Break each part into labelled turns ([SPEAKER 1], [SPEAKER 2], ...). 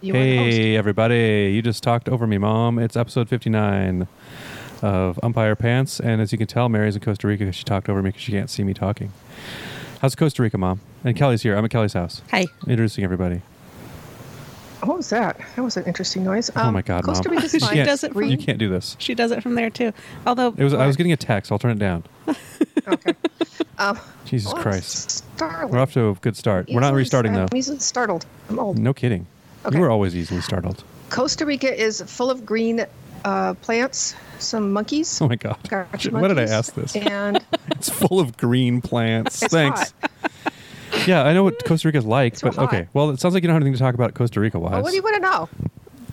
[SPEAKER 1] You are the host.
[SPEAKER 2] Hey, everybody. You just talked over me, Mom. It's episode 59 of Umpire Pants. And as you can tell, Mary's in Costa Rica 'cause she talked over me because she can't see me talking. How's Costa Rica, Mom? And Kelly's here. I'm at Kelly's house.
[SPEAKER 3] Hi.
[SPEAKER 2] Introducing everybody.
[SPEAKER 1] What was that? That was an interesting noise.
[SPEAKER 2] oh, my God,
[SPEAKER 1] Um, Costa
[SPEAKER 2] Mom.
[SPEAKER 1] Rica's
[SPEAKER 2] You
[SPEAKER 1] fine.
[SPEAKER 2] can't-
[SPEAKER 3] does it for
[SPEAKER 2] You
[SPEAKER 3] you.
[SPEAKER 2] can't do this.
[SPEAKER 3] She does it from there too. Although
[SPEAKER 2] It was. I was getting a text. I'll turn it down.
[SPEAKER 1] okay. Um,
[SPEAKER 2] Jesus
[SPEAKER 1] well, I'm
[SPEAKER 2] Christ.
[SPEAKER 1] Startled.
[SPEAKER 2] We're off to a good start. We're not
[SPEAKER 1] Easily
[SPEAKER 2] restarting,
[SPEAKER 1] star-
[SPEAKER 2] though.
[SPEAKER 1] I'm easily startled. I'm old.
[SPEAKER 2] No kidding.
[SPEAKER 1] Okay.
[SPEAKER 2] You were always easily startled.
[SPEAKER 1] Costa Rica is full of green uh, plants, some monkeys.
[SPEAKER 2] Oh, my God.
[SPEAKER 1] Gotcha
[SPEAKER 2] Why did I
[SPEAKER 1] monkeys,
[SPEAKER 2] ask this?
[SPEAKER 1] And
[SPEAKER 2] It's full of green plants.
[SPEAKER 1] It's
[SPEAKER 2] Thanks. Yeah, I know what Costa Rica's like,
[SPEAKER 1] It's real
[SPEAKER 2] but okay.
[SPEAKER 1] hot.
[SPEAKER 2] Well, it sounds like you don't have anything to talk about Costa Rica
[SPEAKER 1] well,
[SPEAKER 2] wise.
[SPEAKER 1] Oh, what do you want to know?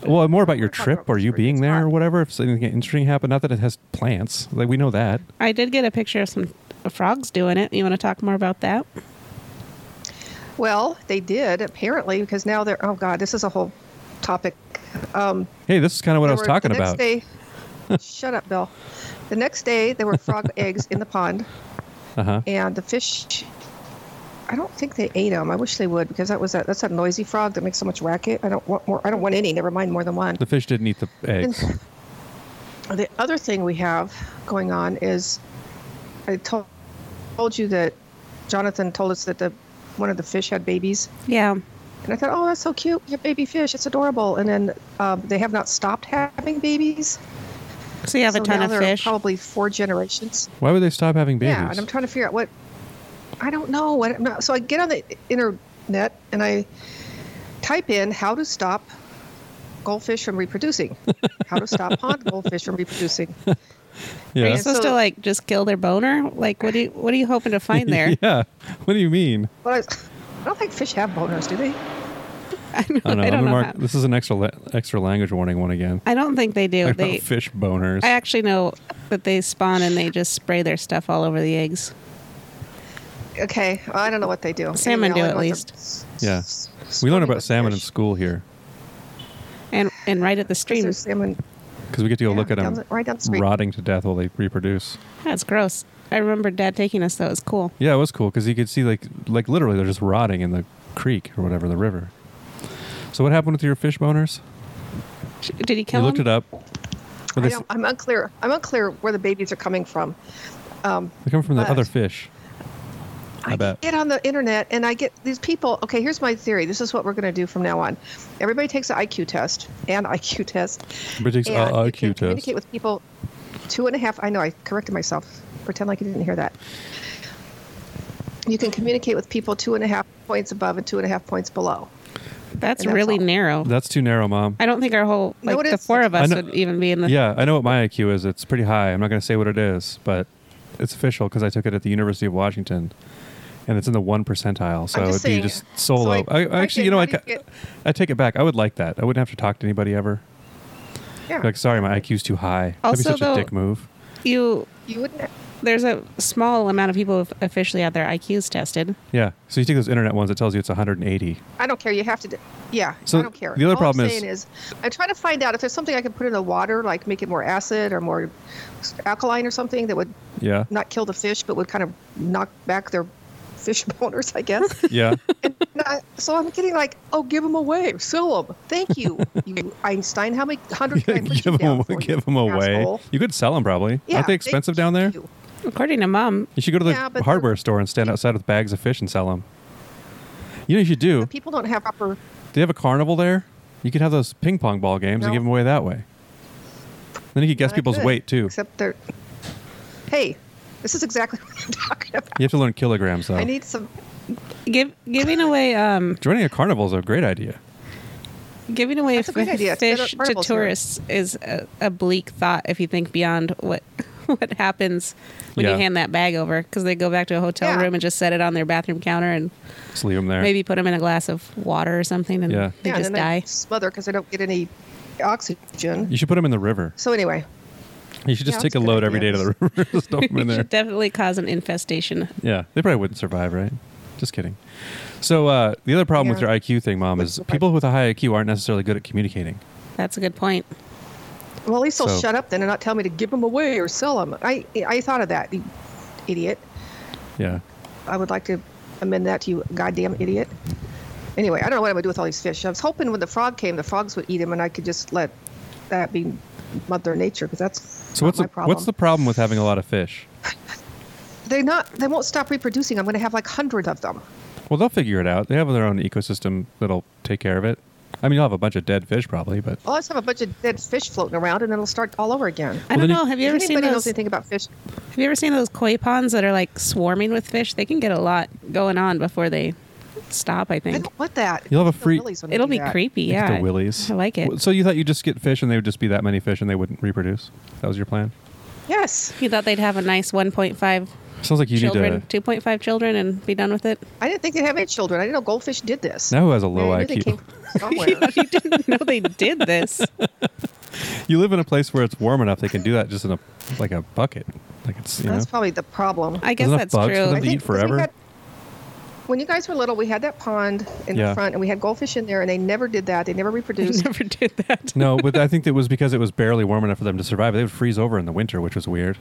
[SPEAKER 2] well, more about your
[SPEAKER 1] Talk about
[SPEAKER 2] trip or
[SPEAKER 1] Costa
[SPEAKER 2] you
[SPEAKER 1] Rica.
[SPEAKER 2] being
[SPEAKER 1] It's
[SPEAKER 2] there or
[SPEAKER 1] hot.
[SPEAKER 2] whatever. If something interesting happened, not that it has plants, like we know that.
[SPEAKER 3] I did get a picture of some frogs doing it. You want to talk more about that?
[SPEAKER 1] Well, they did apparently because now they're. Oh God, this is a whole topic. Um,
[SPEAKER 2] Hey, this is kind of what
[SPEAKER 1] there
[SPEAKER 2] I was
[SPEAKER 1] were-
[SPEAKER 2] talking
[SPEAKER 1] the next
[SPEAKER 2] about.
[SPEAKER 1] Day, shut up, Bill. The next day, there were frog eggs in the pond.
[SPEAKER 2] Uh huh.
[SPEAKER 1] and the fish i don't think they ate them i wish they would because that was that that's that noisy frog that makes so much racket i don't want more i don't want any never mind more than one
[SPEAKER 2] The fish didn't eat the eggs.
[SPEAKER 1] the other thing we have going on is i told, told you that jonathan told us that the one of the fish had babies
[SPEAKER 3] Yeah.
[SPEAKER 1] and i thought oh that's so cute you have baby fish it's adorable and then um, they have not stopped having babies
[SPEAKER 3] So you have
[SPEAKER 1] So
[SPEAKER 3] a ton
[SPEAKER 1] now
[SPEAKER 3] of
[SPEAKER 1] there are
[SPEAKER 3] fish.
[SPEAKER 1] probably four generations
[SPEAKER 2] Why would they stop having babies?
[SPEAKER 1] Yeah, and I'm trying to figure out what. I don't know what. I'm not, so I get on the internet and I type in how to stop goldfish from reproducing, how to stop pond goldfish from reproducing.
[SPEAKER 3] Are you
[SPEAKER 2] yeah.
[SPEAKER 1] Yes.
[SPEAKER 3] supposed
[SPEAKER 1] So-
[SPEAKER 3] to like just kill their boner? Like what do you what are you hoping to find there?
[SPEAKER 2] yeah. What do you mean?
[SPEAKER 1] But I, I don't think fish have boners, do they?
[SPEAKER 3] I don't,
[SPEAKER 2] I don't know.
[SPEAKER 3] I
[SPEAKER 2] I'm
[SPEAKER 3] don't know.
[SPEAKER 2] gonna
[SPEAKER 3] how-
[SPEAKER 2] mark, this is an extra la- extra language warning one again.
[SPEAKER 3] I don't think they do.
[SPEAKER 2] Talk
[SPEAKER 3] They
[SPEAKER 2] about fish boners.
[SPEAKER 3] I actually know that they spawn and they just spray their stuff all over the eggs.
[SPEAKER 1] Okay, I don't know what they do.
[SPEAKER 3] Salmon do
[SPEAKER 1] all I
[SPEAKER 3] at
[SPEAKER 1] know is
[SPEAKER 3] least.
[SPEAKER 1] they're s-
[SPEAKER 2] Yeah.
[SPEAKER 1] s-
[SPEAKER 2] we learn
[SPEAKER 1] swimming
[SPEAKER 2] about
[SPEAKER 1] with
[SPEAKER 2] salmon in
[SPEAKER 1] fish.
[SPEAKER 2] school here
[SPEAKER 3] And and right at the
[SPEAKER 1] 'Cause
[SPEAKER 3] stream.
[SPEAKER 1] there's Salmon,
[SPEAKER 2] because we get to go
[SPEAKER 1] Yeah,
[SPEAKER 2] look at
[SPEAKER 1] down
[SPEAKER 2] them
[SPEAKER 1] the- right down the street.
[SPEAKER 2] rotting to death while they reproduce.
[SPEAKER 3] That's gross. I remember dad taking us though. It was cool.
[SPEAKER 2] Yeah, it was cool because you could see like like literally they're just rotting in the creek or whatever the river. So what happened with your fish boners?
[SPEAKER 3] Sh- Did he
[SPEAKER 2] You
[SPEAKER 3] kill
[SPEAKER 2] looked
[SPEAKER 3] them?
[SPEAKER 2] it up. But
[SPEAKER 1] I
[SPEAKER 2] they,
[SPEAKER 1] don't, uh, I'm unclear. I'm unclear where the babies are coming from. Um,
[SPEAKER 2] they come from the
[SPEAKER 1] but-
[SPEAKER 2] other fish. I
[SPEAKER 1] I
[SPEAKER 2] bet.
[SPEAKER 1] get on the internet and I get these people. Okay, here's my theory. This is what we're going to do from now on. Everybody takes an IQ test and IQ test.
[SPEAKER 2] Everybody takes
[SPEAKER 1] and
[SPEAKER 2] a-
[SPEAKER 1] you
[SPEAKER 2] IQ
[SPEAKER 1] can
[SPEAKER 2] test.
[SPEAKER 1] Communicate with people two and a half. I know I corrected myself. Pretend like you didn't hear that. You can communicate with people two and a half points above and two and a half points below.
[SPEAKER 3] That's
[SPEAKER 1] And that's
[SPEAKER 3] really
[SPEAKER 1] all.
[SPEAKER 3] narrow.
[SPEAKER 2] That's too narrow, mom.
[SPEAKER 3] I don't think our whole
[SPEAKER 1] No,
[SPEAKER 3] like
[SPEAKER 1] it
[SPEAKER 3] the
[SPEAKER 1] is.
[SPEAKER 3] four of
[SPEAKER 2] I
[SPEAKER 3] us
[SPEAKER 2] know-
[SPEAKER 3] would even be in the
[SPEAKER 2] Yeah, I know what my IQ is. It's pretty high. I'm not going to say what it is, but it's official because I took it at the University of Washington, and it's in the one percentile. So
[SPEAKER 1] just
[SPEAKER 2] it'd be
[SPEAKER 1] saying,
[SPEAKER 2] just
[SPEAKER 1] so
[SPEAKER 2] solo.
[SPEAKER 1] I-
[SPEAKER 2] I,
[SPEAKER 1] I
[SPEAKER 2] actually,
[SPEAKER 1] get-
[SPEAKER 2] you know,
[SPEAKER 1] how
[SPEAKER 2] I,
[SPEAKER 1] do you
[SPEAKER 2] ca-
[SPEAKER 1] get-
[SPEAKER 2] I take it back. I would like that. I wouldn't have to talk to anybody ever.
[SPEAKER 1] Yeah.
[SPEAKER 2] Like, sorry, my IQ's too high. That'd be
[SPEAKER 3] Also,
[SPEAKER 2] such a
[SPEAKER 3] though-
[SPEAKER 2] dick move.
[SPEAKER 3] you
[SPEAKER 1] you wouldn't.
[SPEAKER 3] there's a small amount of people who've officially had their IQs tested.
[SPEAKER 2] Yeah. So you take those internet ones that tells you it's 180.
[SPEAKER 1] I don't care. You have to. Do, yeah.
[SPEAKER 2] So
[SPEAKER 1] I don't care.
[SPEAKER 2] the other
[SPEAKER 1] All
[SPEAKER 2] problem
[SPEAKER 1] I'm
[SPEAKER 2] is-
[SPEAKER 1] saying is, I'm trying to find out if there's something I can put in the water, like make it more acid or more alkaline or something that would
[SPEAKER 2] Yeah.
[SPEAKER 1] not kill the fish, but would kind of knock back their fish boners, I guess.
[SPEAKER 2] Yeah.
[SPEAKER 1] and I, so I'm getting like, oh, give them away, sell them. Thank you, you Einstein. How many hundred? can I put
[SPEAKER 2] give
[SPEAKER 1] you
[SPEAKER 2] them,
[SPEAKER 1] down for
[SPEAKER 2] away,
[SPEAKER 1] you,
[SPEAKER 2] give them away.
[SPEAKER 1] asshole?
[SPEAKER 2] You could sell them probably.
[SPEAKER 1] Yeah,
[SPEAKER 2] Aren't they
[SPEAKER 1] thank
[SPEAKER 2] expensive down there? You.
[SPEAKER 1] you.
[SPEAKER 3] According to mom,
[SPEAKER 2] should go to the
[SPEAKER 1] Yeah, but
[SPEAKER 2] hardware
[SPEAKER 1] they're-
[SPEAKER 2] store and stand outside with bags of fish and sell them. You know, what you should do.
[SPEAKER 1] But people don't have proper.
[SPEAKER 2] They have a carnival there. You could have those ping pong ball games and
[SPEAKER 1] No.
[SPEAKER 2] give them away that way. Then you could guess
[SPEAKER 1] I
[SPEAKER 2] people's
[SPEAKER 1] could,
[SPEAKER 2] weight too.
[SPEAKER 1] Except they're. Hey, this is exactly what I'm talking about.
[SPEAKER 2] You have to learn kilograms though.
[SPEAKER 1] I need some.
[SPEAKER 3] give, giving away um,
[SPEAKER 2] Joining a carnival is a great idea.
[SPEAKER 3] giving away
[SPEAKER 1] That's a good
[SPEAKER 3] f-
[SPEAKER 1] idea. It's better
[SPEAKER 3] fish to
[SPEAKER 1] carnivals here.
[SPEAKER 3] tourists is a, a bleak thought if you think beyond what what happens when
[SPEAKER 2] Yeah.
[SPEAKER 3] you hand that bag over because they go back to a hotel
[SPEAKER 1] Yeah.
[SPEAKER 3] room and just set it on their bathroom counter and
[SPEAKER 2] Just leave them there.
[SPEAKER 3] maybe put them in a glass of water or something and
[SPEAKER 2] Yeah.
[SPEAKER 3] they
[SPEAKER 1] yeah, and
[SPEAKER 3] just
[SPEAKER 1] then
[SPEAKER 3] die.
[SPEAKER 1] They smother because they don't get any oxygen.
[SPEAKER 2] You should put them in the river.
[SPEAKER 1] So anyway,
[SPEAKER 2] You should just
[SPEAKER 1] Yeah, that's
[SPEAKER 2] take a
[SPEAKER 1] a good
[SPEAKER 2] load every day
[SPEAKER 1] idea.
[SPEAKER 2] to the river. Just dump them in
[SPEAKER 3] It
[SPEAKER 2] there.
[SPEAKER 3] should definitely cause an infestation.
[SPEAKER 2] Yeah, they probably wouldn't survive, right? Just kidding. So uh, the other problem with
[SPEAKER 1] Yeah.
[SPEAKER 2] your IQ thing, mom,
[SPEAKER 1] Wouldn't
[SPEAKER 2] is
[SPEAKER 1] survive.
[SPEAKER 2] people with a high IQ aren't necessarily good at communicating.
[SPEAKER 3] That's a good point.
[SPEAKER 1] Well, at least they'll
[SPEAKER 2] So-
[SPEAKER 1] shut up then and not tell me to give them away or sell them. I, I thought of that, you idiot.
[SPEAKER 2] Yeah,
[SPEAKER 1] I would like to amend that to you, goddamn idiot. Anyway, I don't know what I'm gonna do with all these fish. I was hoping when the frog came, the frogs would eat them, and I could just let that be Mother Nature, because that's
[SPEAKER 2] So
[SPEAKER 1] not
[SPEAKER 2] what's
[SPEAKER 1] my
[SPEAKER 2] the,
[SPEAKER 1] problem.
[SPEAKER 2] what's the problem with having a lot of fish?
[SPEAKER 1] They're not. They won't stop reproducing. I'm gonna have like hundred of them.
[SPEAKER 2] Well, they'll figure it out. They have their own ecosystem that'll take care of it. I mean, you'll have a bunch of dead fish probably, but
[SPEAKER 1] I'll just have a bunch of dead fish floating around, and it'll start all over again.
[SPEAKER 3] I
[SPEAKER 2] Well,
[SPEAKER 3] don't
[SPEAKER 2] then you-
[SPEAKER 3] know. Have you
[SPEAKER 1] if
[SPEAKER 3] ever
[SPEAKER 1] anybody
[SPEAKER 3] seen
[SPEAKER 1] knows
[SPEAKER 3] those?
[SPEAKER 1] anything about fish,
[SPEAKER 3] Have you ever seen those koi ponds that are like swarming with fish? They can get a lot going on before they stop. I
[SPEAKER 1] I
[SPEAKER 3] think
[SPEAKER 1] don't want that.
[SPEAKER 2] You'll have a
[SPEAKER 1] The
[SPEAKER 2] free-
[SPEAKER 1] willies when they
[SPEAKER 3] it'll
[SPEAKER 1] do
[SPEAKER 3] be
[SPEAKER 1] that.
[SPEAKER 3] creepy.
[SPEAKER 2] Like
[SPEAKER 3] Yeah,
[SPEAKER 2] the willies.
[SPEAKER 3] I like
[SPEAKER 2] W-
[SPEAKER 3] it.
[SPEAKER 2] So you thought you'd just get fish and they would just be that many fish and they wouldn't reproduce? That was your plan?
[SPEAKER 1] Yes,
[SPEAKER 3] You thought they'd have a nice 1.5
[SPEAKER 2] Sounds like you
[SPEAKER 3] children,
[SPEAKER 2] need to.
[SPEAKER 3] 2.5 children, and be done with it.
[SPEAKER 1] I didn't think they have any children. I didn't know goldfish did this.
[SPEAKER 2] Now who has a
[SPEAKER 1] I mean,
[SPEAKER 2] low
[SPEAKER 1] I knew They
[SPEAKER 2] IQ?
[SPEAKER 1] came from somewhere.
[SPEAKER 3] you didn't know they did this.
[SPEAKER 2] You live in a place where it's warm enough they can do that just in a like a bucket. Like it's you
[SPEAKER 1] That's
[SPEAKER 2] know.
[SPEAKER 1] probably the problem.
[SPEAKER 3] I guess
[SPEAKER 2] enough
[SPEAKER 3] that's
[SPEAKER 2] bugs for
[SPEAKER 3] true.
[SPEAKER 2] them
[SPEAKER 1] I
[SPEAKER 2] to eat
[SPEAKER 1] think 'cause we
[SPEAKER 2] forever?
[SPEAKER 1] had- when you guys were little, we had that pond in
[SPEAKER 2] Yeah.
[SPEAKER 1] the front, and we had goldfish in there, and they never did that. They never
[SPEAKER 3] They
[SPEAKER 1] reproduced.
[SPEAKER 3] never did that.
[SPEAKER 2] no, but I think it was because it was barely warm enough for them to survive. They would freeze over in the winter, which was weird.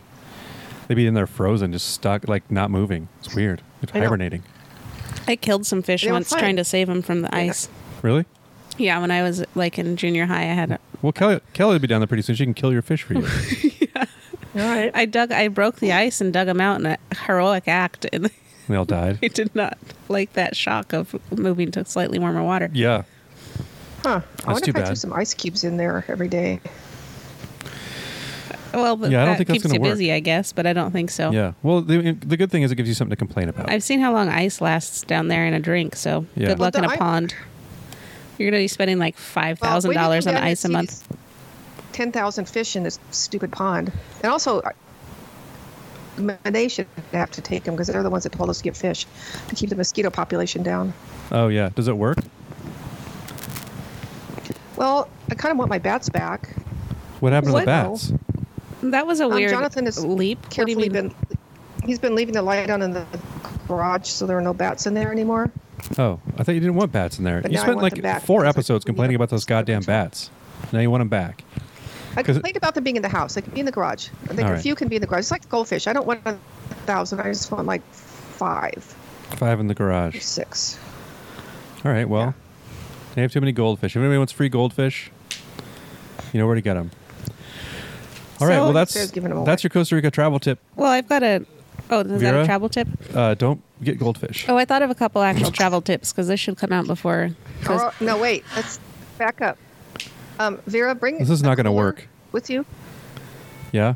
[SPEAKER 2] They'd be in there frozen, just stuck, like not moving. It's weird. It's
[SPEAKER 1] I know.
[SPEAKER 2] hibernating.
[SPEAKER 3] I killed some fish
[SPEAKER 1] They were
[SPEAKER 3] once
[SPEAKER 1] fine.
[SPEAKER 3] trying to save them from the ice.
[SPEAKER 2] Really?
[SPEAKER 3] Yeah, when I was like in junior high, I had a,
[SPEAKER 2] Well, Kelly, Kelly will be down there pretty soon. She can kill your fish for you.
[SPEAKER 1] All right.
[SPEAKER 3] I dug, I broke the ice and dug them out in a heroic act, and
[SPEAKER 2] they all died.
[SPEAKER 3] they did not like that shock of moving to slightly warmer water.
[SPEAKER 2] Yeah.
[SPEAKER 1] Huh. I wonder
[SPEAKER 2] too
[SPEAKER 1] if I threw
[SPEAKER 2] bad.
[SPEAKER 1] some ice cubes in there every day.
[SPEAKER 3] Well, but
[SPEAKER 2] Yeah, I don't
[SPEAKER 3] that
[SPEAKER 2] think that's
[SPEAKER 3] keeps
[SPEAKER 2] gonna
[SPEAKER 3] you
[SPEAKER 2] work.
[SPEAKER 3] busy, I guess, but I don't think so.
[SPEAKER 2] Yeah. Well, the, the good thing is it gives you something to complain about.
[SPEAKER 3] I've seen how long ice lasts down there in a drink, so
[SPEAKER 2] Yeah.
[SPEAKER 3] good
[SPEAKER 2] Well,
[SPEAKER 3] luck
[SPEAKER 1] the
[SPEAKER 3] in a
[SPEAKER 1] ice-
[SPEAKER 3] pond. You're going to be spending like
[SPEAKER 1] Well,
[SPEAKER 3] $5,000
[SPEAKER 1] we didn't
[SPEAKER 3] on
[SPEAKER 1] get to
[SPEAKER 3] ice a
[SPEAKER 1] see
[SPEAKER 3] month.
[SPEAKER 1] these 10,000 fish in this stupid pond. And also, I- they should have to take them because they're the ones that told us to get fish to keep the mosquito population down.
[SPEAKER 2] oh, yeah. Does it work?
[SPEAKER 1] Well, I kind of want my bats back.
[SPEAKER 2] What happened to
[SPEAKER 1] What?
[SPEAKER 2] the bats?
[SPEAKER 3] That was a
[SPEAKER 1] Um,
[SPEAKER 3] weird
[SPEAKER 1] Jonathan has
[SPEAKER 3] leap. What do you
[SPEAKER 1] Carefully
[SPEAKER 3] mean?
[SPEAKER 1] been, he's been leaving the light on in the garage so there are no bats in there anymore.
[SPEAKER 2] Oh, I thought you didn't want bats in there.
[SPEAKER 1] But
[SPEAKER 2] you
[SPEAKER 1] now I
[SPEAKER 2] spent
[SPEAKER 1] want
[SPEAKER 2] like
[SPEAKER 1] them back
[SPEAKER 2] four
[SPEAKER 1] because I
[SPEAKER 2] episodes
[SPEAKER 1] couldn't get
[SPEAKER 2] complaining
[SPEAKER 1] them
[SPEAKER 2] about those
[SPEAKER 1] to start
[SPEAKER 2] goddamn
[SPEAKER 1] the trial.
[SPEAKER 2] bats. Now you want them back.
[SPEAKER 1] I
[SPEAKER 2] 'Cause-
[SPEAKER 1] complained about them being in the house. They can be in the garage. I think
[SPEAKER 2] All
[SPEAKER 1] a
[SPEAKER 2] right.
[SPEAKER 1] few can be in the garage. It's like goldfish. I don't want a thousand. I just want like five
[SPEAKER 2] Five in the
[SPEAKER 1] or
[SPEAKER 2] garage.
[SPEAKER 1] six.
[SPEAKER 2] All right. Well, they have too many goldfish. If anybody wants free goldfish, you know where to get them. All right. Well,
[SPEAKER 3] So-
[SPEAKER 1] Sarah's
[SPEAKER 2] that's
[SPEAKER 1] giving 'em away.
[SPEAKER 2] that's your Costa Rica travel tip.
[SPEAKER 3] Well, I've got a. Oh, is that
[SPEAKER 2] Vera?
[SPEAKER 3] a travel tip?
[SPEAKER 2] Uh, don't get goldfish.
[SPEAKER 3] Oh, I thought of a couple actual travel tips because this should come out before. 'cause-
[SPEAKER 1] Oh, no, wait. Let's back up. Um, Vera, bring
[SPEAKER 2] This is
[SPEAKER 1] a
[SPEAKER 2] not gonna
[SPEAKER 1] cooler
[SPEAKER 2] work.
[SPEAKER 1] with you.
[SPEAKER 2] Yeah.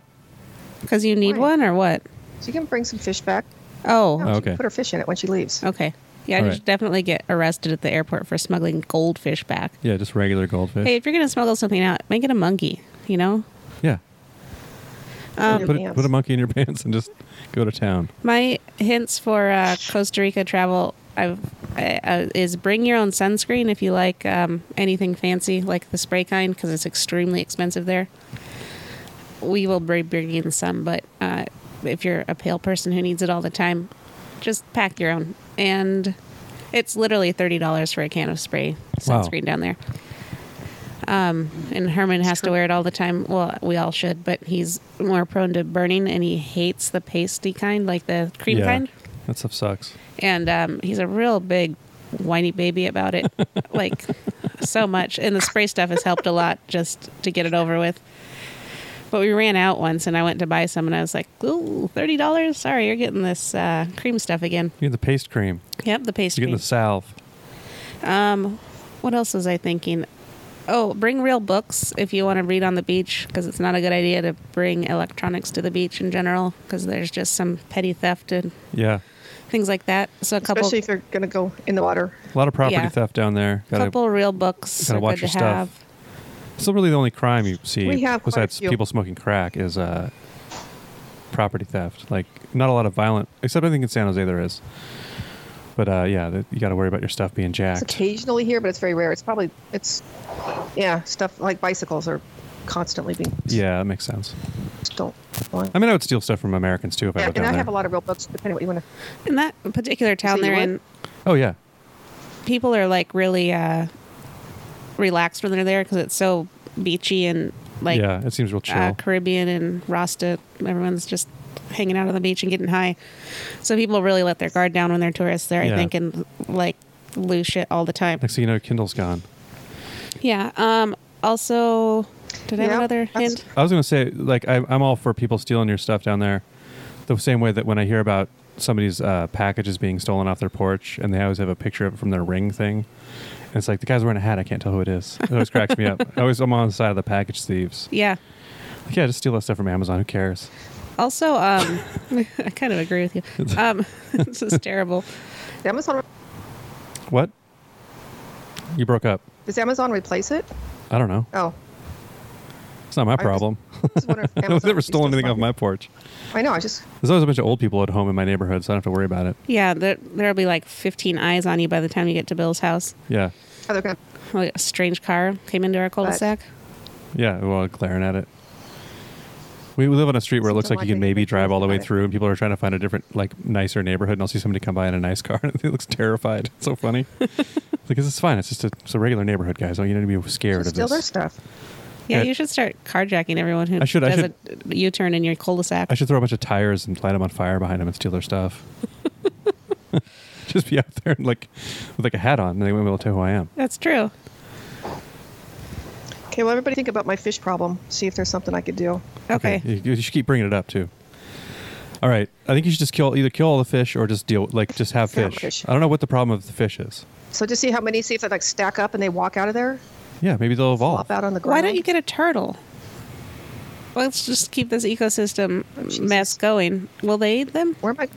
[SPEAKER 3] Because you need
[SPEAKER 1] Why?
[SPEAKER 3] one or what?
[SPEAKER 1] She can bring some fish back.
[SPEAKER 3] Oh,
[SPEAKER 1] No, she
[SPEAKER 2] Okay.
[SPEAKER 1] can put her fish in it when she leaves.
[SPEAKER 3] okay. Yeah,
[SPEAKER 2] All
[SPEAKER 3] you
[SPEAKER 2] right.
[SPEAKER 3] should definitely get arrested at the airport for smuggling goldfish back.
[SPEAKER 2] Yeah. Just regular goldfish.
[SPEAKER 3] Hey, if you're going to smuggle something out, make it a monkey, you know?
[SPEAKER 2] Yeah.
[SPEAKER 1] Um,
[SPEAKER 2] Put a, put a monkey in your pants and just go to town.
[SPEAKER 3] My hints for uh, Costa Rica travel I've, I, uh, is bring your own sunscreen if you like um, anything fancy, like the spray kind, because it's extremely expensive there. We will be bringing some, but uh, if you're a pale person who needs it all the time, just pack your own. And it's literally thirty dollars for a can of spray
[SPEAKER 2] Wow.
[SPEAKER 3] sunscreen down there. Um, and Herman has to wear it all the time. Well, we all should, but he's more prone to burning, and he hates the pasty kind, like the cream
[SPEAKER 2] yeah.
[SPEAKER 3] kind
[SPEAKER 2] That stuff sucks.
[SPEAKER 3] and um, he's a real big whiny baby about it like so much and the spray stuff has helped a lot just to get it over with but we ran out once and i went to buy some and i was like ooh $30 sorry you're getting this uh, cream stuff again
[SPEAKER 2] You get the paste cream.
[SPEAKER 3] yep the
[SPEAKER 2] You
[SPEAKER 3] pastry
[SPEAKER 2] get the salve.
[SPEAKER 3] what else was i thinking oh bring real books if you want to read on the beach because it's not a good idea to bring electronics to the beach in general because there's just some petty theft and
[SPEAKER 2] Yeah.
[SPEAKER 3] things like that so a couple
[SPEAKER 1] Especially if they're going to go in the water.
[SPEAKER 2] A lot of property
[SPEAKER 3] Yeah.
[SPEAKER 2] theft down there.
[SPEAKER 3] a
[SPEAKER 2] Gotta-
[SPEAKER 3] couple real books
[SPEAKER 2] gotta
[SPEAKER 3] are
[SPEAKER 2] watch
[SPEAKER 3] good
[SPEAKER 2] your
[SPEAKER 3] to
[SPEAKER 2] stuff.
[SPEAKER 3] have
[SPEAKER 2] It's not really the only crime you see
[SPEAKER 1] We have quite a
[SPEAKER 2] besides
[SPEAKER 1] few.
[SPEAKER 2] people smoking crack is uh, property theft. Like not a lot of violent, except I think in San Jose there is. But uh, yeah, that you got to worry about your stuff being
[SPEAKER 1] It's
[SPEAKER 2] jacked.
[SPEAKER 1] occasionally here, but it's very rare. It's probably, it's, yeah, stuff like bicycles are constantly being,
[SPEAKER 2] Yeah, that makes sense.
[SPEAKER 1] don't want.
[SPEAKER 2] I mean, I would steal stuff from Americans too if I
[SPEAKER 1] Yeah,
[SPEAKER 2] went
[SPEAKER 1] and
[SPEAKER 2] down
[SPEAKER 1] I
[SPEAKER 2] there.
[SPEAKER 1] have a lot of real books, depending what you want to.
[SPEAKER 3] in that particular town
[SPEAKER 1] you
[SPEAKER 3] they're
[SPEAKER 1] would?
[SPEAKER 3] in
[SPEAKER 2] oh yeah,
[SPEAKER 3] people are like really uh relaxed when they're there because it's so beachy and like
[SPEAKER 2] yeah. It seems real chill.
[SPEAKER 3] uh, caribbean and rasta everyone's just hanging out on the beach and getting high so people really let their guard down when they're tourists there
[SPEAKER 2] Yeah.
[SPEAKER 3] i think and like lose shit all the time.
[SPEAKER 2] Next thing you know, Kindle's gone.
[SPEAKER 3] Yeah. Um. Also, did I have
[SPEAKER 1] Yeah,
[SPEAKER 3] another
[SPEAKER 1] that's-
[SPEAKER 3] hint?
[SPEAKER 2] I was going to say, like, I, I'm all for people stealing your stuff down there. The same way that when I hear about somebody's uh, packages being stolen off their porch and they always have a picture of it from their ring thing. And it's like, the guy's wearing a hat. I can't tell who it is. It always cracks me up. I always, I'm on the side of the package thieves.
[SPEAKER 3] Yeah.
[SPEAKER 2] Like, yeah, just steal that stuff from Amazon. Who cares?
[SPEAKER 3] Also, um, I kind of agree with you. Um, this is terrible.
[SPEAKER 1] Amazon
[SPEAKER 2] What? You broke up.
[SPEAKER 1] does Amazon replace it?
[SPEAKER 2] I don't know.
[SPEAKER 1] Oh,
[SPEAKER 2] It's not my
[SPEAKER 1] just-
[SPEAKER 2] problem.
[SPEAKER 1] just wonder if
[SPEAKER 2] I
[SPEAKER 1] Amazon
[SPEAKER 2] was never
[SPEAKER 1] would be
[SPEAKER 2] stolen
[SPEAKER 1] still
[SPEAKER 2] anything off
[SPEAKER 1] stocked.
[SPEAKER 2] my porch.
[SPEAKER 1] I know. I just
[SPEAKER 2] There's always a bunch of old people at home in my neighborhood, so I don't have to worry about it.
[SPEAKER 3] Yeah. There, there'll be like 15 eyes on you by the time you get to Bill's house.
[SPEAKER 2] Yeah.
[SPEAKER 1] oh, they're gonna
[SPEAKER 3] Like a strange car came into our cul-de-sac.
[SPEAKER 2] Yeah, well, glaring at it. We we live on a street where it looks
[SPEAKER 1] Something
[SPEAKER 2] like you can
[SPEAKER 1] like I
[SPEAKER 2] maybe
[SPEAKER 1] think
[SPEAKER 2] drive all the way
[SPEAKER 1] about it.
[SPEAKER 2] through, and people are trying to find a different, like, nicer neighborhood, and I'll see somebody come by in a nice car, and it looks terrified. It's so funny. Because it's fine. It's just a, it's a regular neighborhood, guys. Don't you need to be scared of
[SPEAKER 1] steal their
[SPEAKER 2] this.
[SPEAKER 1] stuff.
[SPEAKER 3] Yeah,
[SPEAKER 2] Yeah.
[SPEAKER 3] you should start carjacking everyone who
[SPEAKER 2] I should- I
[SPEAKER 3] does a U-turn in your cul-de-sac.
[SPEAKER 2] I should throw a bunch of tires and light them on fire behind them and steal their stuff. just be out there and like with like a hat on, and they won't be able to tell who I am.
[SPEAKER 3] That's true.
[SPEAKER 1] Okay, well, everybody think about my fish problem. See if there's something I could do.
[SPEAKER 3] Okay.
[SPEAKER 2] You, you should keep bringing it up too. All right. I think you should just kill either kill all the fish or just deal like just have
[SPEAKER 1] Yeah,
[SPEAKER 2] fish.
[SPEAKER 1] fish.
[SPEAKER 2] I don't know what the problem of the fish is.
[SPEAKER 1] So just see how many. See if they like stack up and they walk out of there,
[SPEAKER 2] Yeah, maybe they'll evolve.
[SPEAKER 1] flop out on the ground.
[SPEAKER 3] Why don't you get a turtle? Let's just keep this ecosystem mess going. Will they eat them?
[SPEAKER 1] Where am I?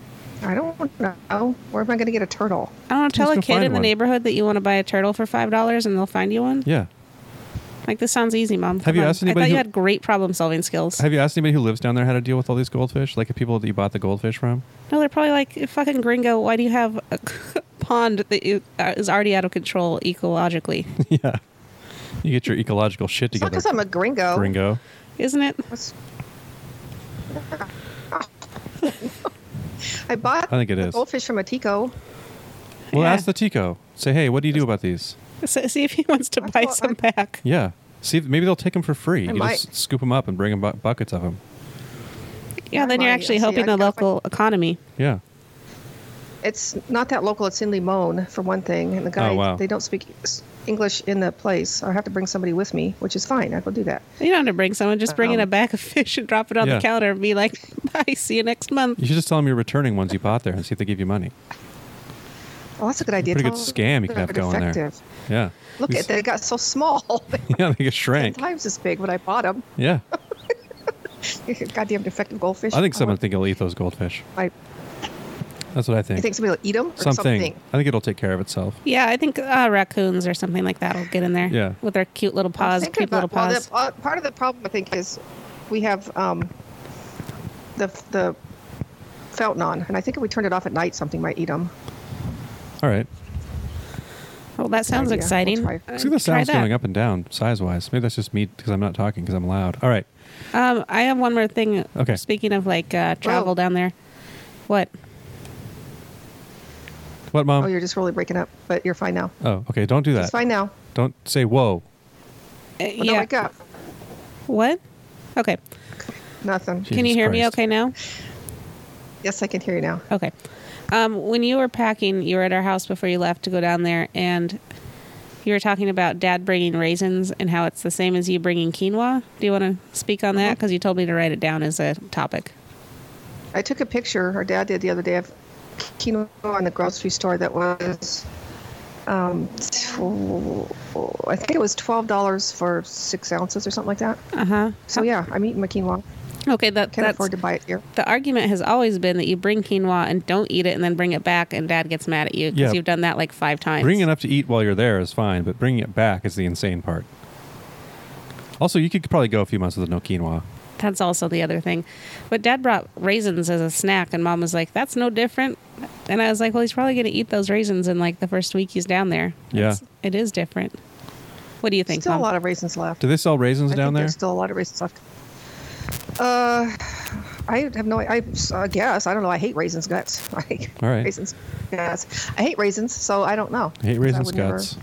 [SPEAKER 1] I don't know. Where am I going to get a turtle?
[SPEAKER 3] I don't know. Tell a
[SPEAKER 2] go
[SPEAKER 3] kid
[SPEAKER 2] find
[SPEAKER 3] in the
[SPEAKER 2] one.
[SPEAKER 3] neighborhood that you want to buy a turtle for five dollars, and they'll find you one.
[SPEAKER 2] Yeah.
[SPEAKER 3] Like this sounds easy, mom. Come
[SPEAKER 2] you
[SPEAKER 3] on.
[SPEAKER 2] asked
[SPEAKER 3] I
[SPEAKER 2] anybody
[SPEAKER 3] thought
[SPEAKER 2] who-
[SPEAKER 3] you had great problem solving skills.
[SPEAKER 2] Have you asked anybody who lives down there how to deal with all these goldfish? Like the people that you bought the goldfish from?
[SPEAKER 3] No, they're probably like fucking gringo. Why do you have a pond that you- uh, is already out of control ecologically?
[SPEAKER 2] yeah. You get your ecological shit
[SPEAKER 1] It's not
[SPEAKER 2] together.
[SPEAKER 1] because I'm a gringo.
[SPEAKER 2] Gringo.
[SPEAKER 3] Isn't it?
[SPEAKER 1] What's- I bought.
[SPEAKER 2] I think it
[SPEAKER 1] a
[SPEAKER 2] is.
[SPEAKER 1] goldfish from a tico.
[SPEAKER 2] Well,
[SPEAKER 3] Yeah.
[SPEAKER 2] ask the Tico. Say, hey, what do you do about these?
[SPEAKER 3] So, see if he wants to
[SPEAKER 1] I
[SPEAKER 3] buy
[SPEAKER 1] thought
[SPEAKER 3] some
[SPEAKER 1] I-
[SPEAKER 3] back.
[SPEAKER 2] Yeah. See, if- maybe they'll take them for free.
[SPEAKER 1] I
[SPEAKER 2] you just
[SPEAKER 1] might.
[SPEAKER 2] scoop them up and bring them bu- buckets of them.
[SPEAKER 3] Yeah, then you're
[SPEAKER 1] Alrighty,
[SPEAKER 3] actually
[SPEAKER 1] I see.
[SPEAKER 3] helping
[SPEAKER 1] I
[SPEAKER 3] the
[SPEAKER 1] gotta
[SPEAKER 3] local economy.
[SPEAKER 2] Yeah.
[SPEAKER 1] It's not that local. It's in Limon, for one thing. And the guy,
[SPEAKER 2] Oh, wow.
[SPEAKER 1] they don't speak s- English in the place. I have to bring somebody with me, which is fine. I will do that.
[SPEAKER 3] You don't have to bring someone. Just bring in
[SPEAKER 1] Um,
[SPEAKER 3] a bag of fish and drop it on
[SPEAKER 2] Uh-huh. Yeah.
[SPEAKER 3] the counter and be like, "Bye, see you next month."
[SPEAKER 2] You should just tell them you're returning ones you bought there and see if they give you money.
[SPEAKER 1] Oh, that's a good idea.
[SPEAKER 2] Pretty
[SPEAKER 1] Tell them
[SPEAKER 2] good scam you could
[SPEAKER 1] they're
[SPEAKER 2] have going there.
[SPEAKER 1] defective.
[SPEAKER 2] Yeah.
[SPEAKER 1] Look
[SPEAKER 2] These-
[SPEAKER 1] at they got so small.
[SPEAKER 2] Yeah, they get
[SPEAKER 1] Ten
[SPEAKER 2] shrank.
[SPEAKER 1] times as big when I bought them.
[SPEAKER 2] Yeah.
[SPEAKER 1] Goddamn defective goldfish.
[SPEAKER 2] I think someone
[SPEAKER 1] want-
[SPEAKER 2] think it'll eat those goldfish.
[SPEAKER 1] I,
[SPEAKER 2] That's what I think.
[SPEAKER 1] you think somebody will eat them or
[SPEAKER 2] something.
[SPEAKER 1] something?
[SPEAKER 2] I think it'll take care of itself.
[SPEAKER 3] Yeah, I think uh, raccoons or something like that will get in there.
[SPEAKER 2] Yeah.
[SPEAKER 3] with their cute little
[SPEAKER 1] I'm
[SPEAKER 3] paws,
[SPEAKER 1] thinking
[SPEAKER 3] cute little
[SPEAKER 1] about- well,
[SPEAKER 3] paws.
[SPEAKER 1] the- uh, part of the problem I think is we have um, the the fountain on, and I think if we turned it off at night, something might eat them.
[SPEAKER 2] All right.
[SPEAKER 3] Well, that sounds
[SPEAKER 1] idea. We'll
[SPEAKER 3] exciting.
[SPEAKER 1] try.
[SPEAKER 3] Uh,
[SPEAKER 2] See the
[SPEAKER 3] try
[SPEAKER 2] sound's
[SPEAKER 3] that.
[SPEAKER 2] going up and down size wise. Maybe that's just me because I'm not talking because I'm loud. All right.
[SPEAKER 3] Um, I have one more thing.
[SPEAKER 2] Okay.
[SPEAKER 3] Speaking of like uh, travel
[SPEAKER 1] Well-
[SPEAKER 3] down there, what?
[SPEAKER 2] What, mom?
[SPEAKER 1] Oh,
[SPEAKER 2] Oh,
[SPEAKER 1] you're just really breaking up, but you're fine now.
[SPEAKER 2] okay. Don't do
[SPEAKER 1] It's
[SPEAKER 2] that.
[SPEAKER 1] fine now.
[SPEAKER 2] Don't say whoa.
[SPEAKER 3] Uh,
[SPEAKER 1] Well, no, wake up.
[SPEAKER 3] What? Okay.
[SPEAKER 1] Nothing.
[SPEAKER 2] Gee.
[SPEAKER 3] can you
[SPEAKER 2] Jesus
[SPEAKER 3] hear me?
[SPEAKER 2] Christ.
[SPEAKER 3] Okay now.
[SPEAKER 1] Yes, I can hear you now.
[SPEAKER 3] Okay. Um, when you were packing, you were at our house before you left to go down there, and you were talking about dad bringing raisins and how it's the same as you bringing quinoa. Do you want to speak on
[SPEAKER 1] Uh-huh.
[SPEAKER 3] that? Because you told me to write it down as a topic.
[SPEAKER 1] I took a picture, our dad did the other day, of quinoa in the grocery store that was, um, I think it was $12 for six ounces or something like that.
[SPEAKER 3] Uh huh.
[SPEAKER 1] So yeah, I'm eating my quinoa.
[SPEAKER 3] Okay, that,
[SPEAKER 1] Uh-huh. Can't
[SPEAKER 3] that's
[SPEAKER 1] afford to buy it here.
[SPEAKER 3] the argument has always been that you bring quinoa and don't eat it, and then bring it back, and dad gets mad at you
[SPEAKER 2] Yeah.
[SPEAKER 3] because you've done that like five times.
[SPEAKER 2] Bringing enough to eat while you're there is fine, but bringing it back is the insane part. Also, you could probably go a few months with no quinoa.
[SPEAKER 3] That's also the other thing. But dad brought raisins as a snack, and mom was like, that's no different. And I was like, well, he's probably going to eat those raisins in like the first week he's down there.
[SPEAKER 2] Yeah.
[SPEAKER 3] It's- it is different. What do you think?
[SPEAKER 1] Still
[SPEAKER 3] Mom?
[SPEAKER 1] a lot of raisins left.
[SPEAKER 2] Do they sell raisins
[SPEAKER 1] I
[SPEAKER 2] down
[SPEAKER 1] think
[SPEAKER 2] there?
[SPEAKER 1] There's still a lot of raisins left. Uh, I have no. I, I guess I don't know. I hate raisins guts. I hate
[SPEAKER 2] All right.
[SPEAKER 1] raisins guts. I hate raisins, so I don't know.
[SPEAKER 2] I hate
[SPEAKER 1] 'Cause
[SPEAKER 2] raisins
[SPEAKER 1] would never-
[SPEAKER 2] guts.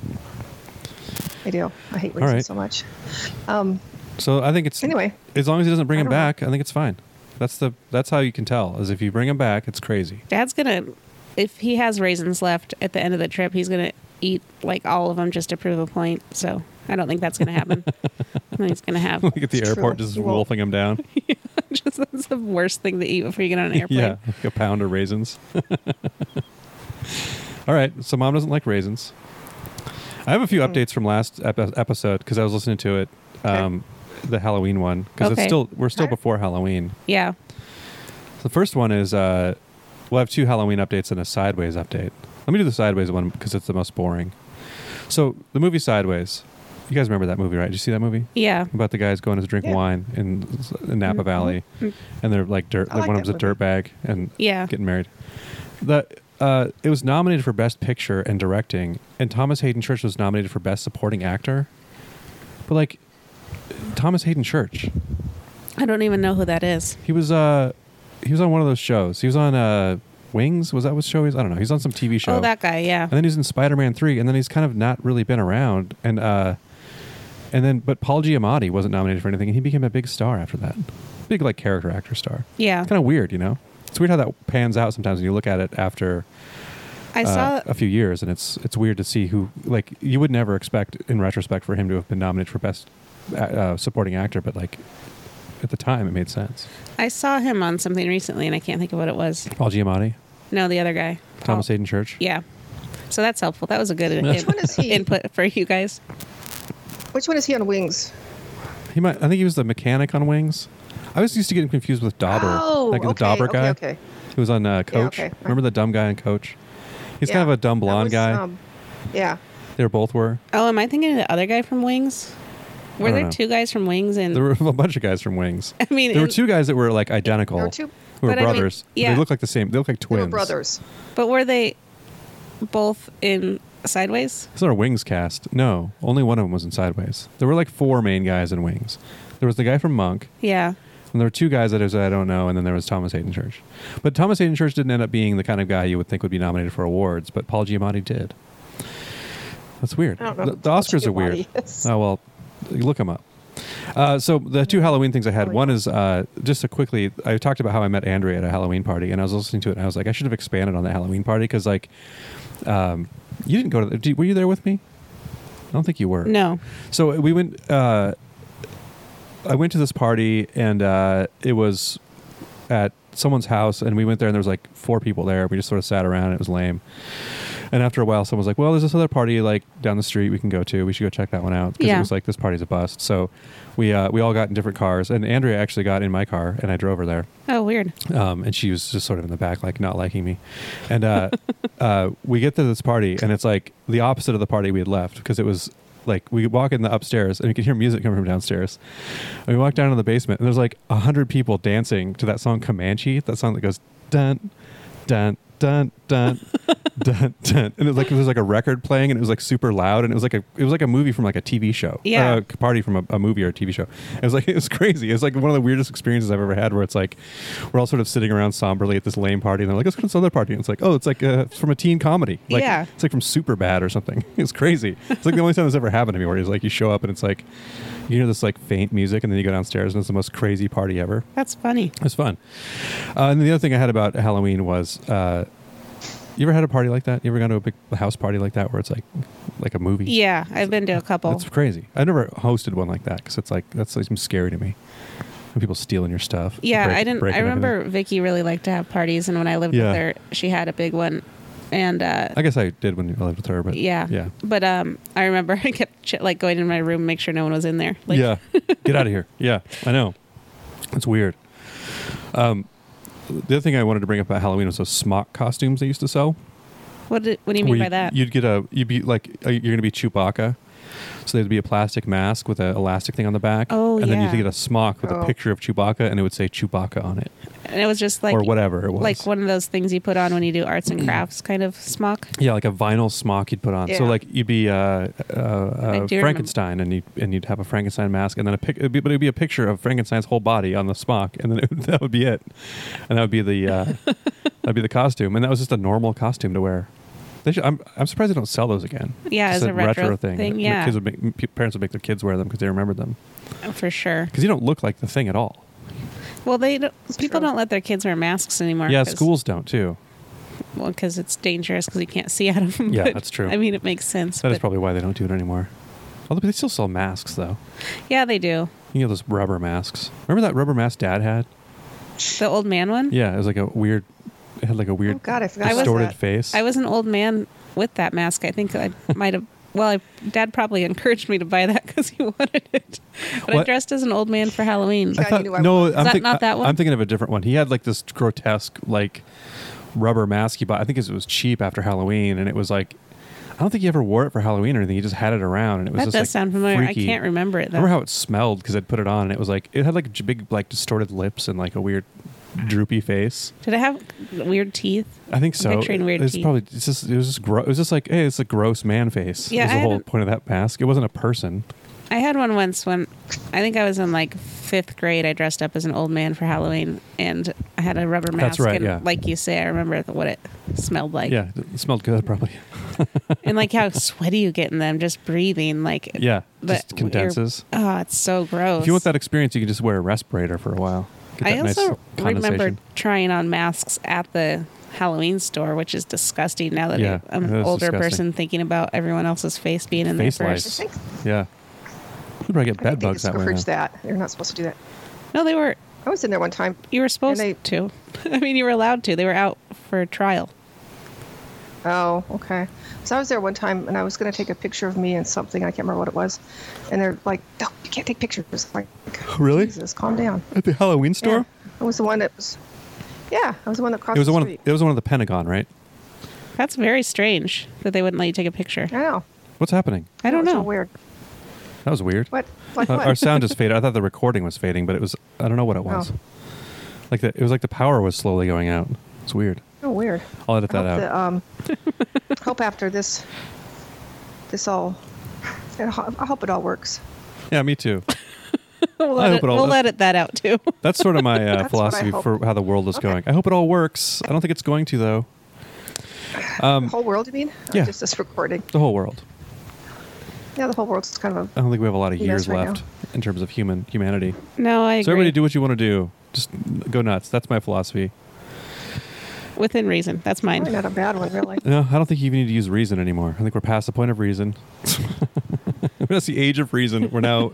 [SPEAKER 1] I do. I hate
[SPEAKER 2] All
[SPEAKER 1] raisins
[SPEAKER 2] right.
[SPEAKER 1] so much. Um,
[SPEAKER 2] So I think it's
[SPEAKER 1] Anyway.
[SPEAKER 2] As long as he doesn't bring
[SPEAKER 1] I
[SPEAKER 2] him
[SPEAKER 1] don't know.
[SPEAKER 2] back, I think it's fine. That's the that's how you can tell. Is if you bring him back, it's crazy.
[SPEAKER 3] Dad's going to, if he has raisins left at the end of the trip, he's going to eat like all of them just to prove a point. So I don't think that's going to happen. I think it's going to happen.
[SPEAKER 2] Look at the
[SPEAKER 1] It's
[SPEAKER 2] airport
[SPEAKER 1] true.
[SPEAKER 2] just
[SPEAKER 1] You won't-
[SPEAKER 2] wolfing them down.
[SPEAKER 3] just that's the worst thing to eat before you get on an airplane.
[SPEAKER 2] Yeah, like a pound of raisins. All right, so mom doesn't like raisins. I have a few updates from last ep- episode because I was listening to it,
[SPEAKER 1] Hmm. Okay.
[SPEAKER 2] um, the Halloween one, because it's
[SPEAKER 3] Okay.
[SPEAKER 2] still we're still
[SPEAKER 1] All right.
[SPEAKER 2] before Halloween.
[SPEAKER 3] Yeah.
[SPEAKER 2] The first one is uh, we'll have two Halloween updates and a Sideways update. Let me do the Sideways one because it's the most boring. So the movie Sideways, you guys remember that movie, right? Did you see that movie?
[SPEAKER 3] Yeah.
[SPEAKER 2] about the guys going to drink
[SPEAKER 1] Yeah. Mm-hmm.
[SPEAKER 2] wine in, in Napa
[SPEAKER 3] Mhm.
[SPEAKER 2] Valley, and they're like dirt.
[SPEAKER 1] I
[SPEAKER 2] Like
[SPEAKER 1] like
[SPEAKER 2] one of
[SPEAKER 1] that
[SPEAKER 2] them's a
[SPEAKER 1] movie.
[SPEAKER 2] dirt bag, and
[SPEAKER 3] Yeah.
[SPEAKER 2] getting married. The uh, it was nominated for best picture and directing, and Thomas Hayden Church was nominated for best supporting actor. But like, Thomas Hayden Church,
[SPEAKER 3] I don't even know who that is.
[SPEAKER 2] he was uh, he was on one of those shows. He was on uh, Wings. Was that what show he was? I don't know. He's on some TV show.
[SPEAKER 3] Oh, that guy. Yeah.
[SPEAKER 2] And then he's in Spider Man three, and then he's kind of not really been around. And uh, and then but Paul Giamatti wasn't nominated for anything, and he became a big star after that, big like character actor star.
[SPEAKER 3] Yeah.
[SPEAKER 2] It's kind of weird, you know. It's weird how that pans out sometimes when you look at it after
[SPEAKER 3] I
[SPEAKER 2] uh,
[SPEAKER 3] saw.
[SPEAKER 2] a few years, and it's it's weird to see who like you would never expect in retrospect for him to have been nominated for best uh, uh, supporting actor, but like at the time it made sense.
[SPEAKER 3] I saw him on something recently, and I can't think of what it was.
[SPEAKER 2] Paul Giamatti,
[SPEAKER 3] No, the other guy.
[SPEAKER 2] Thomas
[SPEAKER 3] Paul.
[SPEAKER 2] Hayden Church.
[SPEAKER 3] Yeah. So that's helpful. That was a good in-
[SPEAKER 1] one is he?
[SPEAKER 3] input for you guys.
[SPEAKER 1] Which one is he on Wings?
[SPEAKER 2] He might. I think he was the mechanic on Wings. I was used to getting confused with Dauber,
[SPEAKER 1] Oh,
[SPEAKER 2] like the
[SPEAKER 1] okay,
[SPEAKER 2] Dauber
[SPEAKER 1] okay,
[SPEAKER 2] guy
[SPEAKER 1] okay.
[SPEAKER 2] who was on uh, Coach.
[SPEAKER 1] okay.
[SPEAKER 2] Remember the dumb guy on Coach? He's
[SPEAKER 1] Yeah,
[SPEAKER 2] kind of a dumb
[SPEAKER 1] that
[SPEAKER 2] blonde
[SPEAKER 1] was,
[SPEAKER 2] guy.
[SPEAKER 1] um, yeah.
[SPEAKER 2] they both were.
[SPEAKER 3] Oh, am I thinking of the other guy from Wings? Were
[SPEAKER 2] don't
[SPEAKER 3] there
[SPEAKER 2] know.
[SPEAKER 3] two guys from Wings? And
[SPEAKER 2] There were a bunch of guys from Wings.
[SPEAKER 3] I mean,
[SPEAKER 2] there were
[SPEAKER 3] and-
[SPEAKER 2] two guys that were like identical.
[SPEAKER 1] There were two-
[SPEAKER 2] who were
[SPEAKER 3] But I mean,
[SPEAKER 2] brothers.
[SPEAKER 3] yeah.
[SPEAKER 2] They look like the same. They look like
[SPEAKER 1] They
[SPEAKER 2] twins.
[SPEAKER 1] were brothers.
[SPEAKER 3] But were they both in Sideways?
[SPEAKER 2] It's not a Wings cast. No, only one of them was in Sideways. There were like four main guys in Wings. There was the guy from Monk,
[SPEAKER 3] Yeah.
[SPEAKER 2] and there were two guys that I was- I don't know, and then there was Thomas Hayden Church. But Thomas Hayden Church didn't end up being the kind of guy you would think would be nominated for awards, but Paul Giamatti did. That's weird.
[SPEAKER 1] I don't know
[SPEAKER 2] The,
[SPEAKER 1] who
[SPEAKER 2] the
[SPEAKER 1] Paul
[SPEAKER 2] Oscars are weird.
[SPEAKER 1] Giamatti is.
[SPEAKER 2] Oh well, look him up. Uh, so the two Halloween things I had. One is uh, just to quickly. I talked about how I met Andrea at a Halloween party, and I was listening to it, and I was like, I should have expanded on that Halloween party because like, um, you didn't go to. The, did- were you there with me? I don't think you were.
[SPEAKER 3] No.
[SPEAKER 2] So we went. Uh, I went to this party, and uh, it was at someone's house, and we went there, and there was like four people there. We just sort of sat around. It was lame. And after a while, someone was like, "Well, there's this other party like down the street we can go to. We should go check that one out." Because
[SPEAKER 3] Yeah.
[SPEAKER 2] it was like this party's a bust. So we uh, we all got in different cars, and Andrea actually got in my car, and I drove her there
[SPEAKER 3] Oh, weird.
[SPEAKER 2] um, and she was just sort of in the back, like not liking me. And uh, uh, we get to this party, and it's like the opposite of the party we had left because it was like we could walk in the upstairs and we could hear music coming from downstairs. And we walked down to the basement, and there's like a hundred people dancing to that song Comanche, that song that goes dun dun. Dun dun dun dun, and it was like there was like a record playing, and it was like super loud, and it was like a it was like a movie from like a TV show,
[SPEAKER 3] Yeah.
[SPEAKER 2] Uh, a party from a, a movie or a TV show. It was like it was crazy. It was like one of the weirdest experiences I've ever had. Where it's like we're all sort of sitting around somberly at this lame party, and they're like, "Let's go to this other party." And it's like, "Oh, it's like uh, it's from a teen comedy. Like,
[SPEAKER 3] Yeah.
[SPEAKER 2] it's like from Superbad or something." It's crazy. It's like the only time this ever happened to me, where it's like you show up and it's like you hear this like faint music, and then you go downstairs and it's the most crazy party ever.
[SPEAKER 3] That's funny.
[SPEAKER 2] It was fun. Uh, and the other thing I had about Halloween was, uh, you ever had a party like that? You ever gone to a big house party like that where it's like like a movie?
[SPEAKER 3] Yeah, I've been to a couple.
[SPEAKER 2] That's crazy. I never hosted one like that because it's like that's like seems scary to me. When people stealing your stuff.
[SPEAKER 3] Yeah,
[SPEAKER 2] break-
[SPEAKER 3] I didn't. I
[SPEAKER 2] breaking everything.
[SPEAKER 3] remember Vicky really liked to have parties, and when I lived
[SPEAKER 2] Yeah.
[SPEAKER 3] with her, she had a big one, and uh,
[SPEAKER 2] I guess I did when I lived with her, but
[SPEAKER 3] yeah,
[SPEAKER 2] yeah,
[SPEAKER 3] But um, I remember I kept ch- like going in my room, make sure no one was in there. Like,
[SPEAKER 2] yeah. Get out of here. Yeah, I know. It's weird. Um, the other thing I wanted to bring up about Halloween was those smock costumes they used to sell.
[SPEAKER 3] What, did, what do you mean
[SPEAKER 2] Where
[SPEAKER 3] by that?
[SPEAKER 2] You'd get a you'd be like uh, you're gonna be Chewbacca, so there'd be a plastic mask with an elastic thing on the back.
[SPEAKER 3] Oh,
[SPEAKER 2] and then
[SPEAKER 3] yeah.
[SPEAKER 2] you'd get a smock with
[SPEAKER 1] Oh.
[SPEAKER 2] a picture of Chewbacca, and it would say Chewbacca on it,
[SPEAKER 3] and it was just like
[SPEAKER 2] or whatever it was. Mm.
[SPEAKER 3] like one of those things you put on when you do arts and crafts, kind of smock.
[SPEAKER 2] Yeah, like a vinyl smock you'd put on. So
[SPEAKER 1] Yeah.
[SPEAKER 2] like you'd be uh, uh,
[SPEAKER 3] I
[SPEAKER 2] uh,
[SPEAKER 3] do
[SPEAKER 2] Frankenstein, and you would and you'd have a Frankenstein mask, and then a pic- it'd be, but it'd be a picture of Frankenstein's whole body on the smock, and then it, that would be it, and that would be the uh, that'd be the costume, and that was just a normal costume to wear. They should, I'm I'm surprised they don't sell those again.
[SPEAKER 3] Yeah,
[SPEAKER 2] Just
[SPEAKER 3] as a retro thing,
[SPEAKER 2] And the
[SPEAKER 3] yeah.
[SPEAKER 2] kids would make, p- parents would make their kids wear them because they remembered them.
[SPEAKER 3] For sure.
[SPEAKER 2] Because you don't look like the thing at all.
[SPEAKER 3] Well, they don't, people
[SPEAKER 1] true.
[SPEAKER 3] don't let their kids wear masks anymore.
[SPEAKER 2] yeah,
[SPEAKER 3] 'cause-
[SPEAKER 2] schools don't too.
[SPEAKER 3] well, because it's dangerous because you can't see out of them.
[SPEAKER 2] Yeah, that's true.
[SPEAKER 3] I mean, it makes sense.
[SPEAKER 2] That is
[SPEAKER 3] but-
[SPEAKER 2] probably why they don't do it anymore. Although they still sell masks, though.
[SPEAKER 3] Yeah, they do.
[SPEAKER 2] You can get those rubber masks. Remember that rubber mask Dad had?
[SPEAKER 3] The old man one.
[SPEAKER 2] Yeah, it was like a weird. It had like a weird,
[SPEAKER 1] Oh, God, I forgot about
[SPEAKER 2] distorted
[SPEAKER 1] that.
[SPEAKER 2] face.
[SPEAKER 3] I was an old man with that mask. I think I might have. Well, I, Dad probably encouraged me to buy that because he wanted it. But I
[SPEAKER 2] What?
[SPEAKER 3] dressed as an old man for Halloween.
[SPEAKER 1] I thought- knew I
[SPEAKER 2] no,
[SPEAKER 1] was.
[SPEAKER 2] I'm
[SPEAKER 3] Is that
[SPEAKER 2] think-
[SPEAKER 3] not that
[SPEAKER 2] I-
[SPEAKER 3] one?
[SPEAKER 2] I'm thinking of a different one. He had like this grotesque, like rubber mask he bought. I think it was cheap after Halloween, and it was like I don't think he ever wore it for Halloween or anything. He just had it around, and it was
[SPEAKER 3] That
[SPEAKER 2] just
[SPEAKER 3] does
[SPEAKER 2] like,
[SPEAKER 3] sound familiar.
[SPEAKER 2] freaky.
[SPEAKER 3] I can't remember it though.
[SPEAKER 2] Remember how it smelled because I'd put it on, and it was like it had like j- big, like distorted lips and like a weird, droopy face.
[SPEAKER 3] Did it have weird teeth?
[SPEAKER 2] I think so.
[SPEAKER 3] picturing weird
[SPEAKER 2] it was
[SPEAKER 3] teeth.
[SPEAKER 2] probably it's just it was just gross. It was just like hey, it's a gross man face.
[SPEAKER 3] Yeah,
[SPEAKER 2] was
[SPEAKER 3] I
[SPEAKER 2] the whole
[SPEAKER 3] haven't-
[SPEAKER 2] point of that mask. It wasn't a person.
[SPEAKER 3] I had one once when I think I was in like fifth grade. I dressed up as an old man for Halloween, and I had a rubber mask.
[SPEAKER 2] That's right,
[SPEAKER 3] And
[SPEAKER 2] yeah.
[SPEAKER 3] like you say, I remember th- what it smelled like.
[SPEAKER 2] yeah, it smelled good probably.
[SPEAKER 3] And like how sweaty you get in them just breathing. Like
[SPEAKER 2] Yeah,
[SPEAKER 3] but
[SPEAKER 2] just
[SPEAKER 3] you're-
[SPEAKER 2] condenses.
[SPEAKER 3] Oh, it's so gross.
[SPEAKER 2] If you want that experience, you can just wear a respirator for a while. Get
[SPEAKER 3] I
[SPEAKER 2] that nice
[SPEAKER 3] also remember
[SPEAKER 2] condensation.
[SPEAKER 3] trying on masks at the Halloween store, which is disgusting. Now that
[SPEAKER 2] Yeah,
[SPEAKER 3] I, am
[SPEAKER 2] that
[SPEAKER 3] an
[SPEAKER 2] is
[SPEAKER 3] older
[SPEAKER 2] disgusting.
[SPEAKER 3] person thinking about everyone else's face being in
[SPEAKER 2] face
[SPEAKER 3] there
[SPEAKER 1] I
[SPEAKER 3] first.
[SPEAKER 2] lice.
[SPEAKER 1] think,
[SPEAKER 2] Yeah, you probably get
[SPEAKER 1] I
[SPEAKER 2] bed
[SPEAKER 1] think they
[SPEAKER 2] bugs that way.
[SPEAKER 1] discourage
[SPEAKER 2] now.
[SPEAKER 1] that. They're not supposed to do that.
[SPEAKER 3] No, they were.
[SPEAKER 1] I was in there one time.
[SPEAKER 3] You were supposed
[SPEAKER 1] they-
[SPEAKER 3] to. I mean, you were allowed to. They were out for trial.
[SPEAKER 1] Oh, okay. So I was there one time, and I was going to take a picture of me and something. I can't remember what it was. And they're like, "No, you can't take pictures." I'm Like,
[SPEAKER 2] Really?
[SPEAKER 1] Jesus, calm down.
[SPEAKER 2] At the Halloween store,
[SPEAKER 1] Yeah. I was the one that was. Yeah, I was the one that crossed
[SPEAKER 2] it was
[SPEAKER 1] the
[SPEAKER 2] the one.
[SPEAKER 1] street.
[SPEAKER 2] It was the one of the Pentagon, right?
[SPEAKER 3] That's very strange that they wouldn't let you take a picture.
[SPEAKER 1] I know.
[SPEAKER 2] What's happening?
[SPEAKER 3] I don't
[SPEAKER 1] It was
[SPEAKER 3] know.
[SPEAKER 1] all weird.
[SPEAKER 2] That was weird.
[SPEAKER 1] What? Like
[SPEAKER 2] Uh,
[SPEAKER 1] what?
[SPEAKER 2] Our sound just faded. I thought the recording was fading, but it was. I don't know what it was.
[SPEAKER 1] Oh.
[SPEAKER 2] Like the, it was like the power was slowly going out. It's weird.
[SPEAKER 1] Oh, weird.
[SPEAKER 2] I'll edit
[SPEAKER 1] I hope
[SPEAKER 2] that out.
[SPEAKER 1] that, um, hope after this, this all. I ho- I hope it all works.
[SPEAKER 2] yeah, me too.
[SPEAKER 3] we'll
[SPEAKER 2] I
[SPEAKER 3] let,
[SPEAKER 2] hope
[SPEAKER 3] it,
[SPEAKER 2] it all
[SPEAKER 3] we'll
[SPEAKER 2] does.
[SPEAKER 3] let it that out too.
[SPEAKER 2] That's sort of my uh,
[SPEAKER 1] what I
[SPEAKER 2] philosophy
[SPEAKER 1] hope.
[SPEAKER 2] for how the world is
[SPEAKER 1] Okay.
[SPEAKER 2] going. I hope it all works. I don't think it's going to though.
[SPEAKER 1] The whole world, you mean? Or
[SPEAKER 2] Um, yeah.
[SPEAKER 1] Just this recording.
[SPEAKER 2] The whole world.
[SPEAKER 1] Yeah, the whole world's kind of
[SPEAKER 2] I don't think we have a lot of
[SPEAKER 1] Yes,
[SPEAKER 2] years
[SPEAKER 1] right now.
[SPEAKER 2] left in terms of human humanity.
[SPEAKER 3] No, I agree.
[SPEAKER 2] So everybody do what you want to do. Just go nuts. That's my philosophy.
[SPEAKER 3] within reason. That's
[SPEAKER 1] a, probably
[SPEAKER 3] mine.
[SPEAKER 1] not a bad one, really.
[SPEAKER 2] No, I don't think you even need to use reason anymore. I think we're past the point of reason. That's the age of reason. We're now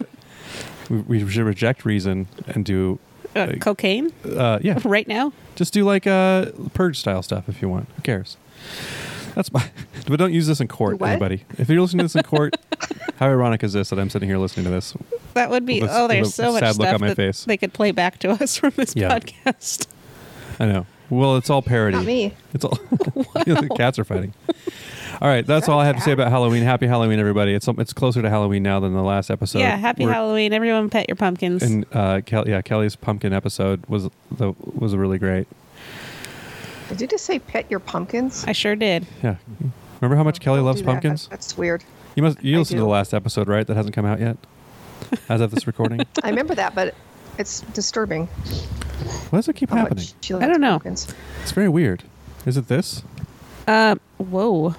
[SPEAKER 2] we, we should reject reason and do
[SPEAKER 3] Uh, cocaine
[SPEAKER 2] uh, yeah,
[SPEAKER 3] right now.
[SPEAKER 2] just do like uh, purge style stuff if you want. Who cares? That's my. But don't use this in court,
[SPEAKER 1] What?
[SPEAKER 2] anybody. If you're listening to this in court, how ironic is this that I'm sitting here listening to this?
[SPEAKER 3] That would be.
[SPEAKER 2] With a-
[SPEAKER 3] oh, there's
[SPEAKER 2] with a
[SPEAKER 3] so much
[SPEAKER 2] sad
[SPEAKER 3] stuff
[SPEAKER 2] look on my
[SPEAKER 3] that
[SPEAKER 2] face.
[SPEAKER 3] they could play back to us from this
[SPEAKER 2] Yeah.
[SPEAKER 3] podcast.
[SPEAKER 2] I know. Well, it's all parody.
[SPEAKER 1] Not me.
[SPEAKER 2] It's all the cats are fighting. All right, that's all I have to say about Halloween. Happy Halloween, everybody! It's it's closer to Halloween now than the last episode.
[SPEAKER 3] yeah, happy
[SPEAKER 2] We're-
[SPEAKER 3] Halloween, everyone. Pet your pumpkins.
[SPEAKER 2] And uh, Kel- yeah, Kelly's pumpkin episode was the was really great.
[SPEAKER 1] Did you just say pet your pumpkins?
[SPEAKER 3] I sure did.
[SPEAKER 2] Yeah, remember how much Kelly
[SPEAKER 1] Don't
[SPEAKER 2] loves
[SPEAKER 1] do that.
[SPEAKER 2] pumpkins?
[SPEAKER 1] That- that's weird.
[SPEAKER 2] You must you
[SPEAKER 1] I
[SPEAKER 2] listened to
[SPEAKER 1] do.
[SPEAKER 2] the last episode, right? That hasn't come out yet, as of this recording. Why
[SPEAKER 1] I remember that, but it's disturbing.
[SPEAKER 2] does it keep
[SPEAKER 1] How
[SPEAKER 2] happening?
[SPEAKER 1] much she
[SPEAKER 3] I
[SPEAKER 1] loves
[SPEAKER 3] don't know.
[SPEAKER 1] Pumpkins.
[SPEAKER 2] It's very weird. Is it this?
[SPEAKER 3] Uh, whoa.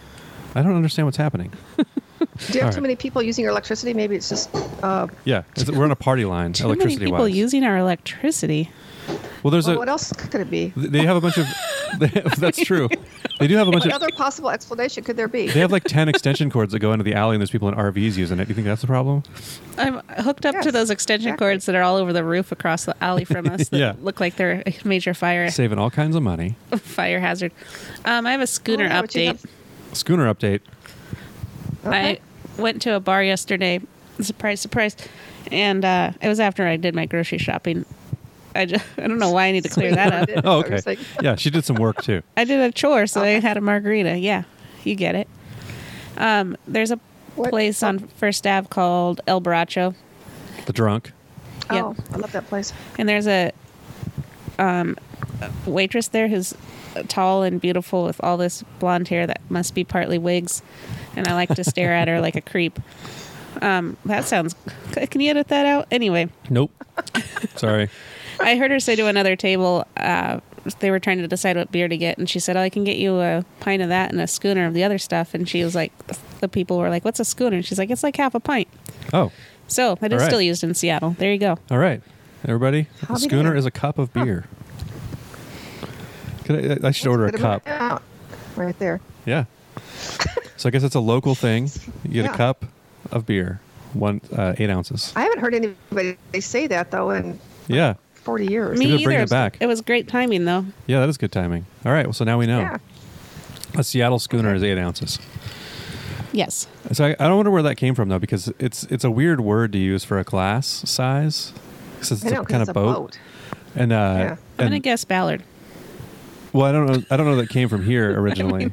[SPEAKER 2] I don't understand what's happening.
[SPEAKER 1] Do you have
[SPEAKER 2] All
[SPEAKER 1] too
[SPEAKER 2] right.
[SPEAKER 1] many people using your electricity? Maybe it's just uh,
[SPEAKER 2] Yeah, is it- we're on a party line,
[SPEAKER 3] Too many
[SPEAKER 2] electricity
[SPEAKER 3] people
[SPEAKER 2] wise.
[SPEAKER 3] using our electricity.
[SPEAKER 2] well, there's
[SPEAKER 1] well,
[SPEAKER 2] a
[SPEAKER 1] Oh, what else could it be?
[SPEAKER 2] Th- They have a bunch of. They that's true. They do have a bunch
[SPEAKER 1] What
[SPEAKER 2] of.
[SPEAKER 1] other possible explanation could there be?
[SPEAKER 2] They have like ten extension cords that go into the alley, and there's people in RVs using it. You think that's the problem?
[SPEAKER 3] I'm hooked up to
[SPEAKER 1] Yes,
[SPEAKER 3] those extension
[SPEAKER 1] exactly.
[SPEAKER 3] cords that are all over the roof across the alley from us that
[SPEAKER 2] Yeah.
[SPEAKER 3] look like they're a major fire
[SPEAKER 2] Saving all kinds of money.
[SPEAKER 3] fire hazard. Um, I have a schooner
[SPEAKER 1] Oh, yeah, what you
[SPEAKER 3] update.
[SPEAKER 1] have-
[SPEAKER 2] Schooner update.
[SPEAKER 1] Okay.
[SPEAKER 3] I went to a bar yesterday. Surprise, surprise. And uh, it was after I did my grocery shopping. I, just, I don't know why I need to clear that up.
[SPEAKER 1] Did-
[SPEAKER 2] Oh,
[SPEAKER 1] I was
[SPEAKER 2] okay.
[SPEAKER 1] like,
[SPEAKER 2] Yeah, she did some work too.
[SPEAKER 3] I did a chore, so I
[SPEAKER 1] Okay.
[SPEAKER 3] had a margarita. Yeah, you get it. Um, there's a
[SPEAKER 1] What-
[SPEAKER 3] place on First Ave called El Baracho.
[SPEAKER 2] The drunk.
[SPEAKER 3] Yep.
[SPEAKER 1] Oh, I love that place.
[SPEAKER 3] And there's a um, waitress there who's tall and beautiful with all this blonde hair that must be partly wigs. And I like to stare at her like a creep. Um, that sounds. Can you edit that out? Anyway,
[SPEAKER 2] Nope. Sorry.
[SPEAKER 3] I heard her say to another table, uh, they were trying to decide what beer to get. And she said, Oh, I can get you a pint of that and a schooner of the other stuff. And she was like, The people were like, What's a schooner? And she's like, It's like half a pint.
[SPEAKER 2] Oh,
[SPEAKER 3] So that is
[SPEAKER 2] All right.
[SPEAKER 3] still used in Seattle. There you go.
[SPEAKER 2] all right, everybody.
[SPEAKER 1] How
[SPEAKER 2] a
[SPEAKER 1] did
[SPEAKER 2] schooner
[SPEAKER 1] it-
[SPEAKER 2] is a cup of beer. Could I, I should order a
[SPEAKER 1] Could have
[SPEAKER 2] cup.
[SPEAKER 1] been out. right there.
[SPEAKER 2] Yeah. so I guess it's a local thing. You get
[SPEAKER 1] Yeah.
[SPEAKER 2] a cup of beer, one uh, eight ounces.
[SPEAKER 1] I haven't heard anybody say that though in
[SPEAKER 2] yeah.
[SPEAKER 1] 40 years.
[SPEAKER 2] Me- Maybe they're
[SPEAKER 3] Me either.
[SPEAKER 2] bringing
[SPEAKER 3] It
[SPEAKER 2] it
[SPEAKER 3] was,
[SPEAKER 2] back.
[SPEAKER 3] it was great timing though.
[SPEAKER 2] Yeah, that is good timing. All right. Well, so now we know.
[SPEAKER 1] Yeah.
[SPEAKER 2] A Seattle schooner is eight ounces.
[SPEAKER 3] Yes.
[SPEAKER 2] So I, I don't wonder where that came from though, because it's it's a weird word to use for a glass size, since
[SPEAKER 1] I
[SPEAKER 2] it's
[SPEAKER 1] know, 'cause
[SPEAKER 2] a kind
[SPEAKER 1] it's
[SPEAKER 2] of boat. And uh,
[SPEAKER 1] Yeah.
[SPEAKER 3] I'm gonna
[SPEAKER 2] and-
[SPEAKER 3] guess Ballard.
[SPEAKER 2] well, I don't know. I don't know that came from here originally.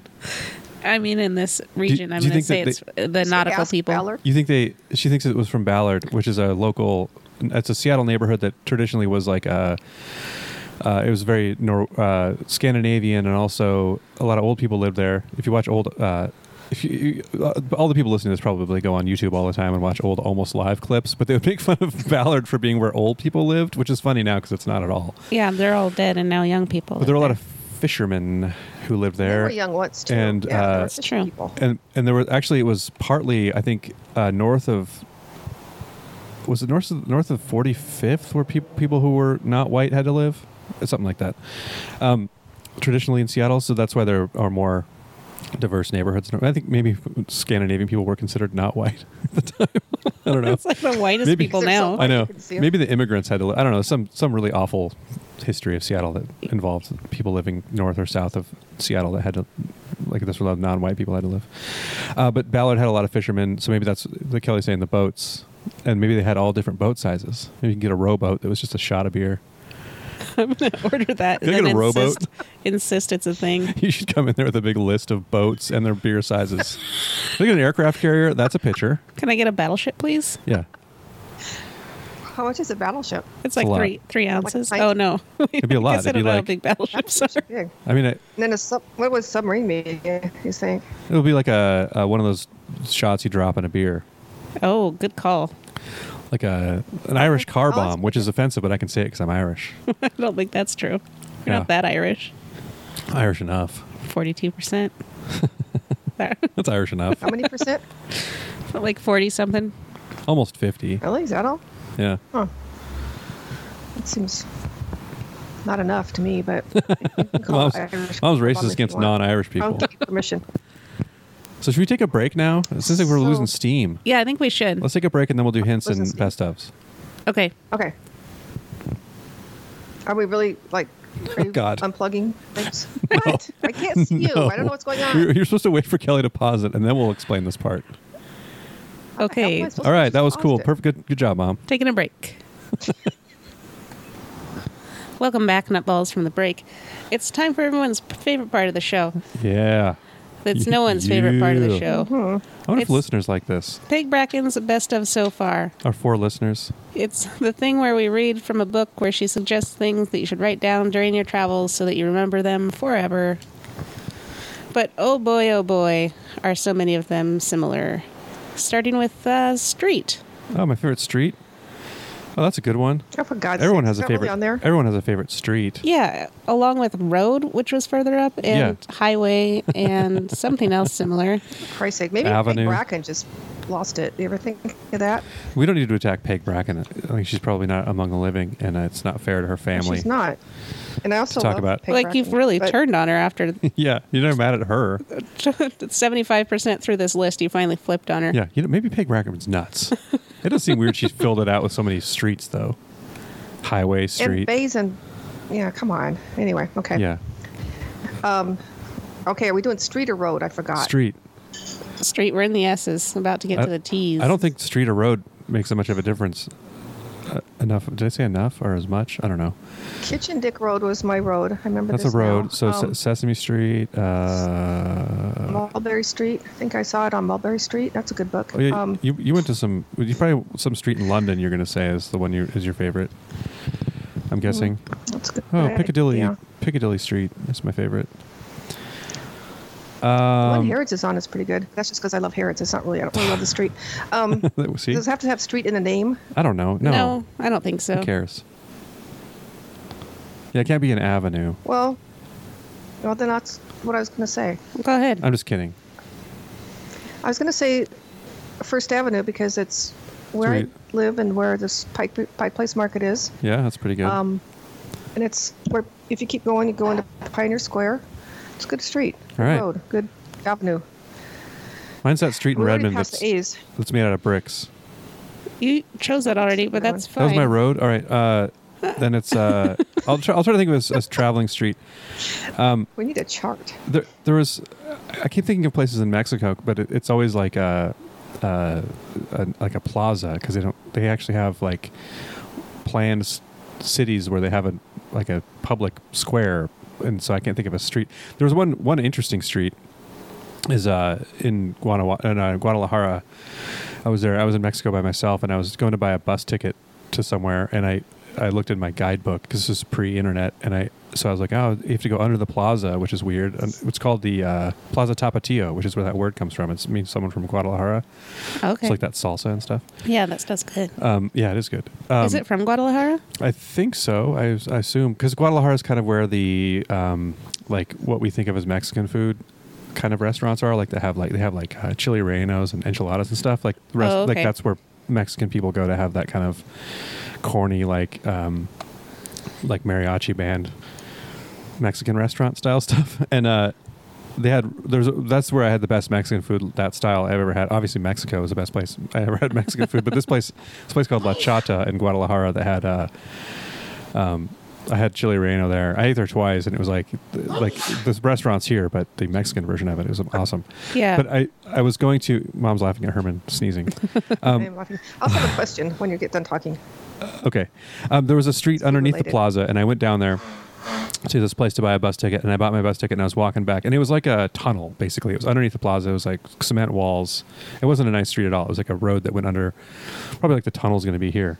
[SPEAKER 3] I mean, in this region, I'm
[SPEAKER 2] do you
[SPEAKER 3] gonna
[SPEAKER 2] think
[SPEAKER 3] say
[SPEAKER 2] that
[SPEAKER 3] it's the nautical
[SPEAKER 1] Ask
[SPEAKER 3] people.
[SPEAKER 1] Ballard.
[SPEAKER 2] You think they? She thinks it was from Ballard, which is a local. It's a Seattle neighborhood that traditionally was like a. Uh, it was very Nor- uh, Scandinavian, and also a lot of old people lived there. If you watch old, uh, if you, you- uh, all the people listening to this probably go on YouTube all the time and watch old almost live clips, but they would make fun of Ballard for being where old people lived, which is funny now because it's not at all.
[SPEAKER 3] Yeah, they're all dead, and now young people.
[SPEAKER 2] But there were a lot of fishermen who lived
[SPEAKER 1] They
[SPEAKER 2] there.
[SPEAKER 1] were young once too.
[SPEAKER 2] and,
[SPEAKER 1] yeah, they
[SPEAKER 2] uh,
[SPEAKER 1] were
[SPEAKER 2] That's
[SPEAKER 1] fish
[SPEAKER 3] true.
[SPEAKER 1] People.
[SPEAKER 2] and and there were actually it was partly I think uh, north of was it north of north of 45th where peop people who were not white had to live something like that um, traditionally in Seattle so that's why there are more diverse neighborhoods I think maybe Scandinavian people were considered not white at the time I don't know
[SPEAKER 3] It's like the whitest
[SPEAKER 2] Maybe-
[SPEAKER 3] people
[SPEAKER 1] They're so
[SPEAKER 3] now.
[SPEAKER 2] I know
[SPEAKER 1] Can see 'em.
[SPEAKER 2] maybe the immigrants had to live I don't know some some really awful history of Seattle that involved people living north or south of Seattle that had to like this where non-white people had to live uh, but Ballard had a lot of fishermen, so maybe that's the Kelly's saying the boats, and maybe they had all different boat sizes. Maybe you can get a rowboat that was just a shot of beer.
[SPEAKER 3] I'm gonna order that.
[SPEAKER 2] Can I
[SPEAKER 3] and
[SPEAKER 2] get a rowboat?
[SPEAKER 3] insist, insist it's a thing.
[SPEAKER 2] You should come in there with a big list of boats and their beer sizes. Look at an aircraft carrier. That's a picture.
[SPEAKER 3] Can I get a battleship, please?
[SPEAKER 2] Yeah,
[SPEAKER 1] How much is Oh, a battleship?
[SPEAKER 3] It's
[SPEAKER 2] a
[SPEAKER 3] like
[SPEAKER 2] lot.
[SPEAKER 3] three three ounces.
[SPEAKER 1] pint?
[SPEAKER 3] oh no,
[SPEAKER 2] It'd be a lot.
[SPEAKER 3] I guess I
[SPEAKER 2] It'd be
[SPEAKER 3] don't know how
[SPEAKER 2] like-
[SPEAKER 3] big battleships are.
[SPEAKER 1] Big. And
[SPEAKER 2] I mean, it,
[SPEAKER 1] then a sub, what would submarine mean? You think?
[SPEAKER 2] it'll be like a, a one of those shots you drop in a beer,
[SPEAKER 3] Oh, good call.
[SPEAKER 2] like a an Irish car
[SPEAKER 1] Oh, that's-
[SPEAKER 2] bomb, which is offensive, but I can say it because I'm Irish.
[SPEAKER 3] I don't think that's true. You're
[SPEAKER 2] Yeah.
[SPEAKER 3] not that Irish.
[SPEAKER 2] Irish enough.
[SPEAKER 3] Forty-two percent.
[SPEAKER 2] That's Irish enough.
[SPEAKER 1] How many percent?
[SPEAKER 3] like forty something.
[SPEAKER 2] Almost fifty.
[SPEAKER 1] really? Is that all?
[SPEAKER 2] Yeah.
[SPEAKER 1] Huh. That seems not enough to me, but you can call
[SPEAKER 2] Mom's,
[SPEAKER 1] it Irish
[SPEAKER 2] mom's
[SPEAKER 1] bomb if
[SPEAKER 2] racist
[SPEAKER 1] you
[SPEAKER 2] against
[SPEAKER 1] want.
[SPEAKER 2] non-Irish
[SPEAKER 1] I'll
[SPEAKER 2] people.
[SPEAKER 1] give you permission.
[SPEAKER 2] So should we take a break now? It seems like we're
[SPEAKER 1] So-
[SPEAKER 2] losing steam.
[SPEAKER 3] Yeah, I think we should.
[SPEAKER 2] Let's take a break and then we'll do hints
[SPEAKER 1] Losing
[SPEAKER 2] and
[SPEAKER 1] steam.
[SPEAKER 2] best ofs.
[SPEAKER 3] Okay.
[SPEAKER 1] Okay. Are we really like? Are you
[SPEAKER 2] Oh, God.
[SPEAKER 1] unplugging things? What? I can't see you. I don't know what's going on.
[SPEAKER 2] You're, you're supposed to wait for Kelly to pause it and then we'll explain this part.
[SPEAKER 3] Okay.
[SPEAKER 1] Supposed
[SPEAKER 2] All
[SPEAKER 1] to
[SPEAKER 2] right,
[SPEAKER 1] just
[SPEAKER 2] that was
[SPEAKER 1] pause
[SPEAKER 2] cool.
[SPEAKER 1] it.
[SPEAKER 2] Perfect. Good, good job, mom.
[SPEAKER 3] Taking a break. Welcome back, Nutballs, from the break. It's time for everyone's favorite part of the show.
[SPEAKER 2] Yeah.
[SPEAKER 3] That's no one's favorite part of the
[SPEAKER 2] Yeah.
[SPEAKER 3] show.
[SPEAKER 2] I wonder if
[SPEAKER 3] It's-
[SPEAKER 2] listeners like this.
[SPEAKER 3] Peg Bracken's best of so far.
[SPEAKER 2] Our four listeners.
[SPEAKER 3] It's the thing where we read from a book where she suggests things that you should write down during your travels so that you remember them forever. But oh boy, oh boy, are so many of them similar. Starting with uh, Street.
[SPEAKER 2] Oh, my favorite street. Oh, that's a good one.
[SPEAKER 1] Oh, for God's
[SPEAKER 2] Everyone
[SPEAKER 1] sake, it's
[SPEAKER 2] has a
[SPEAKER 1] not really
[SPEAKER 2] favorite.
[SPEAKER 1] on there.
[SPEAKER 2] Everyone has a favorite street.
[SPEAKER 3] Yeah, along with Road, which was further up, and
[SPEAKER 2] Yeah.
[SPEAKER 3] Highway, and something else similar.
[SPEAKER 1] For Christ's sake, maybe
[SPEAKER 2] Avenue.
[SPEAKER 1] Avenue. Bracken just lost it. You ever think of that?
[SPEAKER 2] We don't need to attack Peg Bracken. I think she's probably not among the living, and uh, it's not fair to her family.
[SPEAKER 1] She's not. And I also
[SPEAKER 2] talk
[SPEAKER 1] love
[SPEAKER 2] about-
[SPEAKER 1] Peg
[SPEAKER 3] like, you've
[SPEAKER 1] Bracken,
[SPEAKER 3] really
[SPEAKER 1] but
[SPEAKER 3] turned on her after
[SPEAKER 2] yeah, you're not mad at her.
[SPEAKER 3] 75% through this list. You finally flipped on her.
[SPEAKER 2] Yeah, you know, maybe Peg Bracken's nuts. it does seem weird she filled it out with so many streets, though. Highway,
[SPEAKER 1] And
[SPEAKER 2] street.
[SPEAKER 1] Bays and yeah, come on. Anyway, okay.
[SPEAKER 2] yeah,
[SPEAKER 1] Okay, are we doing street or road? I forgot.
[SPEAKER 2] street.
[SPEAKER 3] Street, we're in the S's, about to get
[SPEAKER 2] I-
[SPEAKER 3] to the T's.
[SPEAKER 2] I don't think street or road makes that much of a difference. Uh, enough? Did I say enough or as much? I don't know.
[SPEAKER 1] Kitchen Dick Road was my road. I remember
[SPEAKER 2] That's a
[SPEAKER 1] this now.
[SPEAKER 2] road. So Se-
[SPEAKER 1] Um,
[SPEAKER 2] Sesame Street. Uh,
[SPEAKER 1] Mulberry Street. I think I saw it on Mulberry Street. That's a good book.
[SPEAKER 2] oh, yeah,
[SPEAKER 1] um,
[SPEAKER 2] you you went to some. You probably some street in London. You're going to say is the one you is your favorite. I'm guessing.
[SPEAKER 1] that's a good.
[SPEAKER 2] Oh,
[SPEAKER 1] book.
[SPEAKER 2] Piccadilly.
[SPEAKER 1] Mm, Yeah.
[SPEAKER 2] Piccadilly Street is my favorite.
[SPEAKER 1] The one
[SPEAKER 2] Um,
[SPEAKER 1] Harrods is on is pretty good. That's just because I love Harrods. It's not really. I don't really love the street. Um,
[SPEAKER 2] see,
[SPEAKER 1] does it have to have street in the name?
[SPEAKER 2] I don't know. No,
[SPEAKER 3] No, I don't think so.
[SPEAKER 2] Who cares? Yeah, it can't be an avenue.
[SPEAKER 1] Well, well, then that's what I was going to say.
[SPEAKER 3] Go ahead.
[SPEAKER 2] I'm just kidding.
[SPEAKER 1] I was going to say First Avenue because it's where
[SPEAKER 2] Sweet.
[SPEAKER 1] I live and where this Pike, Pike Place Market is.
[SPEAKER 2] Yeah, that's pretty good.
[SPEAKER 1] Um, and it's where if you keep going, you go into Pioneer Square. It's a good street. Good
[SPEAKER 2] All right.
[SPEAKER 1] road. Good avenue.
[SPEAKER 2] Mine's that street in
[SPEAKER 1] We're already
[SPEAKER 2] Redmond
[SPEAKER 1] past
[SPEAKER 2] that's,
[SPEAKER 1] the A's.
[SPEAKER 2] that's made out of bricks.
[SPEAKER 3] You chose that already, but that's
[SPEAKER 2] That
[SPEAKER 3] fine.
[SPEAKER 2] was my road. All right. Uh, then it's uh, I'll try. I'll try to think of a, a traveling street.
[SPEAKER 1] We need a chart.
[SPEAKER 2] There, there was. I keep thinking of places in Mexico, but it, it's always like a, uh a like a plaza because they don't. They actually have like planned s- cities where they have a like a public square, and so I can't think of a street. There was one one interesting street is uh in Guanawa- in, uh, Guadalajara. I was there. I was in Mexico by myself, and I was going to buy a bus ticket to somewhere, and I I looked in my guidebook because this is pre-internet, and I so I was like, oh, you have to go under the plaza, which is weird. And It's called the uh, Plaza Tapatio, which is where that word comes from. It means someone from Guadalajara.
[SPEAKER 3] Okay.
[SPEAKER 2] It's like that salsa and stuff.
[SPEAKER 3] Yeah, that stuff's good.
[SPEAKER 2] Um, yeah, it is good. Um,
[SPEAKER 3] Is it from Guadalajara?
[SPEAKER 2] I think so. I, I assume because Guadalajara is kind of where the um, like what we think of as Mexican food kind of restaurants are. Like they have like they have like uh, chili rellenos and enchiladas and stuff. Like the rest,
[SPEAKER 3] Oh,
[SPEAKER 2] like
[SPEAKER 3] okay.
[SPEAKER 2] that's where Mexican people go to have that kind of corny like um, like mariachi band Mexican restaurant style stuff. And uh, they had there's that's where I had the best Mexican food that style I've ever had. Obviously, Mexico was the best place I ever had Mexican food, but this place this place called La Chata in Guadalajara that had uh, um, I had chili relleno there. I ate there twice, and it was like th- like this restaurant's here, but the Mexican version of it was awesome.
[SPEAKER 3] Yeah.
[SPEAKER 2] But I I was going to mom's laughing at Herman sneezing. Um,
[SPEAKER 1] I am laughing. I also have a question when you get done talking.
[SPEAKER 2] Okay. Um, there was a street
[SPEAKER 1] Food
[SPEAKER 2] underneath the
[SPEAKER 1] related.
[SPEAKER 2] plaza, and I went down there to this place to buy a bus ticket, and I bought my bus ticket, and I was walking back, and it was like a tunnel, basically. It was underneath the plaza. It was like cement walls. It wasn't a nice street at all. It was like a road that went under, probably like the tunnel's going to be here.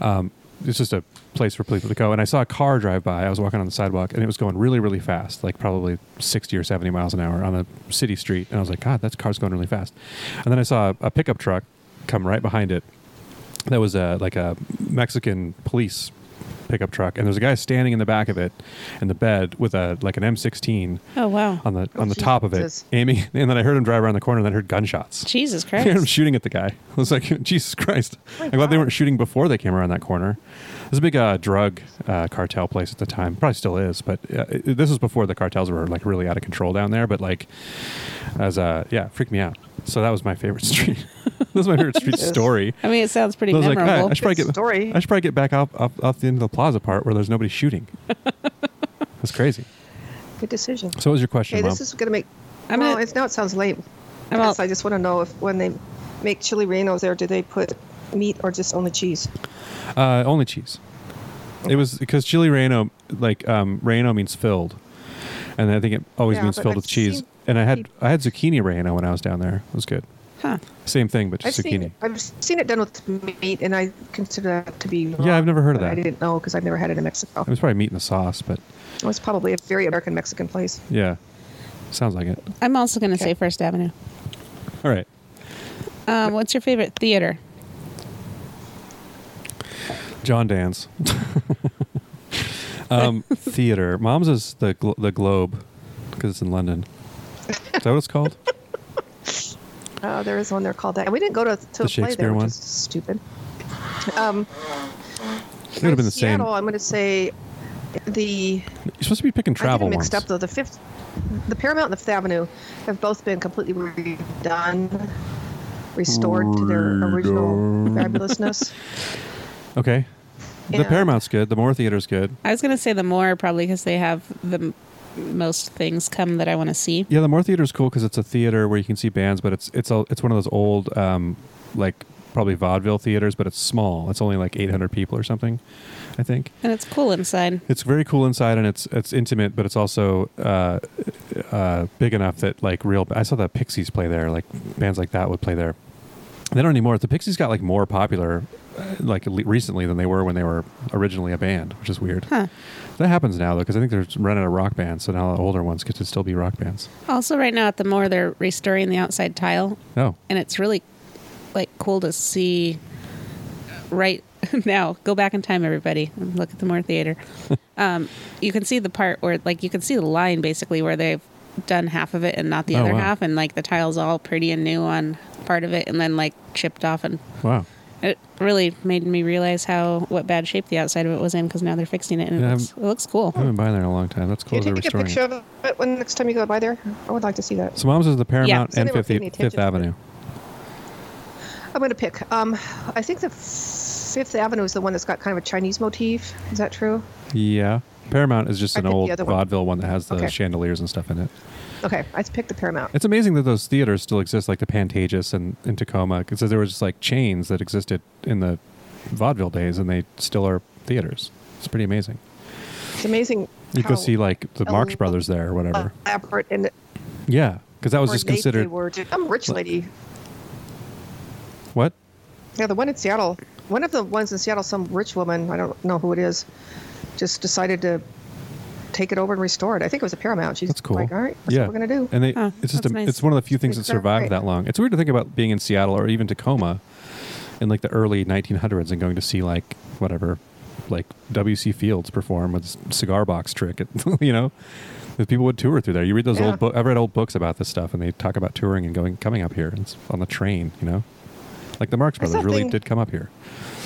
[SPEAKER 2] Um, it's just a place for people to go. And I saw a car drive by. I was walking on the sidewalk, and it was going really, really fast, like probably 60 or 70 miles an hour on a city street. And I was like, God, that car's going really fast. And then I saw a pickup truck come right behind it that was a like a Mexican police pickup truck, and there's a guy standing in the back of it, in the bed with a like an M16
[SPEAKER 3] oh wow.
[SPEAKER 2] on the
[SPEAKER 1] Oh,
[SPEAKER 2] on the top of it,
[SPEAKER 1] Jesus.
[SPEAKER 2] aiming. And then I heard him drive around the corner, and then I heard gunshots.
[SPEAKER 3] Jesus
[SPEAKER 2] I heard him
[SPEAKER 3] Christ.
[SPEAKER 2] shooting at the guy. I was like, Jesus Christ! I'm glad they
[SPEAKER 1] God.
[SPEAKER 2] weren't shooting before they came around that corner. It was a big uh, drug uh, cartel place at the time, probably still is, but uh, it, this was before the cartels were like really out of control down there. But like, as uh, yeah, it freaked me out. So that was my favorite street. that was my favorite street
[SPEAKER 1] Yes.
[SPEAKER 2] story.
[SPEAKER 3] I mean, it sounds pretty
[SPEAKER 2] I was like, "Hey,
[SPEAKER 3] memorable.
[SPEAKER 2] I should probably
[SPEAKER 1] Good
[SPEAKER 2] get
[SPEAKER 1] story.
[SPEAKER 2] I should probably get back off off, off the end of the plaza part where there's nobody shooting. That's crazy.
[SPEAKER 1] Good decision.
[SPEAKER 2] So, what was your question,
[SPEAKER 1] Okay,
[SPEAKER 2] Mom?
[SPEAKER 1] this is going to make.
[SPEAKER 3] I'm
[SPEAKER 1] well,
[SPEAKER 3] gonna-
[SPEAKER 1] it's, now it sounds lame.
[SPEAKER 3] I'm
[SPEAKER 1] Yes,
[SPEAKER 3] all-
[SPEAKER 1] I just want to know if when they make chili rellenos there, do they put meat or just only cheese?
[SPEAKER 2] uh, only cheese. It was because chili relleno, like um, relleno means filled, and I think it always
[SPEAKER 1] Yeah,
[SPEAKER 2] means
[SPEAKER 1] but
[SPEAKER 2] filled
[SPEAKER 1] I've
[SPEAKER 2] with cheese.
[SPEAKER 1] seen
[SPEAKER 2] and I had
[SPEAKER 1] people-
[SPEAKER 2] I had zucchini relleno when I was down there. It was good.
[SPEAKER 3] huh.
[SPEAKER 2] Same thing, but
[SPEAKER 1] I've
[SPEAKER 2] just
[SPEAKER 1] seen,
[SPEAKER 2] zucchini.
[SPEAKER 1] I've seen it done with meat, and I consider that to be. wrong,
[SPEAKER 2] I've never heard of
[SPEAKER 1] but I
[SPEAKER 2] that.
[SPEAKER 1] didn't know because I've never had it in Mexico.
[SPEAKER 2] It was probably meat in the sauce, but
[SPEAKER 1] It was probably a very American Mexican place.
[SPEAKER 2] yeah, sounds like it.
[SPEAKER 3] I'm also going to
[SPEAKER 1] Okay.
[SPEAKER 3] say First Avenue.
[SPEAKER 2] All right.
[SPEAKER 3] Um, what's your favorite theater?
[SPEAKER 2] John Dan's. um, theater. Mom's is the glo- the Globe because it's in London. Is that what it's called?
[SPEAKER 1] Uh, there is one there called that. And we didn't go to, to
[SPEAKER 2] The
[SPEAKER 1] a play
[SPEAKER 2] Shakespeare
[SPEAKER 1] there,
[SPEAKER 2] one?
[SPEAKER 1] which is stupid. Um,
[SPEAKER 2] It would have been the same.
[SPEAKER 1] Seattle, I'm going to say the
[SPEAKER 2] You're supposed to be picking travel
[SPEAKER 1] I get it mixed
[SPEAKER 2] ones.
[SPEAKER 1] up though. The fifth, the Paramount and the Fifth Avenue have both been completely redone, restored to their original
[SPEAKER 2] Redone.
[SPEAKER 1] fabulousness.
[SPEAKER 2] Okay. The
[SPEAKER 1] Yeah.
[SPEAKER 2] Paramount's good. The Moore Theater's good.
[SPEAKER 3] I was going to say the Moore probably because they have the m- most things come that I want to see.
[SPEAKER 2] Yeah, the Moore Theater's cool because it's a theater where you can see bands, but it's it's a, it's one of those old um, like probably vaudeville theaters, but it's small. It's only like 800 people or something, I think.
[SPEAKER 3] And it's cool inside.
[SPEAKER 2] It's very cool inside, and it's it's intimate, but it's also uh, uh, big enough that like real. I saw the Pixies play there. Like bands like that would play there. They don't anymore. The Pixies got like more popular, uh, like le- recently than they were when they were originally a band, which is weird.
[SPEAKER 3] Huh.
[SPEAKER 2] That happens now though, because I think they're running out of rock bands, so now the older ones get to still be rock bands.
[SPEAKER 3] Also, right now at the Moore, they're restoring the outside tile,
[SPEAKER 2] Oh,
[SPEAKER 3] and it's really like cool to see. Right now, go back in time, everybody, and look at the Moore Theater. um, you can see the part where, like, you can see the line basically where they've done half of it and not the
[SPEAKER 2] Oh,
[SPEAKER 3] other
[SPEAKER 2] wow.
[SPEAKER 3] half, and like the tile's all pretty and new on part of it, and then like chipped off and
[SPEAKER 2] wow.
[SPEAKER 3] It really made me realize how what bad shape the outside of it was in because now they're fixing it and
[SPEAKER 2] Yeah,
[SPEAKER 3] it,
[SPEAKER 2] I'm-
[SPEAKER 3] looks, it looks cool.
[SPEAKER 2] I haven't been by there in a long time. That's cool.
[SPEAKER 1] Can
[SPEAKER 2] They're
[SPEAKER 1] you take a
[SPEAKER 2] restoring
[SPEAKER 1] picture
[SPEAKER 2] it.
[SPEAKER 1] of it when next time you go by there? I would like to see that.
[SPEAKER 2] So mom's is the Paramount
[SPEAKER 1] Yeah.
[SPEAKER 2] and
[SPEAKER 1] Does anyone pay any
[SPEAKER 2] 50, Fifth
[SPEAKER 1] attention to
[SPEAKER 2] Avenue.
[SPEAKER 1] I'm going to pick. Um, I think the Fifth Avenue is the one that's got kind of a Chinese motif. Is that true?
[SPEAKER 2] Yeah. Paramount is just
[SPEAKER 1] I
[SPEAKER 2] an
[SPEAKER 1] picked the
[SPEAKER 2] old
[SPEAKER 1] other one.
[SPEAKER 2] vaudeville one that has the
[SPEAKER 1] Okay.
[SPEAKER 2] chandeliers and stuff in it.
[SPEAKER 1] Okay, I picked the Paramount.
[SPEAKER 2] It's amazing that those theaters still exist, like the Pantages and in Tacoma, because there were just like chains that existed in the vaudeville days, and they still are theaters. It's pretty amazing.
[SPEAKER 1] It's amazing.
[SPEAKER 2] You
[SPEAKER 1] how
[SPEAKER 2] go see like the
[SPEAKER 1] Oh,
[SPEAKER 2] Marx Brothers there or whatever.
[SPEAKER 1] elaborate and
[SPEAKER 2] Yeah, because that was
[SPEAKER 1] ornate
[SPEAKER 2] just
[SPEAKER 1] They
[SPEAKER 2] considered
[SPEAKER 1] were. To, I'm a rich lady.
[SPEAKER 2] what?
[SPEAKER 1] Yeah, the one in Seattle. One of the ones in Seattle, some rich woman, I don't know who it is, just decided to take it over and restore it. I think it was a Paramount. She's
[SPEAKER 2] That's cool.
[SPEAKER 1] like, all right, that's
[SPEAKER 2] yeah,
[SPEAKER 1] what we're going to do.
[SPEAKER 2] and they
[SPEAKER 3] Oh,
[SPEAKER 2] it's just a,
[SPEAKER 3] that's nice.
[SPEAKER 2] it's one of the few things that
[SPEAKER 1] Pretty
[SPEAKER 2] survived
[SPEAKER 1] great.
[SPEAKER 2] that long. It's weird to think about being in Seattle or even Tacoma in like the early 1900s and going to see like whatever, like W.C. Fields perform with his cigar box trick. you know, Because people would tour through there. You read those
[SPEAKER 1] Yeah.
[SPEAKER 2] old book. I've read old books about this stuff, and they talk about touring and going coming up here and it's on the train. You know, like the Marx
[SPEAKER 1] I saw
[SPEAKER 2] Brothers really
[SPEAKER 1] thing-
[SPEAKER 2] did come up here.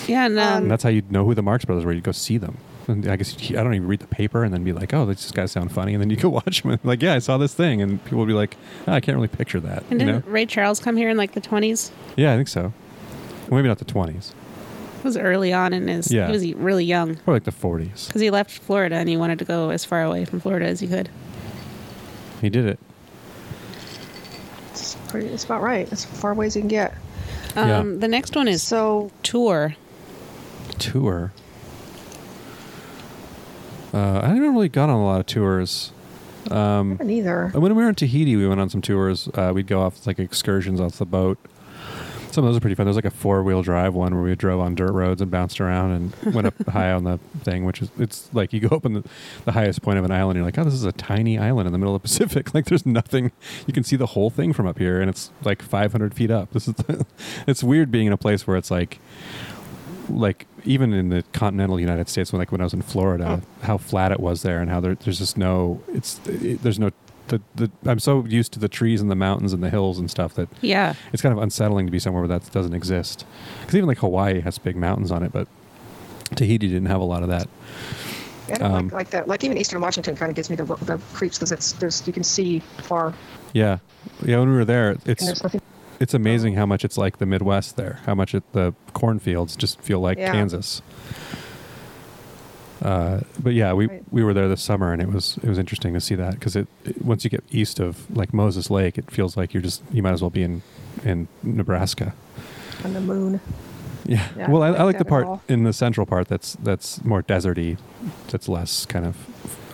[SPEAKER 3] Yeah, and, um,
[SPEAKER 2] And that's how you'd know who the Marx Brothers were. You'd go see them. And I guess you'd he- I don't even read the paper and then be like, oh, these guys sound funny. And then you go watch them. And like, yeah, I saw this thing. And people would be like, "Ah, I can't really picture that.
[SPEAKER 3] and
[SPEAKER 2] you
[SPEAKER 3] didn't
[SPEAKER 2] know?
[SPEAKER 3] Ray Charles come here in like the 20s?
[SPEAKER 2] Yeah, I think so. Well, maybe not the 20s,
[SPEAKER 3] It was early on in his,
[SPEAKER 2] Yeah.
[SPEAKER 3] he was really young
[SPEAKER 2] or like the 40s.
[SPEAKER 3] because he left Florida and he wanted to go as far away from Florida as he could.
[SPEAKER 2] He did it.
[SPEAKER 1] It's, pretty, it's about right. As far away as you can get.
[SPEAKER 2] Yeah.
[SPEAKER 3] Um, The next one is
[SPEAKER 1] So
[SPEAKER 3] Tour.
[SPEAKER 2] Tour. Uh, I haven't really gone on a lot of tours. Um,
[SPEAKER 1] I haven't either.
[SPEAKER 2] And when we were in Tahiti, we went on some tours. Uh, we'd go off like excursions off the boat. Some of those are pretty fun. There was like a four wheel drive one where we drove on dirt roads and bounced around and went up high on the thing, which is it's like you go up on the, the highest point of an island. And you're like, oh, this is a tiny island in the middle of the Pacific. Like there's nothing. You can see the whole thing from up here, and it's like 500 feet up. This is the, it's weird being in a place where it's like like even in the continental United States, when like when I was in Florida,
[SPEAKER 1] Oh.
[SPEAKER 2] how flat it was there, and how there, there's just no it's it, there's no the, the I'm so used to the trees and the mountains and the hills and stuff that
[SPEAKER 3] Yeah.
[SPEAKER 2] it's kind of unsettling to be somewhere where that doesn't exist. Because even like Hawaii has big mountains on it, but Tahiti didn't have a lot of that.
[SPEAKER 1] I don't
[SPEAKER 2] um,
[SPEAKER 1] like, like that. Like even Eastern Washington kind of gives me the, the creeps because it's there's you can see far
[SPEAKER 2] Yeah, yeah. When we were there,
[SPEAKER 1] and
[SPEAKER 2] it's
[SPEAKER 1] there's nothing.
[SPEAKER 2] it's amazing how much it's like the Midwest there. How much it, the cornfields just feel like
[SPEAKER 1] Yeah.
[SPEAKER 2] Kansas. Uh, but yeah, we,
[SPEAKER 1] Right.
[SPEAKER 2] we were there this summer, and it was it was interesting to see that because it, it- once you get east of like Moses Lake, it feels like you're just you might as well be in in Nebraska.
[SPEAKER 1] On the moon.
[SPEAKER 2] Yeah.
[SPEAKER 1] Yeah,
[SPEAKER 2] well,
[SPEAKER 1] I
[SPEAKER 2] I, I
[SPEAKER 1] like
[SPEAKER 2] like the
[SPEAKER 1] that at
[SPEAKER 2] part
[SPEAKER 1] all.
[SPEAKER 2] in the central part that's that's more deserty, that's less kind of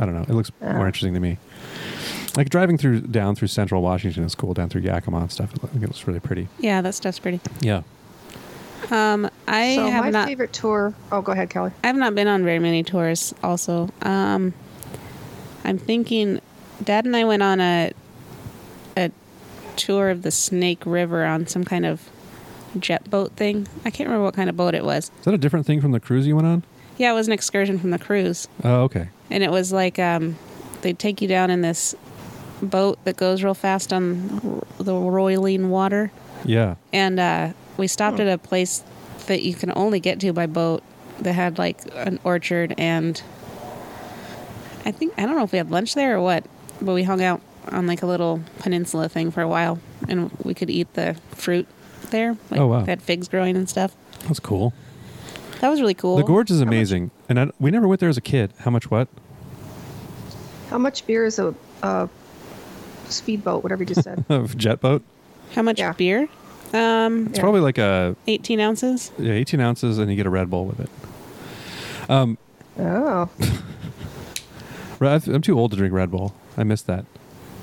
[SPEAKER 2] I don't know. It looks
[SPEAKER 1] Yeah.
[SPEAKER 2] more interesting to me. Like driving through down through central Washington is cool. Down through Yakima and stuff, I think it looks really pretty.
[SPEAKER 3] Yeah, that stuff's pretty.
[SPEAKER 2] Yeah.
[SPEAKER 3] Um, I
[SPEAKER 1] so my
[SPEAKER 3] have not.
[SPEAKER 1] favorite tour. Oh, go ahead, Kelly.
[SPEAKER 3] I've not been on very many tours. Also, um, I'm thinking, Dad and I went on a a tour of the Snake River on some kind of jet boat thing. I can't remember what kind of boat it was.
[SPEAKER 2] Is that a different thing from the cruise you went on?
[SPEAKER 3] Yeah, it was an excursion from the cruise,
[SPEAKER 2] Oh, okay.
[SPEAKER 3] and it was like um, they take you down in this boat that goes real fast on r- the roiling water.
[SPEAKER 2] Yeah.
[SPEAKER 3] and uh, we stopped at a place that you can only get to by boat that had like an orchard and i think i don't know if we had lunch there or what but we hung out on like a little peninsula thing for a while and we could eat the fruit there like
[SPEAKER 2] Oh, wow.
[SPEAKER 3] they had figs growing and stuff
[SPEAKER 2] That's cool.
[SPEAKER 3] that was really cool
[SPEAKER 2] The gorge is amazing. And I, we never went there as a kid. How much what?
[SPEAKER 1] How much beer is a, a speedboat? Whatever you just said.
[SPEAKER 2] Of jet boat?
[SPEAKER 3] how much
[SPEAKER 1] Yeah.
[SPEAKER 3] beer um
[SPEAKER 2] It's
[SPEAKER 1] Yeah.
[SPEAKER 2] probably like a
[SPEAKER 3] 18 ounces
[SPEAKER 2] yeah, 18 ounces and you get a Red Bull with it.
[SPEAKER 1] oh,
[SPEAKER 2] Re- I've- I'm too old to drink Red Bull. I missed that.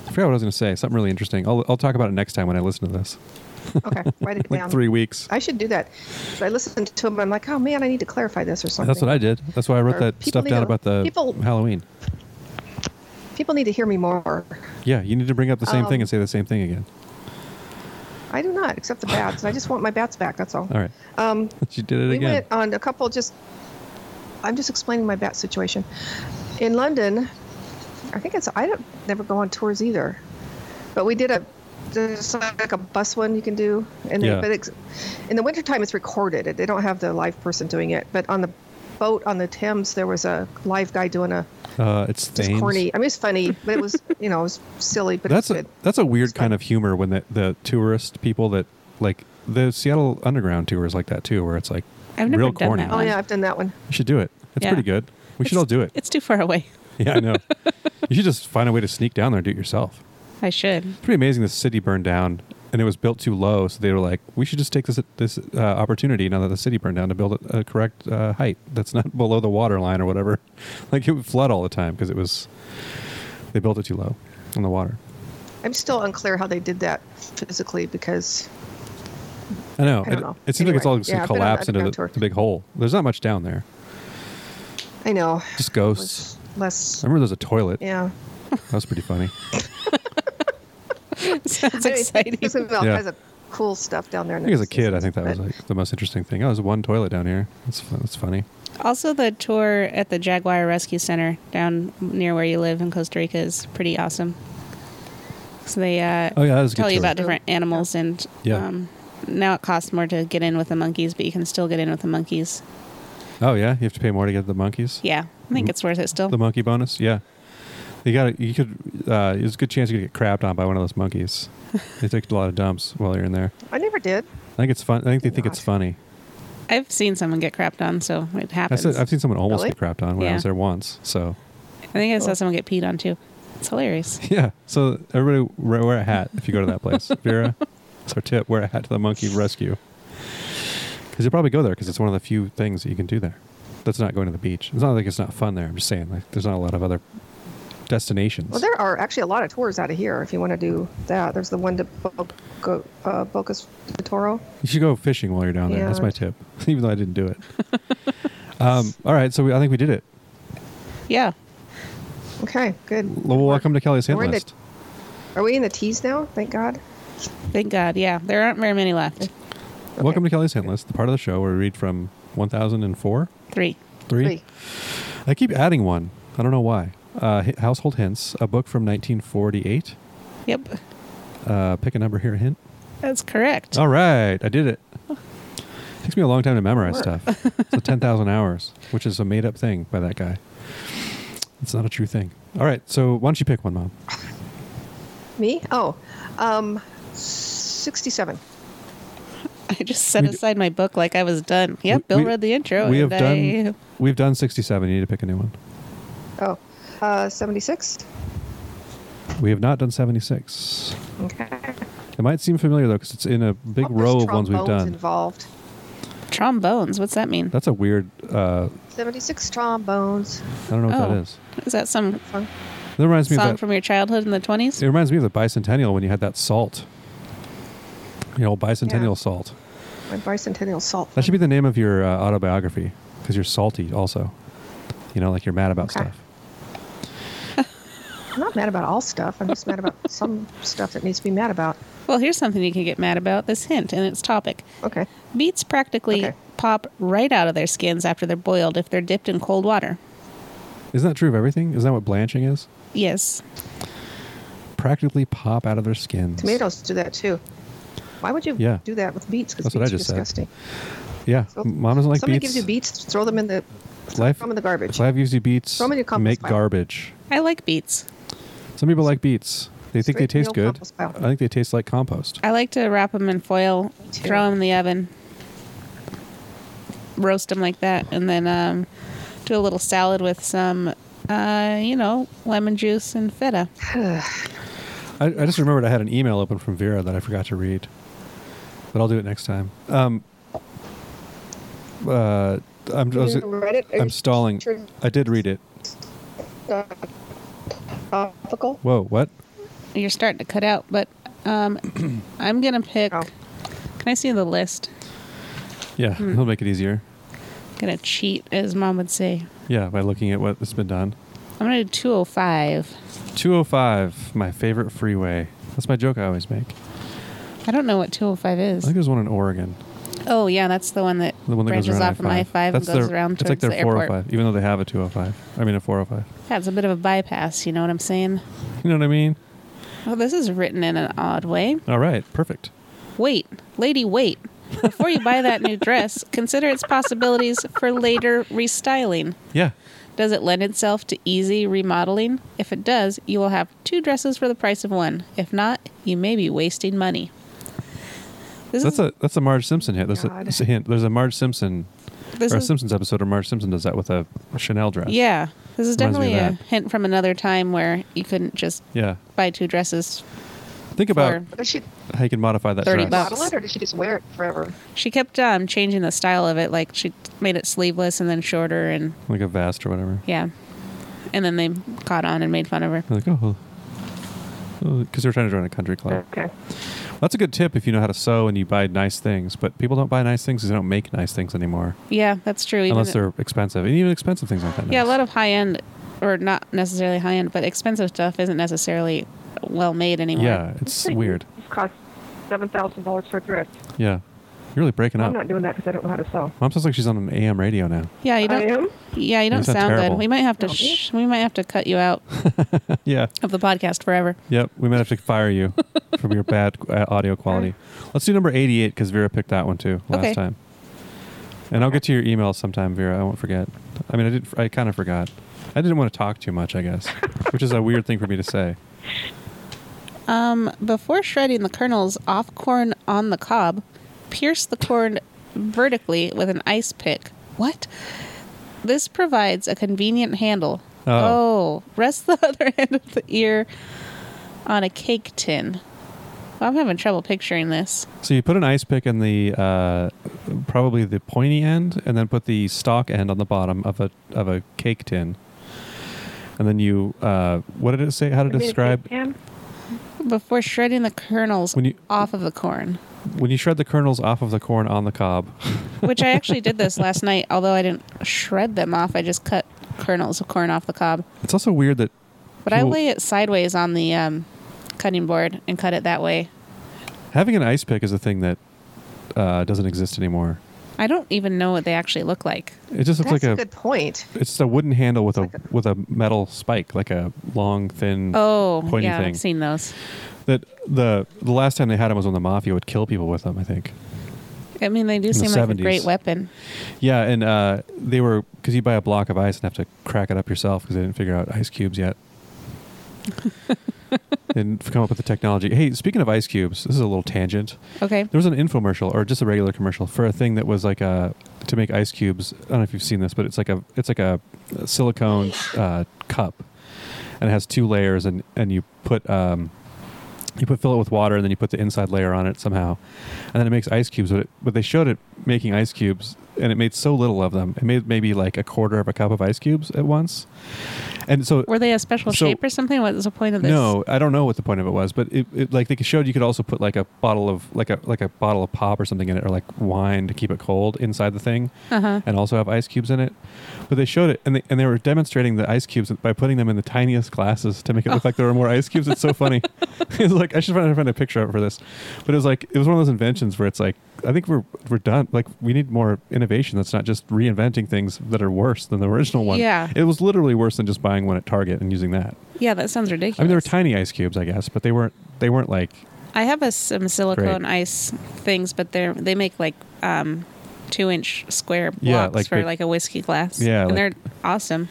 [SPEAKER 2] I forgot what I was going to say. Something really interesting. I'll, I'll talk about it next time when I listen to this.
[SPEAKER 1] okay. Write it
[SPEAKER 2] Like
[SPEAKER 1] down.
[SPEAKER 2] three weeks.
[SPEAKER 1] I should do that. But I listened to him, and I'm like, oh man, I need to clarify this or something.
[SPEAKER 2] That's what I did. That's why I wrote
[SPEAKER 1] Or
[SPEAKER 2] that
[SPEAKER 1] people
[SPEAKER 2] stuff
[SPEAKER 1] need
[SPEAKER 2] down
[SPEAKER 1] to-
[SPEAKER 2] about the
[SPEAKER 1] people-
[SPEAKER 2] Halloween.
[SPEAKER 1] People need to hear me more.
[SPEAKER 2] Yeah, you need to bring up the same thing
[SPEAKER 1] Um,
[SPEAKER 2] and say the same thing again.
[SPEAKER 1] I do not, except the bats. I just want my bats back. That's all.
[SPEAKER 2] All right.
[SPEAKER 1] Um,
[SPEAKER 2] she did it
[SPEAKER 1] we
[SPEAKER 2] again.
[SPEAKER 1] went on a couple. Just, I'm just explaining my bat situation. In London, I think it's. I don't never go on tours either, but we did a there's like a bus one you can do, and
[SPEAKER 2] Yeah.
[SPEAKER 1] then, but it's, in the wintertime it's recorded. They don't have the live person doing it, but on the boat on the Thames there was a live guy doing a
[SPEAKER 2] Uh, it's
[SPEAKER 1] just
[SPEAKER 2] Thames.
[SPEAKER 1] corny. I mean, it's funny, but it was you know it was silly, but
[SPEAKER 2] that's
[SPEAKER 1] it's
[SPEAKER 2] a
[SPEAKER 1] good.
[SPEAKER 2] that's a weird
[SPEAKER 1] fun.
[SPEAKER 2] kind of humor when the the tourist people that like the Seattle Underground tour is like that too, where it's like
[SPEAKER 3] I've never
[SPEAKER 2] real
[SPEAKER 3] done
[SPEAKER 2] corny.
[SPEAKER 3] that
[SPEAKER 1] Oh
[SPEAKER 3] one.
[SPEAKER 1] yeah, I've done that one.
[SPEAKER 2] You should do it. It's
[SPEAKER 3] Yeah.
[SPEAKER 2] pretty good. We should all do it.
[SPEAKER 3] It's too far away.
[SPEAKER 2] Yeah, I know. you should just find a way to sneak down there and do it yourself.
[SPEAKER 3] I should.
[SPEAKER 2] It's pretty amazing. The city burned down, and it was built too low, so they were like, "We should just take this this uh, opportunity now that the city burned down to build it a correct uh, height that's not below the water line or whatever." like it would flood all the time because it was they built it too low on the water.
[SPEAKER 1] I'm still unclear how they did that physically because
[SPEAKER 2] I know.
[SPEAKER 1] I don't
[SPEAKER 2] it,
[SPEAKER 1] know.
[SPEAKER 2] it seems like it's
[SPEAKER 1] Anyway,
[SPEAKER 2] all just
[SPEAKER 1] yeah,
[SPEAKER 2] gonna
[SPEAKER 1] I've been on
[SPEAKER 2] collapse
[SPEAKER 1] the
[SPEAKER 2] into the,
[SPEAKER 1] underground
[SPEAKER 2] the big hole. There's not much down there.
[SPEAKER 1] I know
[SPEAKER 2] Just
[SPEAKER 1] it
[SPEAKER 2] ghosts.
[SPEAKER 1] was less.
[SPEAKER 2] I remember there's a toilet.
[SPEAKER 1] Yeah,
[SPEAKER 2] That was pretty funny.
[SPEAKER 3] Sounds exciting.
[SPEAKER 1] There's some all
[SPEAKER 2] Yeah.
[SPEAKER 1] kinds of cool stuff down there.
[SPEAKER 2] I think as a kid, I think that was like the most interesting thing. Oh, there's one toilet down here. That's fu- that's funny.
[SPEAKER 3] Also, the tour at the Jaguar Rescue Center down near where you live in Costa Rica is pretty awesome. So they uh,
[SPEAKER 2] Oh yeah, that was a
[SPEAKER 3] tell
[SPEAKER 2] good
[SPEAKER 3] you
[SPEAKER 2] tour.
[SPEAKER 3] about different animals, and
[SPEAKER 2] Yeah.
[SPEAKER 3] um, now it costs more to get in with the monkeys, but you can still get in with the monkeys.
[SPEAKER 2] Oh yeah, you have to pay more to get the monkeys.
[SPEAKER 3] Yeah, I think it's worth it still.
[SPEAKER 2] Mm. The monkey bonus. Yeah, you got you could. Uh, there's a good chance you could get crapped on by one of those monkeys. they take a lot of dumps while you're in there.
[SPEAKER 1] I never did.
[SPEAKER 2] I think it's fun. I think they think it's
[SPEAKER 1] God.
[SPEAKER 2] funny.
[SPEAKER 3] I've seen someone get crapped on, so it
[SPEAKER 2] I
[SPEAKER 3] happens.
[SPEAKER 2] said, I've seen someone almost
[SPEAKER 1] Really?
[SPEAKER 2] get crapped on when I
[SPEAKER 3] Oh, Yeah.
[SPEAKER 2] was there once. So
[SPEAKER 3] I think I
[SPEAKER 2] Oh.
[SPEAKER 3] saw someone get peed on too. It's hilarious.
[SPEAKER 2] Yeah. So everybody wear, wear a hat if you go to that place. Vera, it's our tip. Wear a hat to the monkey rescue. Because you'll probably go there because it's one of the few things that you can do there. That's not going to the beach. It's not like it's not fun there. I'm just saying, like, there's not a lot of other destinations.
[SPEAKER 1] Well, there are actually a lot of tours out of here if you want to do that. There's the one to Bo- go, uh, Bocas de Toro.
[SPEAKER 2] you should go fishing while you're down there.
[SPEAKER 1] Yeah.
[SPEAKER 2] That's my tip. Even though I didn't do it. um, all right. So we, I think we did it.
[SPEAKER 3] Yeah.
[SPEAKER 1] Okay, good.
[SPEAKER 2] Well, welcome to Kelly's hit
[SPEAKER 1] We're in the-
[SPEAKER 2] list.
[SPEAKER 1] Are we in the teas now? Thank God.
[SPEAKER 3] Thank God. Yeah. There aren't very many left.
[SPEAKER 1] Okay.
[SPEAKER 2] Welcome to Kelly's hit list, the part of the show where we read from 1004.
[SPEAKER 3] Three.
[SPEAKER 1] Three.
[SPEAKER 2] I keep adding one. I don't know why. Uh, Hi- Household Hints, a book from 1948.
[SPEAKER 3] Yep.
[SPEAKER 2] Uh, pick a number here, a hint.
[SPEAKER 3] That's correct.
[SPEAKER 2] All right, I did it. Takes me a long time to memorize
[SPEAKER 1] Work.
[SPEAKER 2] stuff. So 10,000 hours, which is a made up thing by that guy. It's not a true thing. All right, so why don't you pick one, Mom?
[SPEAKER 1] Me? Oh, um, 67.
[SPEAKER 3] I just set
[SPEAKER 2] We d-
[SPEAKER 3] aside my book like I was done. Yep,
[SPEAKER 2] We-
[SPEAKER 3] Bill
[SPEAKER 2] we-
[SPEAKER 3] read the intro.
[SPEAKER 2] we have
[SPEAKER 3] and I,
[SPEAKER 2] done we've done 67. You need to pick a new one.
[SPEAKER 1] Oh, uh, 76.
[SPEAKER 2] We have not done 76.
[SPEAKER 1] Okay.
[SPEAKER 2] It might seem familiar though cuz it's in a big
[SPEAKER 1] Oh, there's
[SPEAKER 2] row of ones we've
[SPEAKER 1] trombones
[SPEAKER 2] done.
[SPEAKER 1] Involved.
[SPEAKER 3] Trombones. What's that mean?
[SPEAKER 2] That's a weird uh,
[SPEAKER 1] 76 trombones.
[SPEAKER 2] I don't know what
[SPEAKER 3] Oh.
[SPEAKER 2] that is.
[SPEAKER 3] Is that some
[SPEAKER 1] Song.
[SPEAKER 2] That reminds Uh, me of
[SPEAKER 3] song
[SPEAKER 2] that
[SPEAKER 3] from your childhood in the 20s?
[SPEAKER 2] It reminds me of the bicentennial when you had that salt. You know, bicentennial
[SPEAKER 1] Yeah.
[SPEAKER 2] salt.
[SPEAKER 1] My bicentennial salt.
[SPEAKER 2] That should be the name of your uh, autobiography because you're salty also. You know, like you're mad about
[SPEAKER 1] Okay.
[SPEAKER 2] stuff.
[SPEAKER 1] I'm not mad about all stuff. I'm just mad about some stuff that needs to be mad about.
[SPEAKER 3] Well, here's something you can get mad about this hint and its topic.
[SPEAKER 1] Okay.
[SPEAKER 3] Beets practically
[SPEAKER 1] Okay.
[SPEAKER 3] pop right out of their skins after they're boiled if they're dipped in cold water.
[SPEAKER 2] Isn't that true of everything? Isn't that what blanching is?
[SPEAKER 3] Yes.
[SPEAKER 2] Practically pop out of their skins.
[SPEAKER 1] Tomatoes do that too. Why would you
[SPEAKER 2] Yeah.
[SPEAKER 1] do that with beets? Because
[SPEAKER 2] That's
[SPEAKER 1] beets
[SPEAKER 2] what I
[SPEAKER 1] are
[SPEAKER 2] just said.
[SPEAKER 1] disgusting.
[SPEAKER 2] Yeah.
[SPEAKER 1] So-
[SPEAKER 2] Mom doesn't like
[SPEAKER 1] Somebody
[SPEAKER 2] beets.
[SPEAKER 1] gives you beets, throw them in the
[SPEAKER 2] Life,
[SPEAKER 1] throw them in the garbage.
[SPEAKER 2] Clive gives you beets.
[SPEAKER 1] Throw 'em in your compost
[SPEAKER 2] make
[SPEAKER 1] pile.
[SPEAKER 2] garbage.
[SPEAKER 3] I like beets.
[SPEAKER 2] Some people like beets. They think they
[SPEAKER 1] Straight
[SPEAKER 2] taste
[SPEAKER 1] meal
[SPEAKER 2] good.
[SPEAKER 1] compost
[SPEAKER 2] I
[SPEAKER 1] pile.
[SPEAKER 2] think they taste like compost.
[SPEAKER 3] I like to wrap them in foil,
[SPEAKER 1] too.
[SPEAKER 3] throw them in the oven, roast them like that, and then um, do a little salad with some, uh, you know, lemon juice and feta.
[SPEAKER 2] I, I just remembered I had an email open from Vera that I forgot to read, but I'll do it next time. Um, uh, I'm, I was-
[SPEAKER 1] You read it?
[SPEAKER 2] I'm stalling.
[SPEAKER 1] Sure,
[SPEAKER 2] I did read it.
[SPEAKER 1] uh, Topical.
[SPEAKER 2] Whoa, what?
[SPEAKER 3] You're starting to cut out, but um, I'm gonna pick.
[SPEAKER 1] Oh.
[SPEAKER 3] Can I see the list?
[SPEAKER 2] Yeah,
[SPEAKER 3] Hmm.
[SPEAKER 2] he'll make it easier.
[SPEAKER 3] gonna cheat, as mom would say.
[SPEAKER 2] Yeah, by looking at what has been done.
[SPEAKER 3] I'm gonna do 205.
[SPEAKER 2] 205, my favorite freeway. That's my joke I always make.
[SPEAKER 3] I don't know what
[SPEAKER 2] I
[SPEAKER 3] 205
[SPEAKER 2] think
[SPEAKER 3] is.
[SPEAKER 2] there's one in Oregon.
[SPEAKER 3] Oh yeah, that's the one that,
[SPEAKER 2] The one that
[SPEAKER 3] branches
[SPEAKER 2] goes around
[SPEAKER 3] off of I five and
[SPEAKER 2] That's
[SPEAKER 3] goes
[SPEAKER 2] their-
[SPEAKER 3] around
[SPEAKER 2] It's
[SPEAKER 3] towards
[SPEAKER 2] like their
[SPEAKER 3] the airport.
[SPEAKER 2] 405, even though they have a 205. I mean, a 405.
[SPEAKER 3] That's a bit of a bypass. You know what I'm saying?
[SPEAKER 2] You know what I mean?
[SPEAKER 3] Oh, this is written in an odd way.
[SPEAKER 2] All right, perfect.
[SPEAKER 3] Wait, lady, wait. Before you buy that new dress, consider its possibilities for later restyling.
[SPEAKER 2] Yeah.
[SPEAKER 3] Does it lend itself to easy remodeling? If it does, you will have two dresses for the price of one. If not, you may be wasting money. This
[SPEAKER 2] That's
[SPEAKER 3] is
[SPEAKER 2] a that's a Marge Simpson hit. There's a,
[SPEAKER 1] God.
[SPEAKER 2] there's a hint. There's a Marge Simpson
[SPEAKER 3] this
[SPEAKER 2] or a
[SPEAKER 3] is
[SPEAKER 2] Simpsons episode where Marge Simpson does that with a Chanel dress.
[SPEAKER 3] yeah. This is
[SPEAKER 2] Reminds me
[SPEAKER 3] definitely a
[SPEAKER 2] of that.
[SPEAKER 3] hint from another time where you couldn't just
[SPEAKER 2] Yeah.
[SPEAKER 3] buy two dresses.
[SPEAKER 2] Think about
[SPEAKER 3] For-
[SPEAKER 1] Does she
[SPEAKER 2] how you can modify that
[SPEAKER 3] 30
[SPEAKER 2] dress.
[SPEAKER 3] bucks.
[SPEAKER 1] model it or does she just wear it forever?
[SPEAKER 3] She kept um, changing the style of it, like she made it sleeveless and then shorter, and
[SPEAKER 2] Like a vest or whatever.
[SPEAKER 3] yeah. And then they caught on and made fun of her.
[SPEAKER 2] They're like, oh. Because they're trying to join a country club.
[SPEAKER 1] Okay.
[SPEAKER 2] That's a good tip if you know how to sew and you buy nice things. But people don't buy nice things because they don't make nice things anymore,
[SPEAKER 3] Yeah, that's true. even-
[SPEAKER 2] unless they're expensive. And even expensive things aren't that nice.
[SPEAKER 3] Yeah, a lot of high end, or not necessarily high end, but expensive stuff isn't necessarily well made anymore.
[SPEAKER 2] Yeah, it's weird.
[SPEAKER 1] This costs seven thousand dollars for a dress.
[SPEAKER 2] Yeah, you're really breaking up.
[SPEAKER 1] I'm not doing that because I don't know how to sew.
[SPEAKER 2] Mom sounds like she's on an AM radio now.
[SPEAKER 3] Yeah, you
[SPEAKER 1] I
[SPEAKER 3] don't.
[SPEAKER 1] am.
[SPEAKER 3] Yeah, you don't
[SPEAKER 2] It's not
[SPEAKER 3] sound
[SPEAKER 2] terrible.
[SPEAKER 3] good. We might have to.
[SPEAKER 1] No.
[SPEAKER 3] Sh- we might have to cut you out
[SPEAKER 2] yeah.
[SPEAKER 3] of the podcast forever.
[SPEAKER 2] Yep. We might have to fire you from your bad uh, audio quality. Let's do number 88 because Vera picked that one too last
[SPEAKER 3] Okay.
[SPEAKER 2] time. And I'll get to your email sometime, Vera. I won't forget. I mean, I did. I kind of forgot. I didn't want to talk too much, I guess, which is a weird thing for me to say.
[SPEAKER 3] Um, before shredding the kernels off corn on the cob, pierce the corn vertically with an ice pick. What? This provides a convenient handle.
[SPEAKER 2] Oh.
[SPEAKER 3] oh rest the other end of the ear on a cake tin. I'm having trouble picturing this.
[SPEAKER 2] So you put an ice pick in the uh, probably the pointy end, and then put the stalk end on the bottom of a of a cake tin. And then you, uh, what did it say? How to describe
[SPEAKER 1] Pam?
[SPEAKER 3] before shredding the kernels
[SPEAKER 2] When you-
[SPEAKER 3] off of the corn.
[SPEAKER 2] when you shred the kernels off of the corn on the cob?
[SPEAKER 3] Which I actually did this last night, although I didn't shred them off. I just cut kernels of corn off the cob.
[SPEAKER 2] It's also weird that
[SPEAKER 3] But I
[SPEAKER 2] Cool.
[SPEAKER 3] lay it sideways on the um, cutting board and cut it that way.
[SPEAKER 2] having an ice pick is a thing that uh, doesn't exist anymore.
[SPEAKER 3] I don't even know what they actually look like.
[SPEAKER 2] It just looks
[SPEAKER 1] That's
[SPEAKER 2] like
[SPEAKER 1] a
[SPEAKER 2] a,
[SPEAKER 1] good point.
[SPEAKER 2] it's just a wooden handle with a, with a metal spike, like a long thin
[SPEAKER 3] Oh,
[SPEAKER 2] pointy
[SPEAKER 3] yeah,
[SPEAKER 2] thing.
[SPEAKER 3] I've seen those.
[SPEAKER 2] That the the last time they had them was when the mafia would kill people with them. I think.
[SPEAKER 3] I mean, they do
[SPEAKER 2] the
[SPEAKER 3] seem like a
[SPEAKER 2] 70s.
[SPEAKER 3] great weapon.
[SPEAKER 2] Yeah, and uh, they were because you buy a block of ice and have to crack it up yourself because they didn't figure out ice cubes yet. They didn't come up with the technology. Hey, speaking of ice cubes, this is a little tangent.
[SPEAKER 3] Okay.
[SPEAKER 2] There was an infomercial or just a regular commercial for a thing that was like a to make ice cubes. I don't know if you've seen this, but it's like a it's like a silicone uh, cup, and it has two layers, and and you put um, you put fill it with water, and then you put the inside layer on it somehow, and then it makes ice cubes. But it, but they showed it making ice cubes, and it made so little of them. It made maybe like a quarter of a cup of ice cubes at once, and so
[SPEAKER 3] Were they a special
[SPEAKER 2] So-
[SPEAKER 3] shape or something? What was the point of this?
[SPEAKER 2] no, I don't know what the point of it was, but it, it like they showed you could also put like a bottle of like a like a bottle of pop or something in it, or like wine to keep it cold inside the thing,
[SPEAKER 3] Uh huh.
[SPEAKER 2] and also have ice cubes in it. But they showed it, and they and they were demonstrating the ice cubes by putting them in the tiniest glasses to make
[SPEAKER 3] Oh.
[SPEAKER 2] it look like there were more ice cubes. It's so funny. it's like I should find, find a picture of it for this, but it was like it was one of those inventions where it's like I think we're we're done. Like we need more innovation. That's not just reinventing things that are worse than the original one.
[SPEAKER 3] Yeah.
[SPEAKER 2] it was literally worse than just buying one at Target and using that.
[SPEAKER 3] Yeah, that sounds ridiculous.
[SPEAKER 2] I mean, they were tiny ice cubes, I guess, but they weren't. They weren't like
[SPEAKER 3] I have a, some silicone
[SPEAKER 2] Great.
[SPEAKER 3] ice things, but they're they make like um, two inch square blocks
[SPEAKER 2] Yeah, like
[SPEAKER 3] for
[SPEAKER 2] big-
[SPEAKER 3] like a whiskey glass.
[SPEAKER 2] Yeah,
[SPEAKER 3] and
[SPEAKER 2] like-
[SPEAKER 3] they're awesome.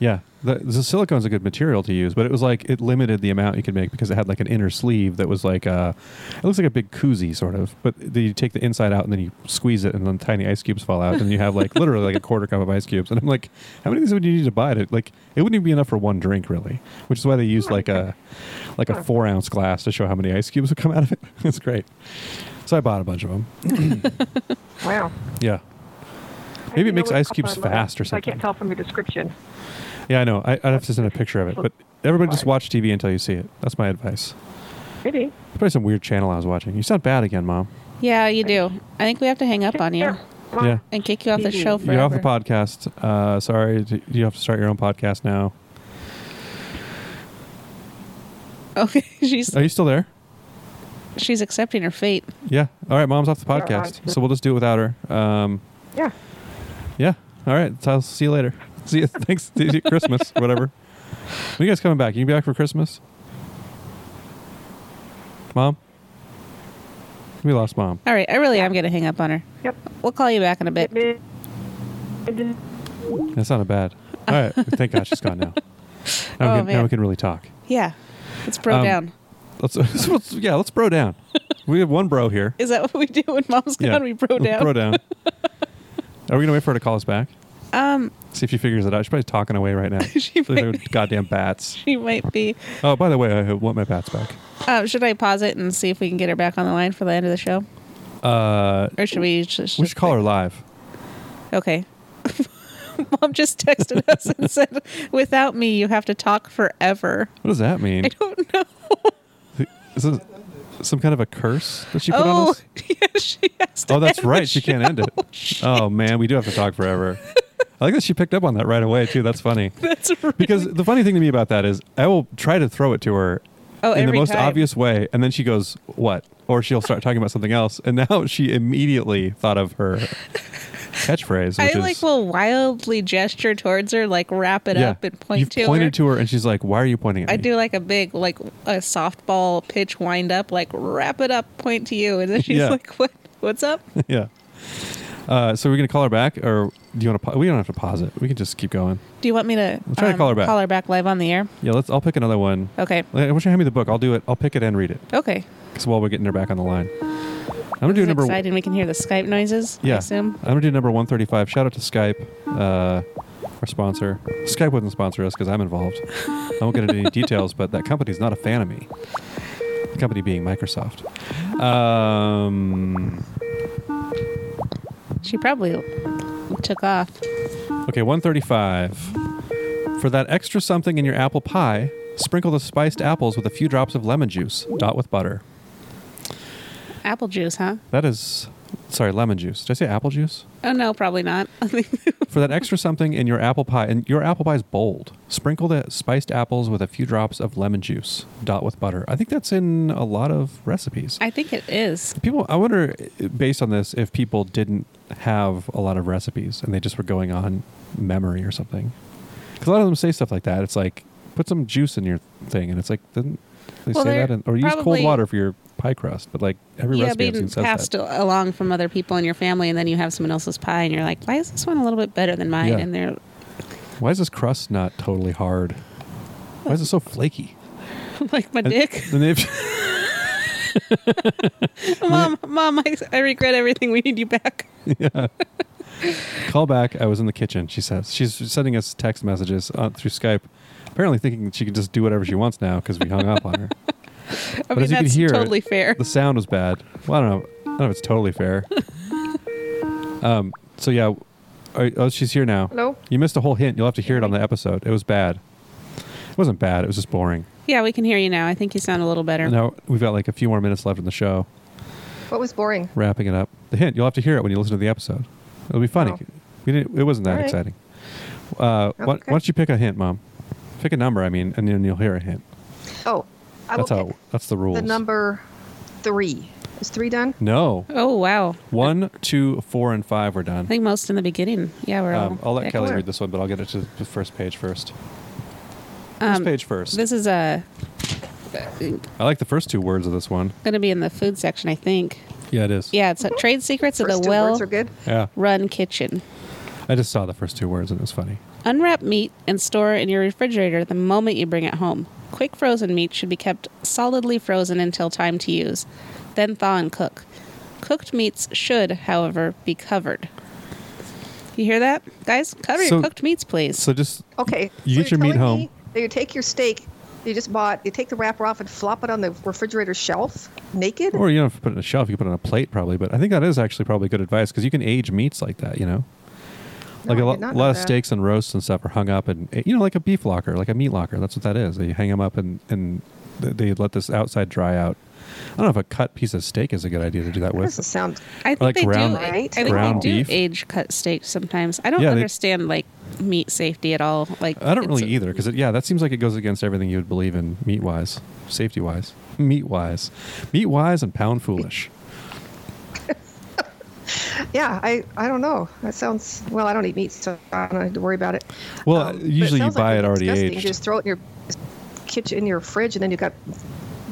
[SPEAKER 2] yeah. The, the silicone's a good material to use, but it was like it limited the amount you could make because it had like an inner sleeve that was like a. It looks like a big koozie sort of, but the, you take the inside out and then you squeeze it, and then tiny ice cubes fall out, and you have like literally like a quarter cup of ice cubes. And I'm like, how many of these would you need to buy to like? It wouldn't even be enough for one drink, really. Which is why they used like a, like a four ounce glass to show how many ice cubes would come out of it. it's great. So I bought a bunch of them.
[SPEAKER 1] Wow.
[SPEAKER 2] Yeah.
[SPEAKER 1] I
[SPEAKER 2] Maybe it
[SPEAKER 1] didn't know
[SPEAKER 2] makes
[SPEAKER 1] what
[SPEAKER 2] ice
[SPEAKER 1] cup
[SPEAKER 2] cubes
[SPEAKER 1] I love.
[SPEAKER 2] fast or
[SPEAKER 1] I
[SPEAKER 2] something.
[SPEAKER 1] can't tell from your description.
[SPEAKER 2] Yeah, I know. I, I'd have to send a picture of it. But everybody just watch TV until you see it. That's my advice.
[SPEAKER 1] Maybe.
[SPEAKER 2] Probably some weird channel I was watching. You sound bad again, Mom.
[SPEAKER 3] Yeah, you do. I think we have to hang up on you
[SPEAKER 1] Yeah. Well,
[SPEAKER 2] Yeah.
[SPEAKER 3] and kick you off the show Oh, forever.
[SPEAKER 2] You're off the podcast. Uh, sorry. d- You have to start your own podcast now.
[SPEAKER 3] Okay, she's
[SPEAKER 2] Are you still there?
[SPEAKER 3] she's accepting her fate.
[SPEAKER 2] Yeah. All right, Mom's off the
[SPEAKER 1] Yeah,
[SPEAKER 2] podcast.
[SPEAKER 1] I'm-
[SPEAKER 2] So we'll just do it without her. Um,
[SPEAKER 1] Yeah.
[SPEAKER 2] yeah. All right. So I'll see you later. See you. Thanks. See you at Christmas or whatever. When are you guys coming back? You can be back for Christmas? mom? We lost mom.
[SPEAKER 3] All right, I really am going to hang up on her.
[SPEAKER 1] Yep.
[SPEAKER 3] We'll call you back in a bit.
[SPEAKER 2] That sounded bad. All right. Thank God she's gone now. Now,
[SPEAKER 3] Oh,
[SPEAKER 2] we, can, now
[SPEAKER 3] man.
[SPEAKER 2] we can really talk.
[SPEAKER 3] Yeah. It's bro
[SPEAKER 2] Um,
[SPEAKER 3] down.
[SPEAKER 2] Let's, let's- yeah, let's bro down. We have one bro here.
[SPEAKER 3] Is that what we do when mom's gone?
[SPEAKER 2] Yeah.
[SPEAKER 3] We bro
[SPEAKER 2] Let's
[SPEAKER 3] down.
[SPEAKER 2] Bro down. Are we gonna wait for her to call us back?
[SPEAKER 3] Um,
[SPEAKER 2] See if she figures it out. She's probably talking away right now.
[SPEAKER 3] She
[SPEAKER 2] Those are
[SPEAKER 3] might.
[SPEAKER 2] goddamn bats.
[SPEAKER 3] she might be.
[SPEAKER 2] Oh, by the way, I want my bats back.
[SPEAKER 3] Um, should I pause it and see if we can get her back on the line for the end of the show,
[SPEAKER 2] Uh,
[SPEAKER 3] or should we? Just,
[SPEAKER 2] we should call her live.
[SPEAKER 3] Okay. Mom just texted us and said, "Without me, you have to talk forever."
[SPEAKER 2] What does that mean?
[SPEAKER 3] I don't know.
[SPEAKER 2] Is this some kind of a curse that she put on
[SPEAKER 3] Oh,
[SPEAKER 2] us?
[SPEAKER 3] yeah, she has to.
[SPEAKER 2] Oh, that's
[SPEAKER 3] end the
[SPEAKER 2] right. She can't end it.
[SPEAKER 3] show.
[SPEAKER 2] Oh man, we do have to talk forever. I like that she picked up on that right away too. That's funny.
[SPEAKER 3] That's right.
[SPEAKER 2] Because the funny thing to me about that is I will try to throw it to her
[SPEAKER 3] Oh,
[SPEAKER 2] in the
[SPEAKER 3] every
[SPEAKER 2] most
[SPEAKER 3] time.
[SPEAKER 2] obvious way, and then she goes, What? Or she'll start talking about something else. And now she immediately thought of her catchphrase.
[SPEAKER 3] I
[SPEAKER 2] Which
[SPEAKER 3] like
[SPEAKER 2] is,
[SPEAKER 3] will wildly gesture towards her, like wrap it
[SPEAKER 2] yeah,
[SPEAKER 3] up and point
[SPEAKER 2] You've
[SPEAKER 3] to
[SPEAKER 2] pointed
[SPEAKER 3] her.
[SPEAKER 2] to her, and she's like, Why are you pointing at
[SPEAKER 3] I
[SPEAKER 2] me?
[SPEAKER 3] do like a big, like a softball pitch wind up, like wrap it up, point to you, and then she's
[SPEAKER 2] Yeah.
[SPEAKER 3] like, "What? What's up?"
[SPEAKER 2] yeah. Uh, so we're going to call her back, or do you want to? Pa- we don't have to pause it. We can just keep going.
[SPEAKER 3] Do you want me to, um,
[SPEAKER 2] We'll try to call her back.
[SPEAKER 3] Call her back live on the air.
[SPEAKER 2] Yeah, let's. I'll pick another one.
[SPEAKER 3] Okay.
[SPEAKER 2] Why don't you hand me the book? I'll do it. I'll pick it and read it.
[SPEAKER 3] Okay.
[SPEAKER 2] Because while we're getting her back on the line, I'm gonna
[SPEAKER 3] This
[SPEAKER 2] do
[SPEAKER 3] is
[SPEAKER 2] number.
[SPEAKER 3] exciting. We can hear the Skype noises. I
[SPEAKER 2] Yeah,
[SPEAKER 3] assume.
[SPEAKER 2] I'm gonna do number 135. Shout out to Skype, uh, our sponsor. Skype wouldn't sponsor us because I'm involved. I won't get into any details, but that company's not a fan of me. The company being Microsoft. Um,
[SPEAKER 3] She probably took off.
[SPEAKER 2] okay, 135. For that extra something in your apple pie, sprinkle the spiced apples with a few drops of lemon juice. Dot with butter.
[SPEAKER 3] Apple juice, huh?
[SPEAKER 2] That is, sorry, lemon juice. Did I say apple juice?
[SPEAKER 3] Oh no, probably not. I think-
[SPEAKER 2] For that extra something in your apple pie, and your apple pie is bold, sprinkle the spiced apples with a few drops of lemon juice, dot with butter. I think that's in a lot of recipes.
[SPEAKER 3] I think it is.
[SPEAKER 2] People, I wonder, eh, based on this, if people didn't have a lot of recipes and they just were going on memory or something. Because a lot of them say stuff like that. It's like, put some juice in your thing, and it's like, didn't they
[SPEAKER 3] Well,
[SPEAKER 2] say
[SPEAKER 3] they're
[SPEAKER 2] that? In, or use cold
[SPEAKER 3] probably-
[SPEAKER 2] water for your pie crust. But like every
[SPEAKER 3] yeah,
[SPEAKER 2] recipe I've
[SPEAKER 3] being
[SPEAKER 2] seen says
[SPEAKER 3] passed
[SPEAKER 2] that.
[SPEAKER 3] along from other people in your family, and then you have someone else's pie, and you're like, "Why is this one a little bit better than mine?"
[SPEAKER 2] Yeah.
[SPEAKER 3] And they're
[SPEAKER 2] Why is this crust not totally hard? Why is it so flaky?
[SPEAKER 3] like, "My
[SPEAKER 2] And-
[SPEAKER 3] dick,
[SPEAKER 2] and they've-
[SPEAKER 3] mom, mom, I, I regret everything. We need you back."
[SPEAKER 2] Call back. I was in the kitchen. She says she's sending us text messages uh, through Skype, apparently thinking that she can just do whatever she wants now because we hung up on her.
[SPEAKER 3] I
[SPEAKER 2] But
[SPEAKER 3] mean,
[SPEAKER 2] as you can
[SPEAKER 3] that's
[SPEAKER 2] hear,
[SPEAKER 3] totally fair.
[SPEAKER 2] The sound was bad. Well, I don't know. I don't know if it's totally fair. um. So yeah, I, oh, she's here now.
[SPEAKER 1] Hello?
[SPEAKER 2] You missed a whole hint. You'll have to hear it on the episode. It was bad. It wasn't bad. It was just boring.
[SPEAKER 3] Yeah, we can hear you now. I think you sound a little better.
[SPEAKER 2] And now we've got like a few more minutes left in the show.
[SPEAKER 1] What was boring?
[SPEAKER 2] wrapping it up. The hint you'll have to hear it when you listen to the episode. It'll be funny.
[SPEAKER 1] Oh.
[SPEAKER 2] We didn't, it wasn't that
[SPEAKER 1] All right.
[SPEAKER 2] exciting. Uh, why, why
[SPEAKER 1] Okay.
[SPEAKER 2] don't you pick a hint, Mom? Pick a number, I mean, and then you'll hear a hint.
[SPEAKER 1] Oh, I
[SPEAKER 2] That's
[SPEAKER 1] will
[SPEAKER 2] how.
[SPEAKER 1] pick
[SPEAKER 2] That's the rules.
[SPEAKER 1] the number three. Is three done?
[SPEAKER 2] No,
[SPEAKER 3] Oh wow,
[SPEAKER 2] one, two, four, and five. We're
[SPEAKER 3] I
[SPEAKER 2] done.
[SPEAKER 3] think most in the beginning. Yeah, we're
[SPEAKER 2] Um,
[SPEAKER 3] all.
[SPEAKER 2] I'll let
[SPEAKER 3] picked.
[SPEAKER 2] Kelly
[SPEAKER 1] Sure.
[SPEAKER 2] read this one, but I'll get it to the first page first. First
[SPEAKER 3] Um,
[SPEAKER 2] page first.
[SPEAKER 3] This is a
[SPEAKER 2] I like the first two words of this one.
[SPEAKER 3] going to be in the food section, I think.
[SPEAKER 2] Yeah, it is.
[SPEAKER 3] Yeah, it's uh trade secrets of
[SPEAKER 1] First
[SPEAKER 3] the
[SPEAKER 1] two
[SPEAKER 3] well
[SPEAKER 1] words are good.
[SPEAKER 2] Yeah.
[SPEAKER 3] run kitchen.
[SPEAKER 2] I just saw the first two words and it was funny.
[SPEAKER 3] Unwrap meat and store in your refrigerator the moment you bring it home. Quick frozen meat should be kept solidly frozen until time to use, then thaw and cook. Cooked meats should, however, be covered. You hear that, guys? Cover
[SPEAKER 2] So-
[SPEAKER 3] your cooked meats, please.
[SPEAKER 2] So just
[SPEAKER 1] Okay.
[SPEAKER 2] You get
[SPEAKER 1] you're
[SPEAKER 2] your meat
[SPEAKER 1] telling
[SPEAKER 2] home.
[SPEAKER 1] me that you take your steak you just bought, you take the wrapper off and flop it on the refrigerator shelf naked?
[SPEAKER 2] Or you don't have to put it on a shelf. You can put it on a plate, probably. But I think that is actually probably good advice because you can age meats like that. You know,
[SPEAKER 1] I
[SPEAKER 2] like a
[SPEAKER 1] did
[SPEAKER 2] lo-
[SPEAKER 1] not
[SPEAKER 2] lot,
[SPEAKER 1] know
[SPEAKER 2] of
[SPEAKER 1] that.
[SPEAKER 2] steaks and roasts and stuff are hung up and you know, like a beef locker, like a meat locker. That's what that is. They hang them up and and th- they let this outside dry out. I don't know if a cut piece of steak is a good idea to do that
[SPEAKER 1] That doesn't
[SPEAKER 2] with.
[SPEAKER 1] sound.
[SPEAKER 3] I think
[SPEAKER 2] like
[SPEAKER 3] they
[SPEAKER 2] ground-
[SPEAKER 3] do. I think
[SPEAKER 2] ground
[SPEAKER 3] they do
[SPEAKER 2] beef?
[SPEAKER 3] age cut steaks sometimes. I don't
[SPEAKER 2] Yeah, they-
[SPEAKER 3] understand like meat safety at all. Like
[SPEAKER 2] I don't
[SPEAKER 3] it's-
[SPEAKER 2] really either because yeah, that seems like it goes against everything you would believe in meat wise, safety wise, meat wise, meat wise, and pound foolish.
[SPEAKER 1] Yeah, I, I don't know. That sounds. Well, I don't eat meat, so I don't have to worry about it.
[SPEAKER 2] Well,
[SPEAKER 1] Um, but it
[SPEAKER 2] usually you
[SPEAKER 1] sounds like
[SPEAKER 2] buy it
[SPEAKER 1] it's
[SPEAKER 2] already
[SPEAKER 1] disgusting. You
[SPEAKER 2] aged.
[SPEAKER 1] just throw it in your kitchen, in your fridge, and then you got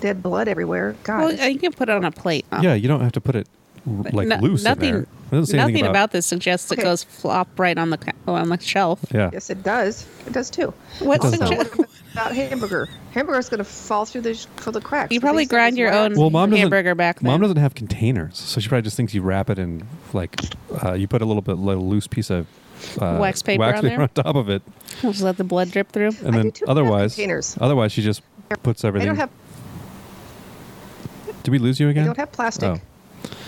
[SPEAKER 1] dead blood everywhere. God,
[SPEAKER 3] Well,
[SPEAKER 1] it's-
[SPEAKER 3] you can put it on a plate. though.
[SPEAKER 2] Yeah, you don't have to put it r- like
[SPEAKER 3] No-
[SPEAKER 2] loose
[SPEAKER 3] Nothing.
[SPEAKER 2] in there. It doesn't say
[SPEAKER 3] nothing
[SPEAKER 2] anything
[SPEAKER 3] about this suggests it
[SPEAKER 1] Okay.
[SPEAKER 3] goes flop right on the ca- on the shelf.
[SPEAKER 2] Yeah.
[SPEAKER 1] yes, it does. It does too.
[SPEAKER 3] What
[SPEAKER 2] does
[SPEAKER 1] also,
[SPEAKER 2] not.
[SPEAKER 3] suggests?
[SPEAKER 1] what about hamburger? Hamburger's going to fall through the through the cracks.
[SPEAKER 3] You
[SPEAKER 1] with
[SPEAKER 3] probably
[SPEAKER 1] these things
[SPEAKER 3] grind your
[SPEAKER 1] wrapped.
[SPEAKER 3] own
[SPEAKER 2] Well, mom doesn't.
[SPEAKER 3] hamburger back then.
[SPEAKER 2] Mom doesn't have containers, so she probably just thinks you wrap it in like uh, you put a little bit little loose piece of uh,
[SPEAKER 3] Wax paper on there?
[SPEAKER 2] on top of it,
[SPEAKER 3] Just let the blood drip through.
[SPEAKER 2] and
[SPEAKER 1] I
[SPEAKER 2] then
[SPEAKER 1] do too have
[SPEAKER 2] otherwise,
[SPEAKER 1] containers.
[SPEAKER 2] otherwise she just puts
[SPEAKER 1] They
[SPEAKER 2] everything.
[SPEAKER 1] don't have
[SPEAKER 2] Did we lose you
[SPEAKER 1] they
[SPEAKER 2] again?
[SPEAKER 1] don't have plastic.
[SPEAKER 2] Oh.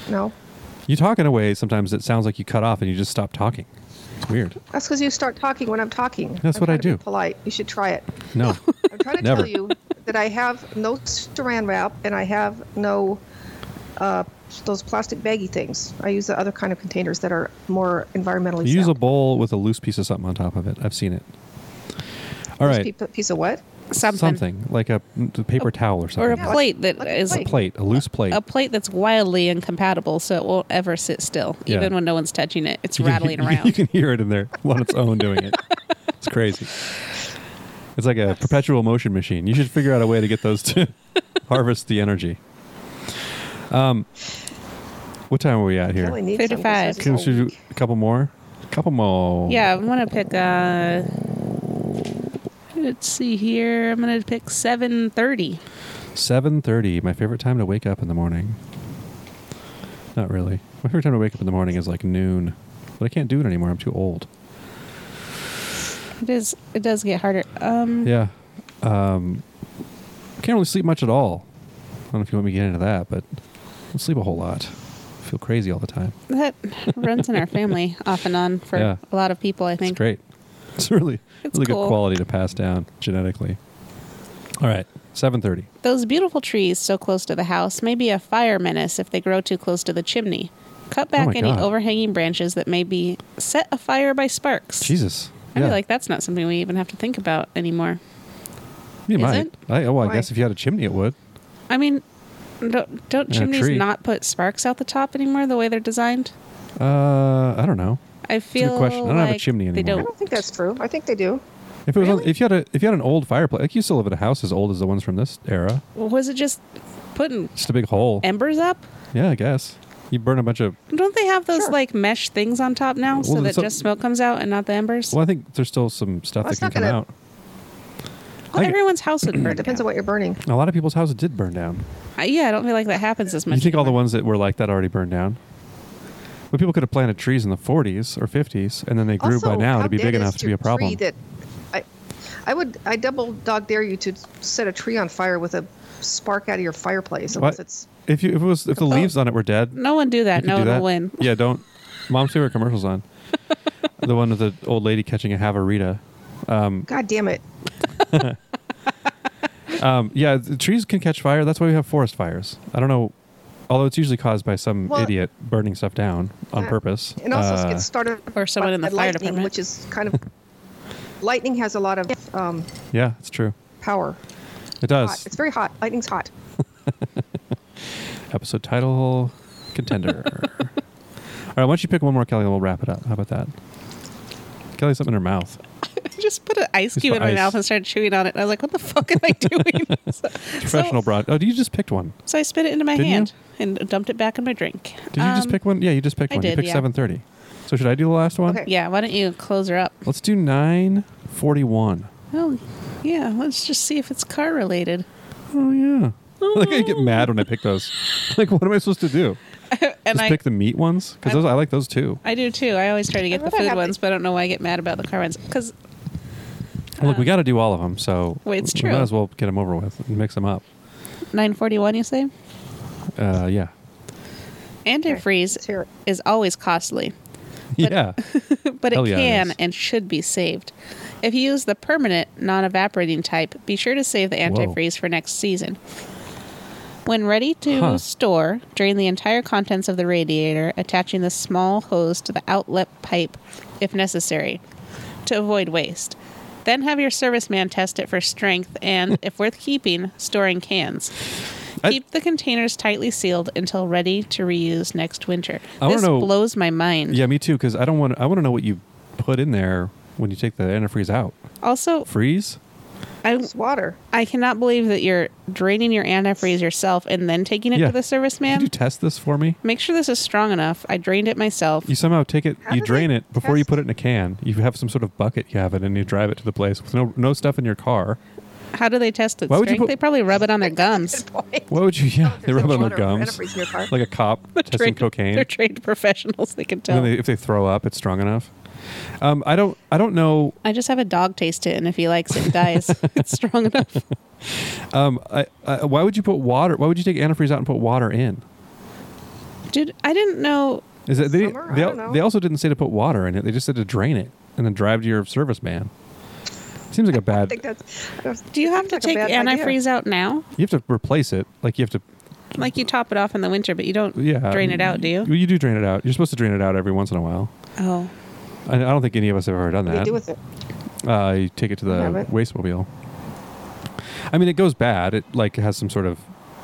[SPEAKER 1] No,
[SPEAKER 2] You talk in a way sometimes that sounds like you cut off and you just stop talking. It's weird.
[SPEAKER 1] that's because you start talking when I'm talking.
[SPEAKER 2] That's
[SPEAKER 1] I'm
[SPEAKER 2] what I
[SPEAKER 1] trying to be
[SPEAKER 2] do.
[SPEAKER 1] polite. You should try it.
[SPEAKER 2] No.
[SPEAKER 1] I'm trying to
[SPEAKER 2] Never.
[SPEAKER 1] tell you that I have no saran wrap and I have no uh, those plastic baggy things. I use the other kind of containers that are more environmentally
[SPEAKER 2] You use a
[SPEAKER 1] sound.
[SPEAKER 2] bowl with a loose piece of something on top of it. I've seen it. All
[SPEAKER 1] This
[SPEAKER 2] right.
[SPEAKER 1] pe- piece of what?
[SPEAKER 3] Something.
[SPEAKER 2] like a mm, a paper towel or
[SPEAKER 3] Or a
[SPEAKER 2] something.
[SPEAKER 1] Yeah, like-
[SPEAKER 3] plate that
[SPEAKER 1] like a
[SPEAKER 3] is
[SPEAKER 2] a plate, a loose plate.
[SPEAKER 3] a plate that's wildly incompatible, so it won't ever sit still,
[SPEAKER 2] Yeah.
[SPEAKER 3] even when no one's touching it. It's
[SPEAKER 2] You can-
[SPEAKER 3] rattling
[SPEAKER 2] you can-
[SPEAKER 3] around.
[SPEAKER 2] You can hear it in there on its own doing it. It's crazy. It's like a perpetual motion machine. You should figure out a way to get those to harvest the energy. Um, what time are we at
[SPEAKER 1] I really
[SPEAKER 2] here?
[SPEAKER 1] need
[SPEAKER 3] Food
[SPEAKER 1] some
[SPEAKER 3] to
[SPEAKER 1] besides
[SPEAKER 3] five.
[SPEAKER 1] this
[SPEAKER 2] Can we
[SPEAKER 1] whole
[SPEAKER 2] should we do
[SPEAKER 1] week.
[SPEAKER 2] a couple more? couple more.
[SPEAKER 3] yeah, I'm gonna pick. Uh, let's see here. I'm gonna pick seven thirty.
[SPEAKER 2] Seven thirty, my favorite time to wake up in the morning. Not really. My favorite time to wake up in the morning is like noon, but I can't do it anymore. I'm too old.
[SPEAKER 3] It is. It does get harder. Um,
[SPEAKER 2] Yeah, um, can't really sleep much at all. I don't know if you want me to get into that, but I don't sleep a whole lot. I feel crazy all the time.
[SPEAKER 3] that runs in our family off and on for
[SPEAKER 2] Yeah.
[SPEAKER 3] a lot of people. I think.
[SPEAKER 2] It's great. It's really,
[SPEAKER 3] It's
[SPEAKER 2] really
[SPEAKER 3] cool.
[SPEAKER 2] good quality to pass down genetically. All right, seven thirty.
[SPEAKER 3] Those beautiful trees so close to the house may be a fire menace if they grow too close to the chimney. Cut back
[SPEAKER 2] Oh my
[SPEAKER 3] any
[SPEAKER 2] God.
[SPEAKER 3] overhanging branches that may be set afire by sparks.
[SPEAKER 2] Jesus.
[SPEAKER 3] I feel like that's not something we even have to think about anymore.
[SPEAKER 2] you
[SPEAKER 3] is
[SPEAKER 2] might.
[SPEAKER 3] it?
[SPEAKER 2] I, oh, I
[SPEAKER 1] Why?
[SPEAKER 2] guess if you had a chimney, it would.
[SPEAKER 3] I mean, don't, don't
[SPEAKER 2] Yeah,
[SPEAKER 3] chimneys
[SPEAKER 2] tree.
[SPEAKER 3] not put sparks out the top anymore the way they're designed?
[SPEAKER 2] Uh, I don't know.
[SPEAKER 3] I
[SPEAKER 2] good
[SPEAKER 3] feel
[SPEAKER 2] question. I don't have
[SPEAKER 3] like
[SPEAKER 2] a chimney
[SPEAKER 3] They
[SPEAKER 2] anymore.
[SPEAKER 1] I
[SPEAKER 3] don't.
[SPEAKER 1] don't think that's true. I think they do.
[SPEAKER 2] If it was, on,
[SPEAKER 3] Really?
[SPEAKER 2] if you had a, if you had an old fireplace, like you still live in a house as old as the ones from this era,
[SPEAKER 3] Was it just putting
[SPEAKER 2] just a big hole.
[SPEAKER 3] embers up?
[SPEAKER 2] yeah, I guess you burn a bunch of.
[SPEAKER 3] Don't they have those
[SPEAKER 1] Sure.
[SPEAKER 3] like mesh things on top now so
[SPEAKER 2] Well,
[SPEAKER 3] that
[SPEAKER 2] so-
[SPEAKER 3] just smoke comes out and not the embers?
[SPEAKER 2] Well, I think there's still some
[SPEAKER 1] Well,
[SPEAKER 2] stuff that
[SPEAKER 1] it's
[SPEAKER 2] can
[SPEAKER 1] not
[SPEAKER 2] come
[SPEAKER 1] gonna-
[SPEAKER 2] out.
[SPEAKER 3] Well,
[SPEAKER 2] I-
[SPEAKER 3] everyone's house would burn.
[SPEAKER 1] It depends
[SPEAKER 3] down.
[SPEAKER 1] on what you're burning.
[SPEAKER 2] A lot of people's houses did burn down.
[SPEAKER 3] I- yeah, I don't feel like that happens as much.
[SPEAKER 2] you think all the
[SPEAKER 3] anymore.
[SPEAKER 2] ones that were like that already burned down? But people could have planted trees in the 40s or 50s, and then they grew
[SPEAKER 1] also,
[SPEAKER 2] by now
[SPEAKER 1] how
[SPEAKER 2] to be
[SPEAKER 1] dead
[SPEAKER 2] big
[SPEAKER 1] is
[SPEAKER 2] enough to be a
[SPEAKER 1] tree
[SPEAKER 2] problem.
[SPEAKER 1] That I, I would, I double dog dare you to set a tree on fire with a spark out of your fireplace unless
[SPEAKER 2] What?
[SPEAKER 1] it's
[SPEAKER 2] If you if it was
[SPEAKER 1] "Oh,
[SPEAKER 2] if the leaves on it were dead, you
[SPEAKER 3] No one do that.
[SPEAKER 2] could
[SPEAKER 3] No
[SPEAKER 2] do
[SPEAKER 3] one
[SPEAKER 2] that.
[SPEAKER 3] will win.
[SPEAKER 2] Yeah, don't. Mom's favorite commercials on the one with the old lady catching a Havarita.
[SPEAKER 1] God damn it.
[SPEAKER 2] Um, yeah, the trees can catch fire. That's why we have forest fires. I don't know, although it's usually caused by some
[SPEAKER 1] Well-
[SPEAKER 2] idiot burning stuff down on
[SPEAKER 1] Yeah.
[SPEAKER 2] purpose.
[SPEAKER 1] And also
[SPEAKER 2] Uh,
[SPEAKER 1] get started
[SPEAKER 3] Or someone in the
[SPEAKER 1] by
[SPEAKER 3] fire
[SPEAKER 1] lightning,
[SPEAKER 3] department.
[SPEAKER 1] which is kind of lightning has a lot of um,
[SPEAKER 2] yeah, it's true.
[SPEAKER 1] power.
[SPEAKER 2] It
[SPEAKER 1] Hot.
[SPEAKER 2] does.
[SPEAKER 1] It's very hot. Lightning's hot.
[SPEAKER 2] Episode title contender. All right, why don't you pick one more, Kelly, and we'll wrap it up. How about that? Kelly, something in her mouth.
[SPEAKER 3] I just put an ice
[SPEAKER 2] Just
[SPEAKER 3] cube
[SPEAKER 2] put
[SPEAKER 3] in my
[SPEAKER 2] ice.
[SPEAKER 3] mouth and started chewing on it. And I was like, what the fuck am I doing? so,
[SPEAKER 2] Professional broad. Oh, you just picked one.
[SPEAKER 3] so I spit it into my
[SPEAKER 2] Didn't you?
[SPEAKER 3] hand and dumped it back in my drink.
[SPEAKER 2] Did you just
[SPEAKER 3] Um,
[SPEAKER 2] pick one? Yeah, you just picked
[SPEAKER 3] I
[SPEAKER 2] one. you
[SPEAKER 3] did,
[SPEAKER 2] picked
[SPEAKER 3] yeah.
[SPEAKER 2] seven thirty. So should I do the last one?
[SPEAKER 1] Okay.
[SPEAKER 3] Yeah, why don't you close her up?
[SPEAKER 2] Let's do nine forty-one.
[SPEAKER 3] Oh, yeah, let's just see if it's car related.
[SPEAKER 2] Oh yeah. Like I get mad when I pick those. Like, what am I supposed to do?
[SPEAKER 3] And
[SPEAKER 2] just
[SPEAKER 3] I,
[SPEAKER 2] pick the meat ones because
[SPEAKER 3] I'm-
[SPEAKER 2] those I like those too.
[SPEAKER 3] I do too. I always try to get
[SPEAKER 1] I'd
[SPEAKER 3] the
[SPEAKER 1] rather
[SPEAKER 3] food
[SPEAKER 1] have the-
[SPEAKER 3] ones, but I don't know why I get mad about the car ones. Because
[SPEAKER 2] Well, look, we got to do all of them, so
[SPEAKER 3] Well, Uh, it's
[SPEAKER 2] we
[SPEAKER 3] true.
[SPEAKER 2] might as well get them over with and mix them up.
[SPEAKER 3] 941, you say?
[SPEAKER 2] Uh, yeah,
[SPEAKER 1] Let's
[SPEAKER 3] Antifreeze
[SPEAKER 1] hear it.
[SPEAKER 3] is always costly.
[SPEAKER 2] yeah.
[SPEAKER 3] but it
[SPEAKER 2] Hell yeah, it
[SPEAKER 3] can
[SPEAKER 2] is.
[SPEAKER 3] and should be saved. If you use the permanent non evaporating type, be sure to save the antifreeze for next season. When ready to
[SPEAKER 2] Huh.
[SPEAKER 3] store, drain the entire contents of the radiator, attaching the small hose to the outlet pipe if necessary to avoid waste. Then have your serviceman test it for strength and, if worth keeping, store in cans.
[SPEAKER 2] I-
[SPEAKER 3] Keep the containers tightly sealed until ready to reuse next winter.
[SPEAKER 2] I wanna
[SPEAKER 3] this
[SPEAKER 2] know-
[SPEAKER 3] blows my mind.
[SPEAKER 2] Yeah, me too. Because I don't want. I want to know what you put in there when you take the antifreeze out.
[SPEAKER 3] Also,
[SPEAKER 2] Freeze?
[SPEAKER 3] I
[SPEAKER 1] It's water.
[SPEAKER 3] I cannot believe that you're draining your antifreeze yourself and then taking it
[SPEAKER 2] Yeah.
[SPEAKER 3] to the
[SPEAKER 2] Could you
[SPEAKER 3] serviceman.
[SPEAKER 2] test this for me?
[SPEAKER 3] Make sure this is strong enough. I drained it myself.
[SPEAKER 2] You somehow take it,
[SPEAKER 1] How
[SPEAKER 2] you
[SPEAKER 1] do
[SPEAKER 2] drain
[SPEAKER 1] they
[SPEAKER 2] it before you
[SPEAKER 1] test-
[SPEAKER 2] put it in a can. You have some sort of bucket you have it, and you drive it to the place with no no stuff in your car.
[SPEAKER 3] How do they test its
[SPEAKER 2] Why would you
[SPEAKER 3] strength?
[SPEAKER 2] put-
[SPEAKER 3] they probably rub it on their gums.
[SPEAKER 2] What would you? Yeah, they
[SPEAKER 1] Oh, There's
[SPEAKER 2] rub
[SPEAKER 1] no
[SPEAKER 2] it on their
[SPEAKER 1] water or
[SPEAKER 2] gums,
[SPEAKER 1] antifreeze in your car.
[SPEAKER 2] like a cop testing
[SPEAKER 3] Trained-
[SPEAKER 2] cocaine.
[SPEAKER 3] They're trained professionals. They can
[SPEAKER 2] And
[SPEAKER 3] tell.
[SPEAKER 2] then they, if they throw up, it's strong enough. Um, I don't. I don't know.
[SPEAKER 3] I just have a dog taste it, and if he likes it, it dies. it's strong enough.
[SPEAKER 2] Um, I, I, why would you put water? Why would you take antifreeze out and put water in?
[SPEAKER 3] Dude, I didn't know.
[SPEAKER 2] Is it they?
[SPEAKER 1] Summer? I
[SPEAKER 2] They,
[SPEAKER 1] don't know.
[SPEAKER 2] they also didn't say to put water in it. They just said to drain it and then drive to your serviceman. Seems like a
[SPEAKER 1] I
[SPEAKER 2] bad.
[SPEAKER 1] think that's. that's-
[SPEAKER 3] Do you have to
[SPEAKER 1] seems
[SPEAKER 3] take
[SPEAKER 1] like a bad idea.
[SPEAKER 3] antifreeze out now?
[SPEAKER 2] You have to replace it. Like you have to.
[SPEAKER 3] Like you top it off in the winter, but you don't
[SPEAKER 2] Yeah.
[SPEAKER 3] drain it out, do you?
[SPEAKER 2] Well, you do drain it out. You're supposed to drain it out every once in a while.
[SPEAKER 3] Oh,
[SPEAKER 2] I, I don't think any of us have ever done
[SPEAKER 1] What do you
[SPEAKER 2] that.
[SPEAKER 1] do with it?
[SPEAKER 2] Uh, you take it to
[SPEAKER 1] I
[SPEAKER 2] the
[SPEAKER 1] haven't.
[SPEAKER 2] waste mobile. I mean, it goes bad. It like has some sort of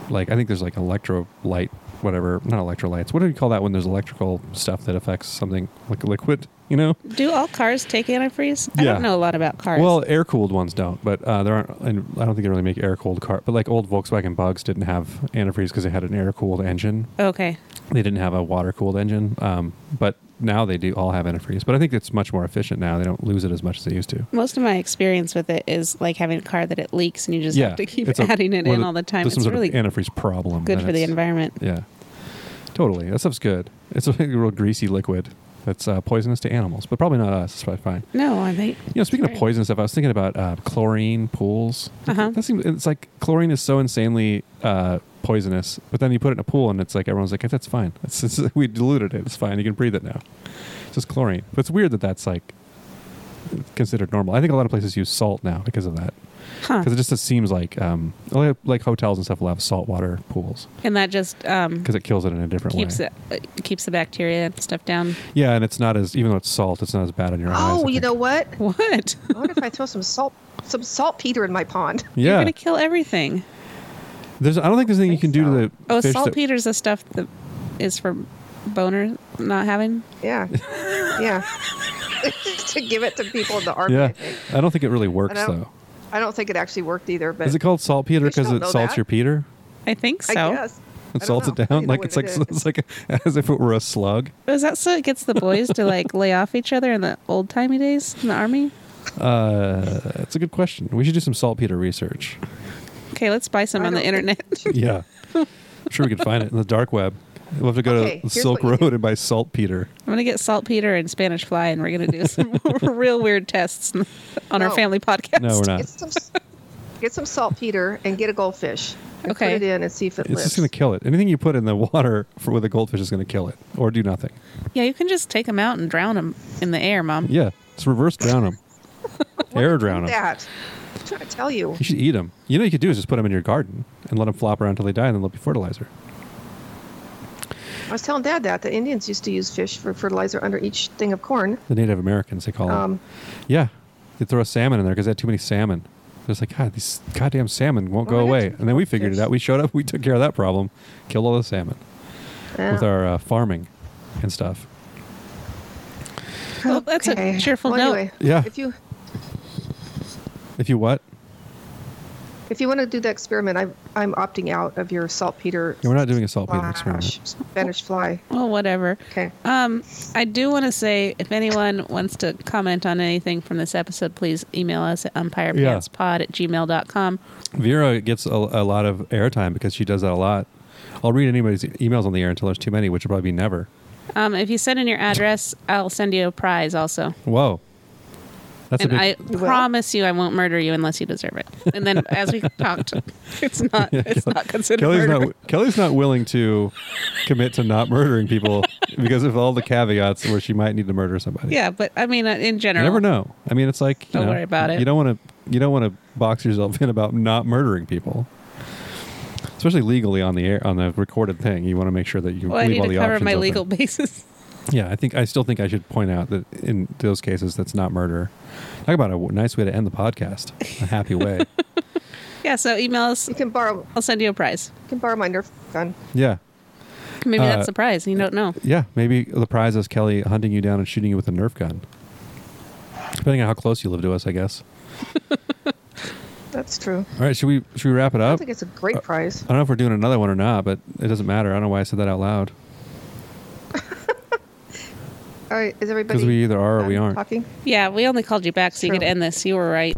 [SPEAKER 2] like I think there's like electrolyte, whatever. Not electrolytes. What do you call that when there's electrical stuff that affects something like liquid? You know.
[SPEAKER 3] do all cars take antifreeze? I
[SPEAKER 2] Yeah.
[SPEAKER 3] don't know a lot about cars.
[SPEAKER 2] Well, air cooled ones don't, but uh, there aren't. And I don't think they really make air cooled car. But like old Volkswagen Bugs didn't have antifreeze because they had an air cooled engine.
[SPEAKER 3] okay.
[SPEAKER 2] They didn't have a water cooled engine. Um, but now they do all have antifreeze. But I think it's much more efficient now. They don't lose it as much as they used to.
[SPEAKER 3] Most of my experience with it is like having a car that it leaks, and you just have to keep
[SPEAKER 2] it's a-
[SPEAKER 3] adding it
[SPEAKER 2] or
[SPEAKER 3] in
[SPEAKER 2] the-
[SPEAKER 3] all the time.
[SPEAKER 2] There's
[SPEAKER 3] It's
[SPEAKER 2] some sort
[SPEAKER 3] really
[SPEAKER 2] of antifreeze problem.
[SPEAKER 3] good
[SPEAKER 2] and
[SPEAKER 3] for the
[SPEAKER 2] it's-
[SPEAKER 3] environment.
[SPEAKER 2] Yeah, totally. That stuff's good. It's a real greasy liquid that's uh, poisonous to animals, but probably not us. It's probably fine.
[SPEAKER 3] No, I think
[SPEAKER 2] You know, speaking of
[SPEAKER 3] Right.
[SPEAKER 2] poison stuff, I was thinking about uh, chlorine pools.
[SPEAKER 3] Uh-huh.
[SPEAKER 2] That seems it's like chlorine is so insanely uh, poisonous, but then you put it in a pool and it's like everyone's like, "That's fine. It's, it's, we diluted it. It's fine. You can breathe it now. It's just chlorine." But it's weird that that's like considered normal. I think a lot of places use salt now because of that,
[SPEAKER 3] huh?
[SPEAKER 2] because it just seems like um, like, like hotels and stuff will have saltwater pools
[SPEAKER 3] And that just um,
[SPEAKER 2] because it kills it in a different
[SPEAKER 3] keeps
[SPEAKER 2] way.
[SPEAKER 3] it it keeps the bacteria and stuff down.
[SPEAKER 2] Yeah, and it's not as even though it's salt, it's not as bad on your eyes.
[SPEAKER 1] Oh,
[SPEAKER 2] I
[SPEAKER 1] you
[SPEAKER 2] think.
[SPEAKER 1] know what?
[SPEAKER 3] What?
[SPEAKER 1] I wonder if I throw some salt, some saltpeter in my pond.
[SPEAKER 3] You're
[SPEAKER 2] Yeah,
[SPEAKER 3] gonna kill everything.
[SPEAKER 2] there's. I don't think there's anything you can do to the
[SPEAKER 3] Oh,
[SPEAKER 2] fish that-
[SPEAKER 3] saltpeter's the stuff that is for boner not having.
[SPEAKER 1] Yeah, yeah. Just to give it to people in the army. I
[SPEAKER 2] Yeah,
[SPEAKER 1] think.
[SPEAKER 2] I don't think it really works
[SPEAKER 1] I don't-
[SPEAKER 2] though.
[SPEAKER 1] I don't think it actually worked either. But
[SPEAKER 2] Is it called saltpeter
[SPEAKER 1] Fish
[SPEAKER 2] because
[SPEAKER 1] don't
[SPEAKER 2] it
[SPEAKER 1] know
[SPEAKER 2] salts
[SPEAKER 1] that.
[SPEAKER 2] your peter?
[SPEAKER 3] I think so.
[SPEAKER 1] I guess. I
[SPEAKER 2] It
[SPEAKER 1] don't
[SPEAKER 2] salts it
[SPEAKER 1] know. I
[SPEAKER 2] down
[SPEAKER 1] don't know
[SPEAKER 2] like
[SPEAKER 1] what
[SPEAKER 2] it's like
[SPEAKER 1] it
[SPEAKER 2] it's
[SPEAKER 1] is.
[SPEAKER 2] like as if it were a slug.
[SPEAKER 3] Was that so it gets the boys to like lay off each other in the old timey days in the army?
[SPEAKER 2] Uh, that's a good question. We should do some saltpeter research.
[SPEAKER 3] Okay, let's buy some
[SPEAKER 1] I
[SPEAKER 3] on the
[SPEAKER 1] don't think-
[SPEAKER 3] internet.
[SPEAKER 2] yeah, I'm sure we could find it in the dark web. We'll have to go
[SPEAKER 1] Okay,
[SPEAKER 2] to
[SPEAKER 1] here's
[SPEAKER 2] Silk
[SPEAKER 1] what you
[SPEAKER 2] Road and buy saltpeter.
[SPEAKER 3] I'm gonna get saltpeter and Spanish fly, and we're gonna do some real weird tests on our
[SPEAKER 1] No.
[SPEAKER 3] family podcast.
[SPEAKER 2] No, we're not.
[SPEAKER 1] Get some, s- get some saltpeter and get a goldfish. And
[SPEAKER 3] Okay.
[SPEAKER 1] Put it in and see if it
[SPEAKER 2] It's
[SPEAKER 1] lives.
[SPEAKER 2] just going to kill it. Anything you put in the water for with a goldfish is going to kill it, or do nothing.
[SPEAKER 3] Yeah, you can just take them out and drown them in the air, mom.
[SPEAKER 2] Yeah, it's reverse drown them, air drown them.
[SPEAKER 1] that. I'm trying to tell you.
[SPEAKER 2] You should eat them. You know, what you could do is just put them in your garden and let them flop around until they die, and then they'll be fertilizer.
[SPEAKER 1] I was telling Dad that the Indians used to use fish for fertilizer under each thing of corn.
[SPEAKER 2] The Native Americans, they call them.
[SPEAKER 1] Um,
[SPEAKER 2] yeah, they throw a salmon in there because they had too many salmon. They're just like, God, these goddamn salmon won't
[SPEAKER 1] Oh,
[SPEAKER 2] go
[SPEAKER 1] I got
[SPEAKER 2] away.
[SPEAKER 1] you.
[SPEAKER 2] And then we figured it
[SPEAKER 1] Yes.
[SPEAKER 2] out. We showed up, we took care of that problem, killed all the salmon
[SPEAKER 1] yeah.
[SPEAKER 2] with our uh, farming and stuff.
[SPEAKER 3] Well, that's
[SPEAKER 1] Okay.
[SPEAKER 3] a cheerful
[SPEAKER 1] Well,
[SPEAKER 3] note.
[SPEAKER 1] anyway,
[SPEAKER 2] Yeah.
[SPEAKER 1] If you
[SPEAKER 2] If you what?
[SPEAKER 1] if you want to do that experiment, I'm I'm opting out of your saltpeter.
[SPEAKER 2] Yeah, we're not doing a saltpeter
[SPEAKER 1] slash
[SPEAKER 2] experiment.
[SPEAKER 1] Spanish fly.
[SPEAKER 3] Well, whatever.
[SPEAKER 1] Okay.
[SPEAKER 3] Um, I do want to say if anyone wants to comment on anything from this episode, please email us at umpirepantspod at gmail.com.
[SPEAKER 2] Vera gets a, a lot of airtime because she does that a lot. I'll read anybody's e-, emails on the air until there's too many, which will probably be never.
[SPEAKER 3] Um, if you send in your address, I'll send you a prize also.
[SPEAKER 2] Whoa. That's
[SPEAKER 3] and
[SPEAKER 2] a big.
[SPEAKER 3] I
[SPEAKER 1] You will?
[SPEAKER 3] promise you I won't murder you unless you deserve it. And then as we talked, it's not it's not considered
[SPEAKER 2] Kelly's
[SPEAKER 3] murder.
[SPEAKER 2] not Kelly's not willing to commit to not murdering people because of all the caveats where she might need to murder somebody.
[SPEAKER 3] yeah, but I mean uh, in
[SPEAKER 2] You
[SPEAKER 3] general.
[SPEAKER 2] never know. I mean, it's like you
[SPEAKER 3] Don't
[SPEAKER 2] know,
[SPEAKER 3] worry about it.
[SPEAKER 2] You don't want to. You don't want to box yourself in about not murdering people, especially legally on the air on the recorded thing. You want to make sure that you
[SPEAKER 3] Well, I
[SPEAKER 2] leave
[SPEAKER 3] need
[SPEAKER 2] all
[SPEAKER 3] to
[SPEAKER 2] the
[SPEAKER 3] cover
[SPEAKER 2] options
[SPEAKER 3] my
[SPEAKER 2] open.
[SPEAKER 3] legal basis.
[SPEAKER 2] Yeah, I think I still think I should point out that in those cases, that's not murder. Talk about a w- nice way to end the podcast. A happy way.
[SPEAKER 3] Yeah, so email us.
[SPEAKER 1] You can borrow you
[SPEAKER 3] I'll send you a prize.
[SPEAKER 1] can borrow my Nerf gun.
[SPEAKER 2] yeah.
[SPEAKER 3] Maybe
[SPEAKER 2] Uh,
[SPEAKER 3] that's a prize. You don't know.
[SPEAKER 2] Yeah, maybe the prize is Kelly hunting you down and shooting you with a Nerf gun. Depending on how close you live to us, I guess.
[SPEAKER 1] That's true.
[SPEAKER 2] All right, should we should we wrap it
[SPEAKER 1] I
[SPEAKER 2] up?
[SPEAKER 1] think it's a great prize.
[SPEAKER 2] I don't know if we're doing another one or not, but it doesn't matter. I don't know why I said that out loud
[SPEAKER 1] All right, is everybody
[SPEAKER 2] because we either are or we
[SPEAKER 1] done
[SPEAKER 2] aren't.
[SPEAKER 1] talking?
[SPEAKER 3] Yeah, we only called you back so you
[SPEAKER 1] True.
[SPEAKER 3] could end this. You were right.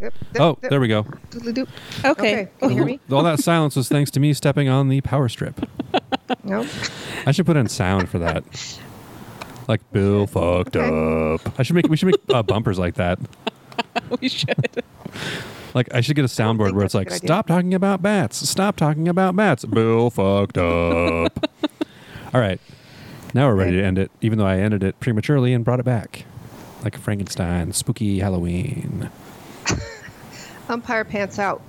[SPEAKER 1] Yep.
[SPEAKER 2] Oh, there we go.
[SPEAKER 1] Doodly-doo.
[SPEAKER 3] Okay.
[SPEAKER 1] Can you hear me?
[SPEAKER 2] All that silence was thanks to me stepping on the power strip.
[SPEAKER 1] No.
[SPEAKER 2] I should put in sound for that. Like Bill fucked up. I should make we should make uh, bumpers like that.
[SPEAKER 3] we should.
[SPEAKER 2] Like I should get a soundboard
[SPEAKER 1] think
[SPEAKER 2] where
[SPEAKER 1] that's
[SPEAKER 2] it's
[SPEAKER 1] a
[SPEAKER 2] like
[SPEAKER 1] good idea.
[SPEAKER 2] stop talking about bats. Stop talking about bats. Bill fucked up. All right. Now we're ready to end it even though I ended it prematurely and brought it back. Like Frankenstein, spooky Halloween.
[SPEAKER 1] Umpire pants out.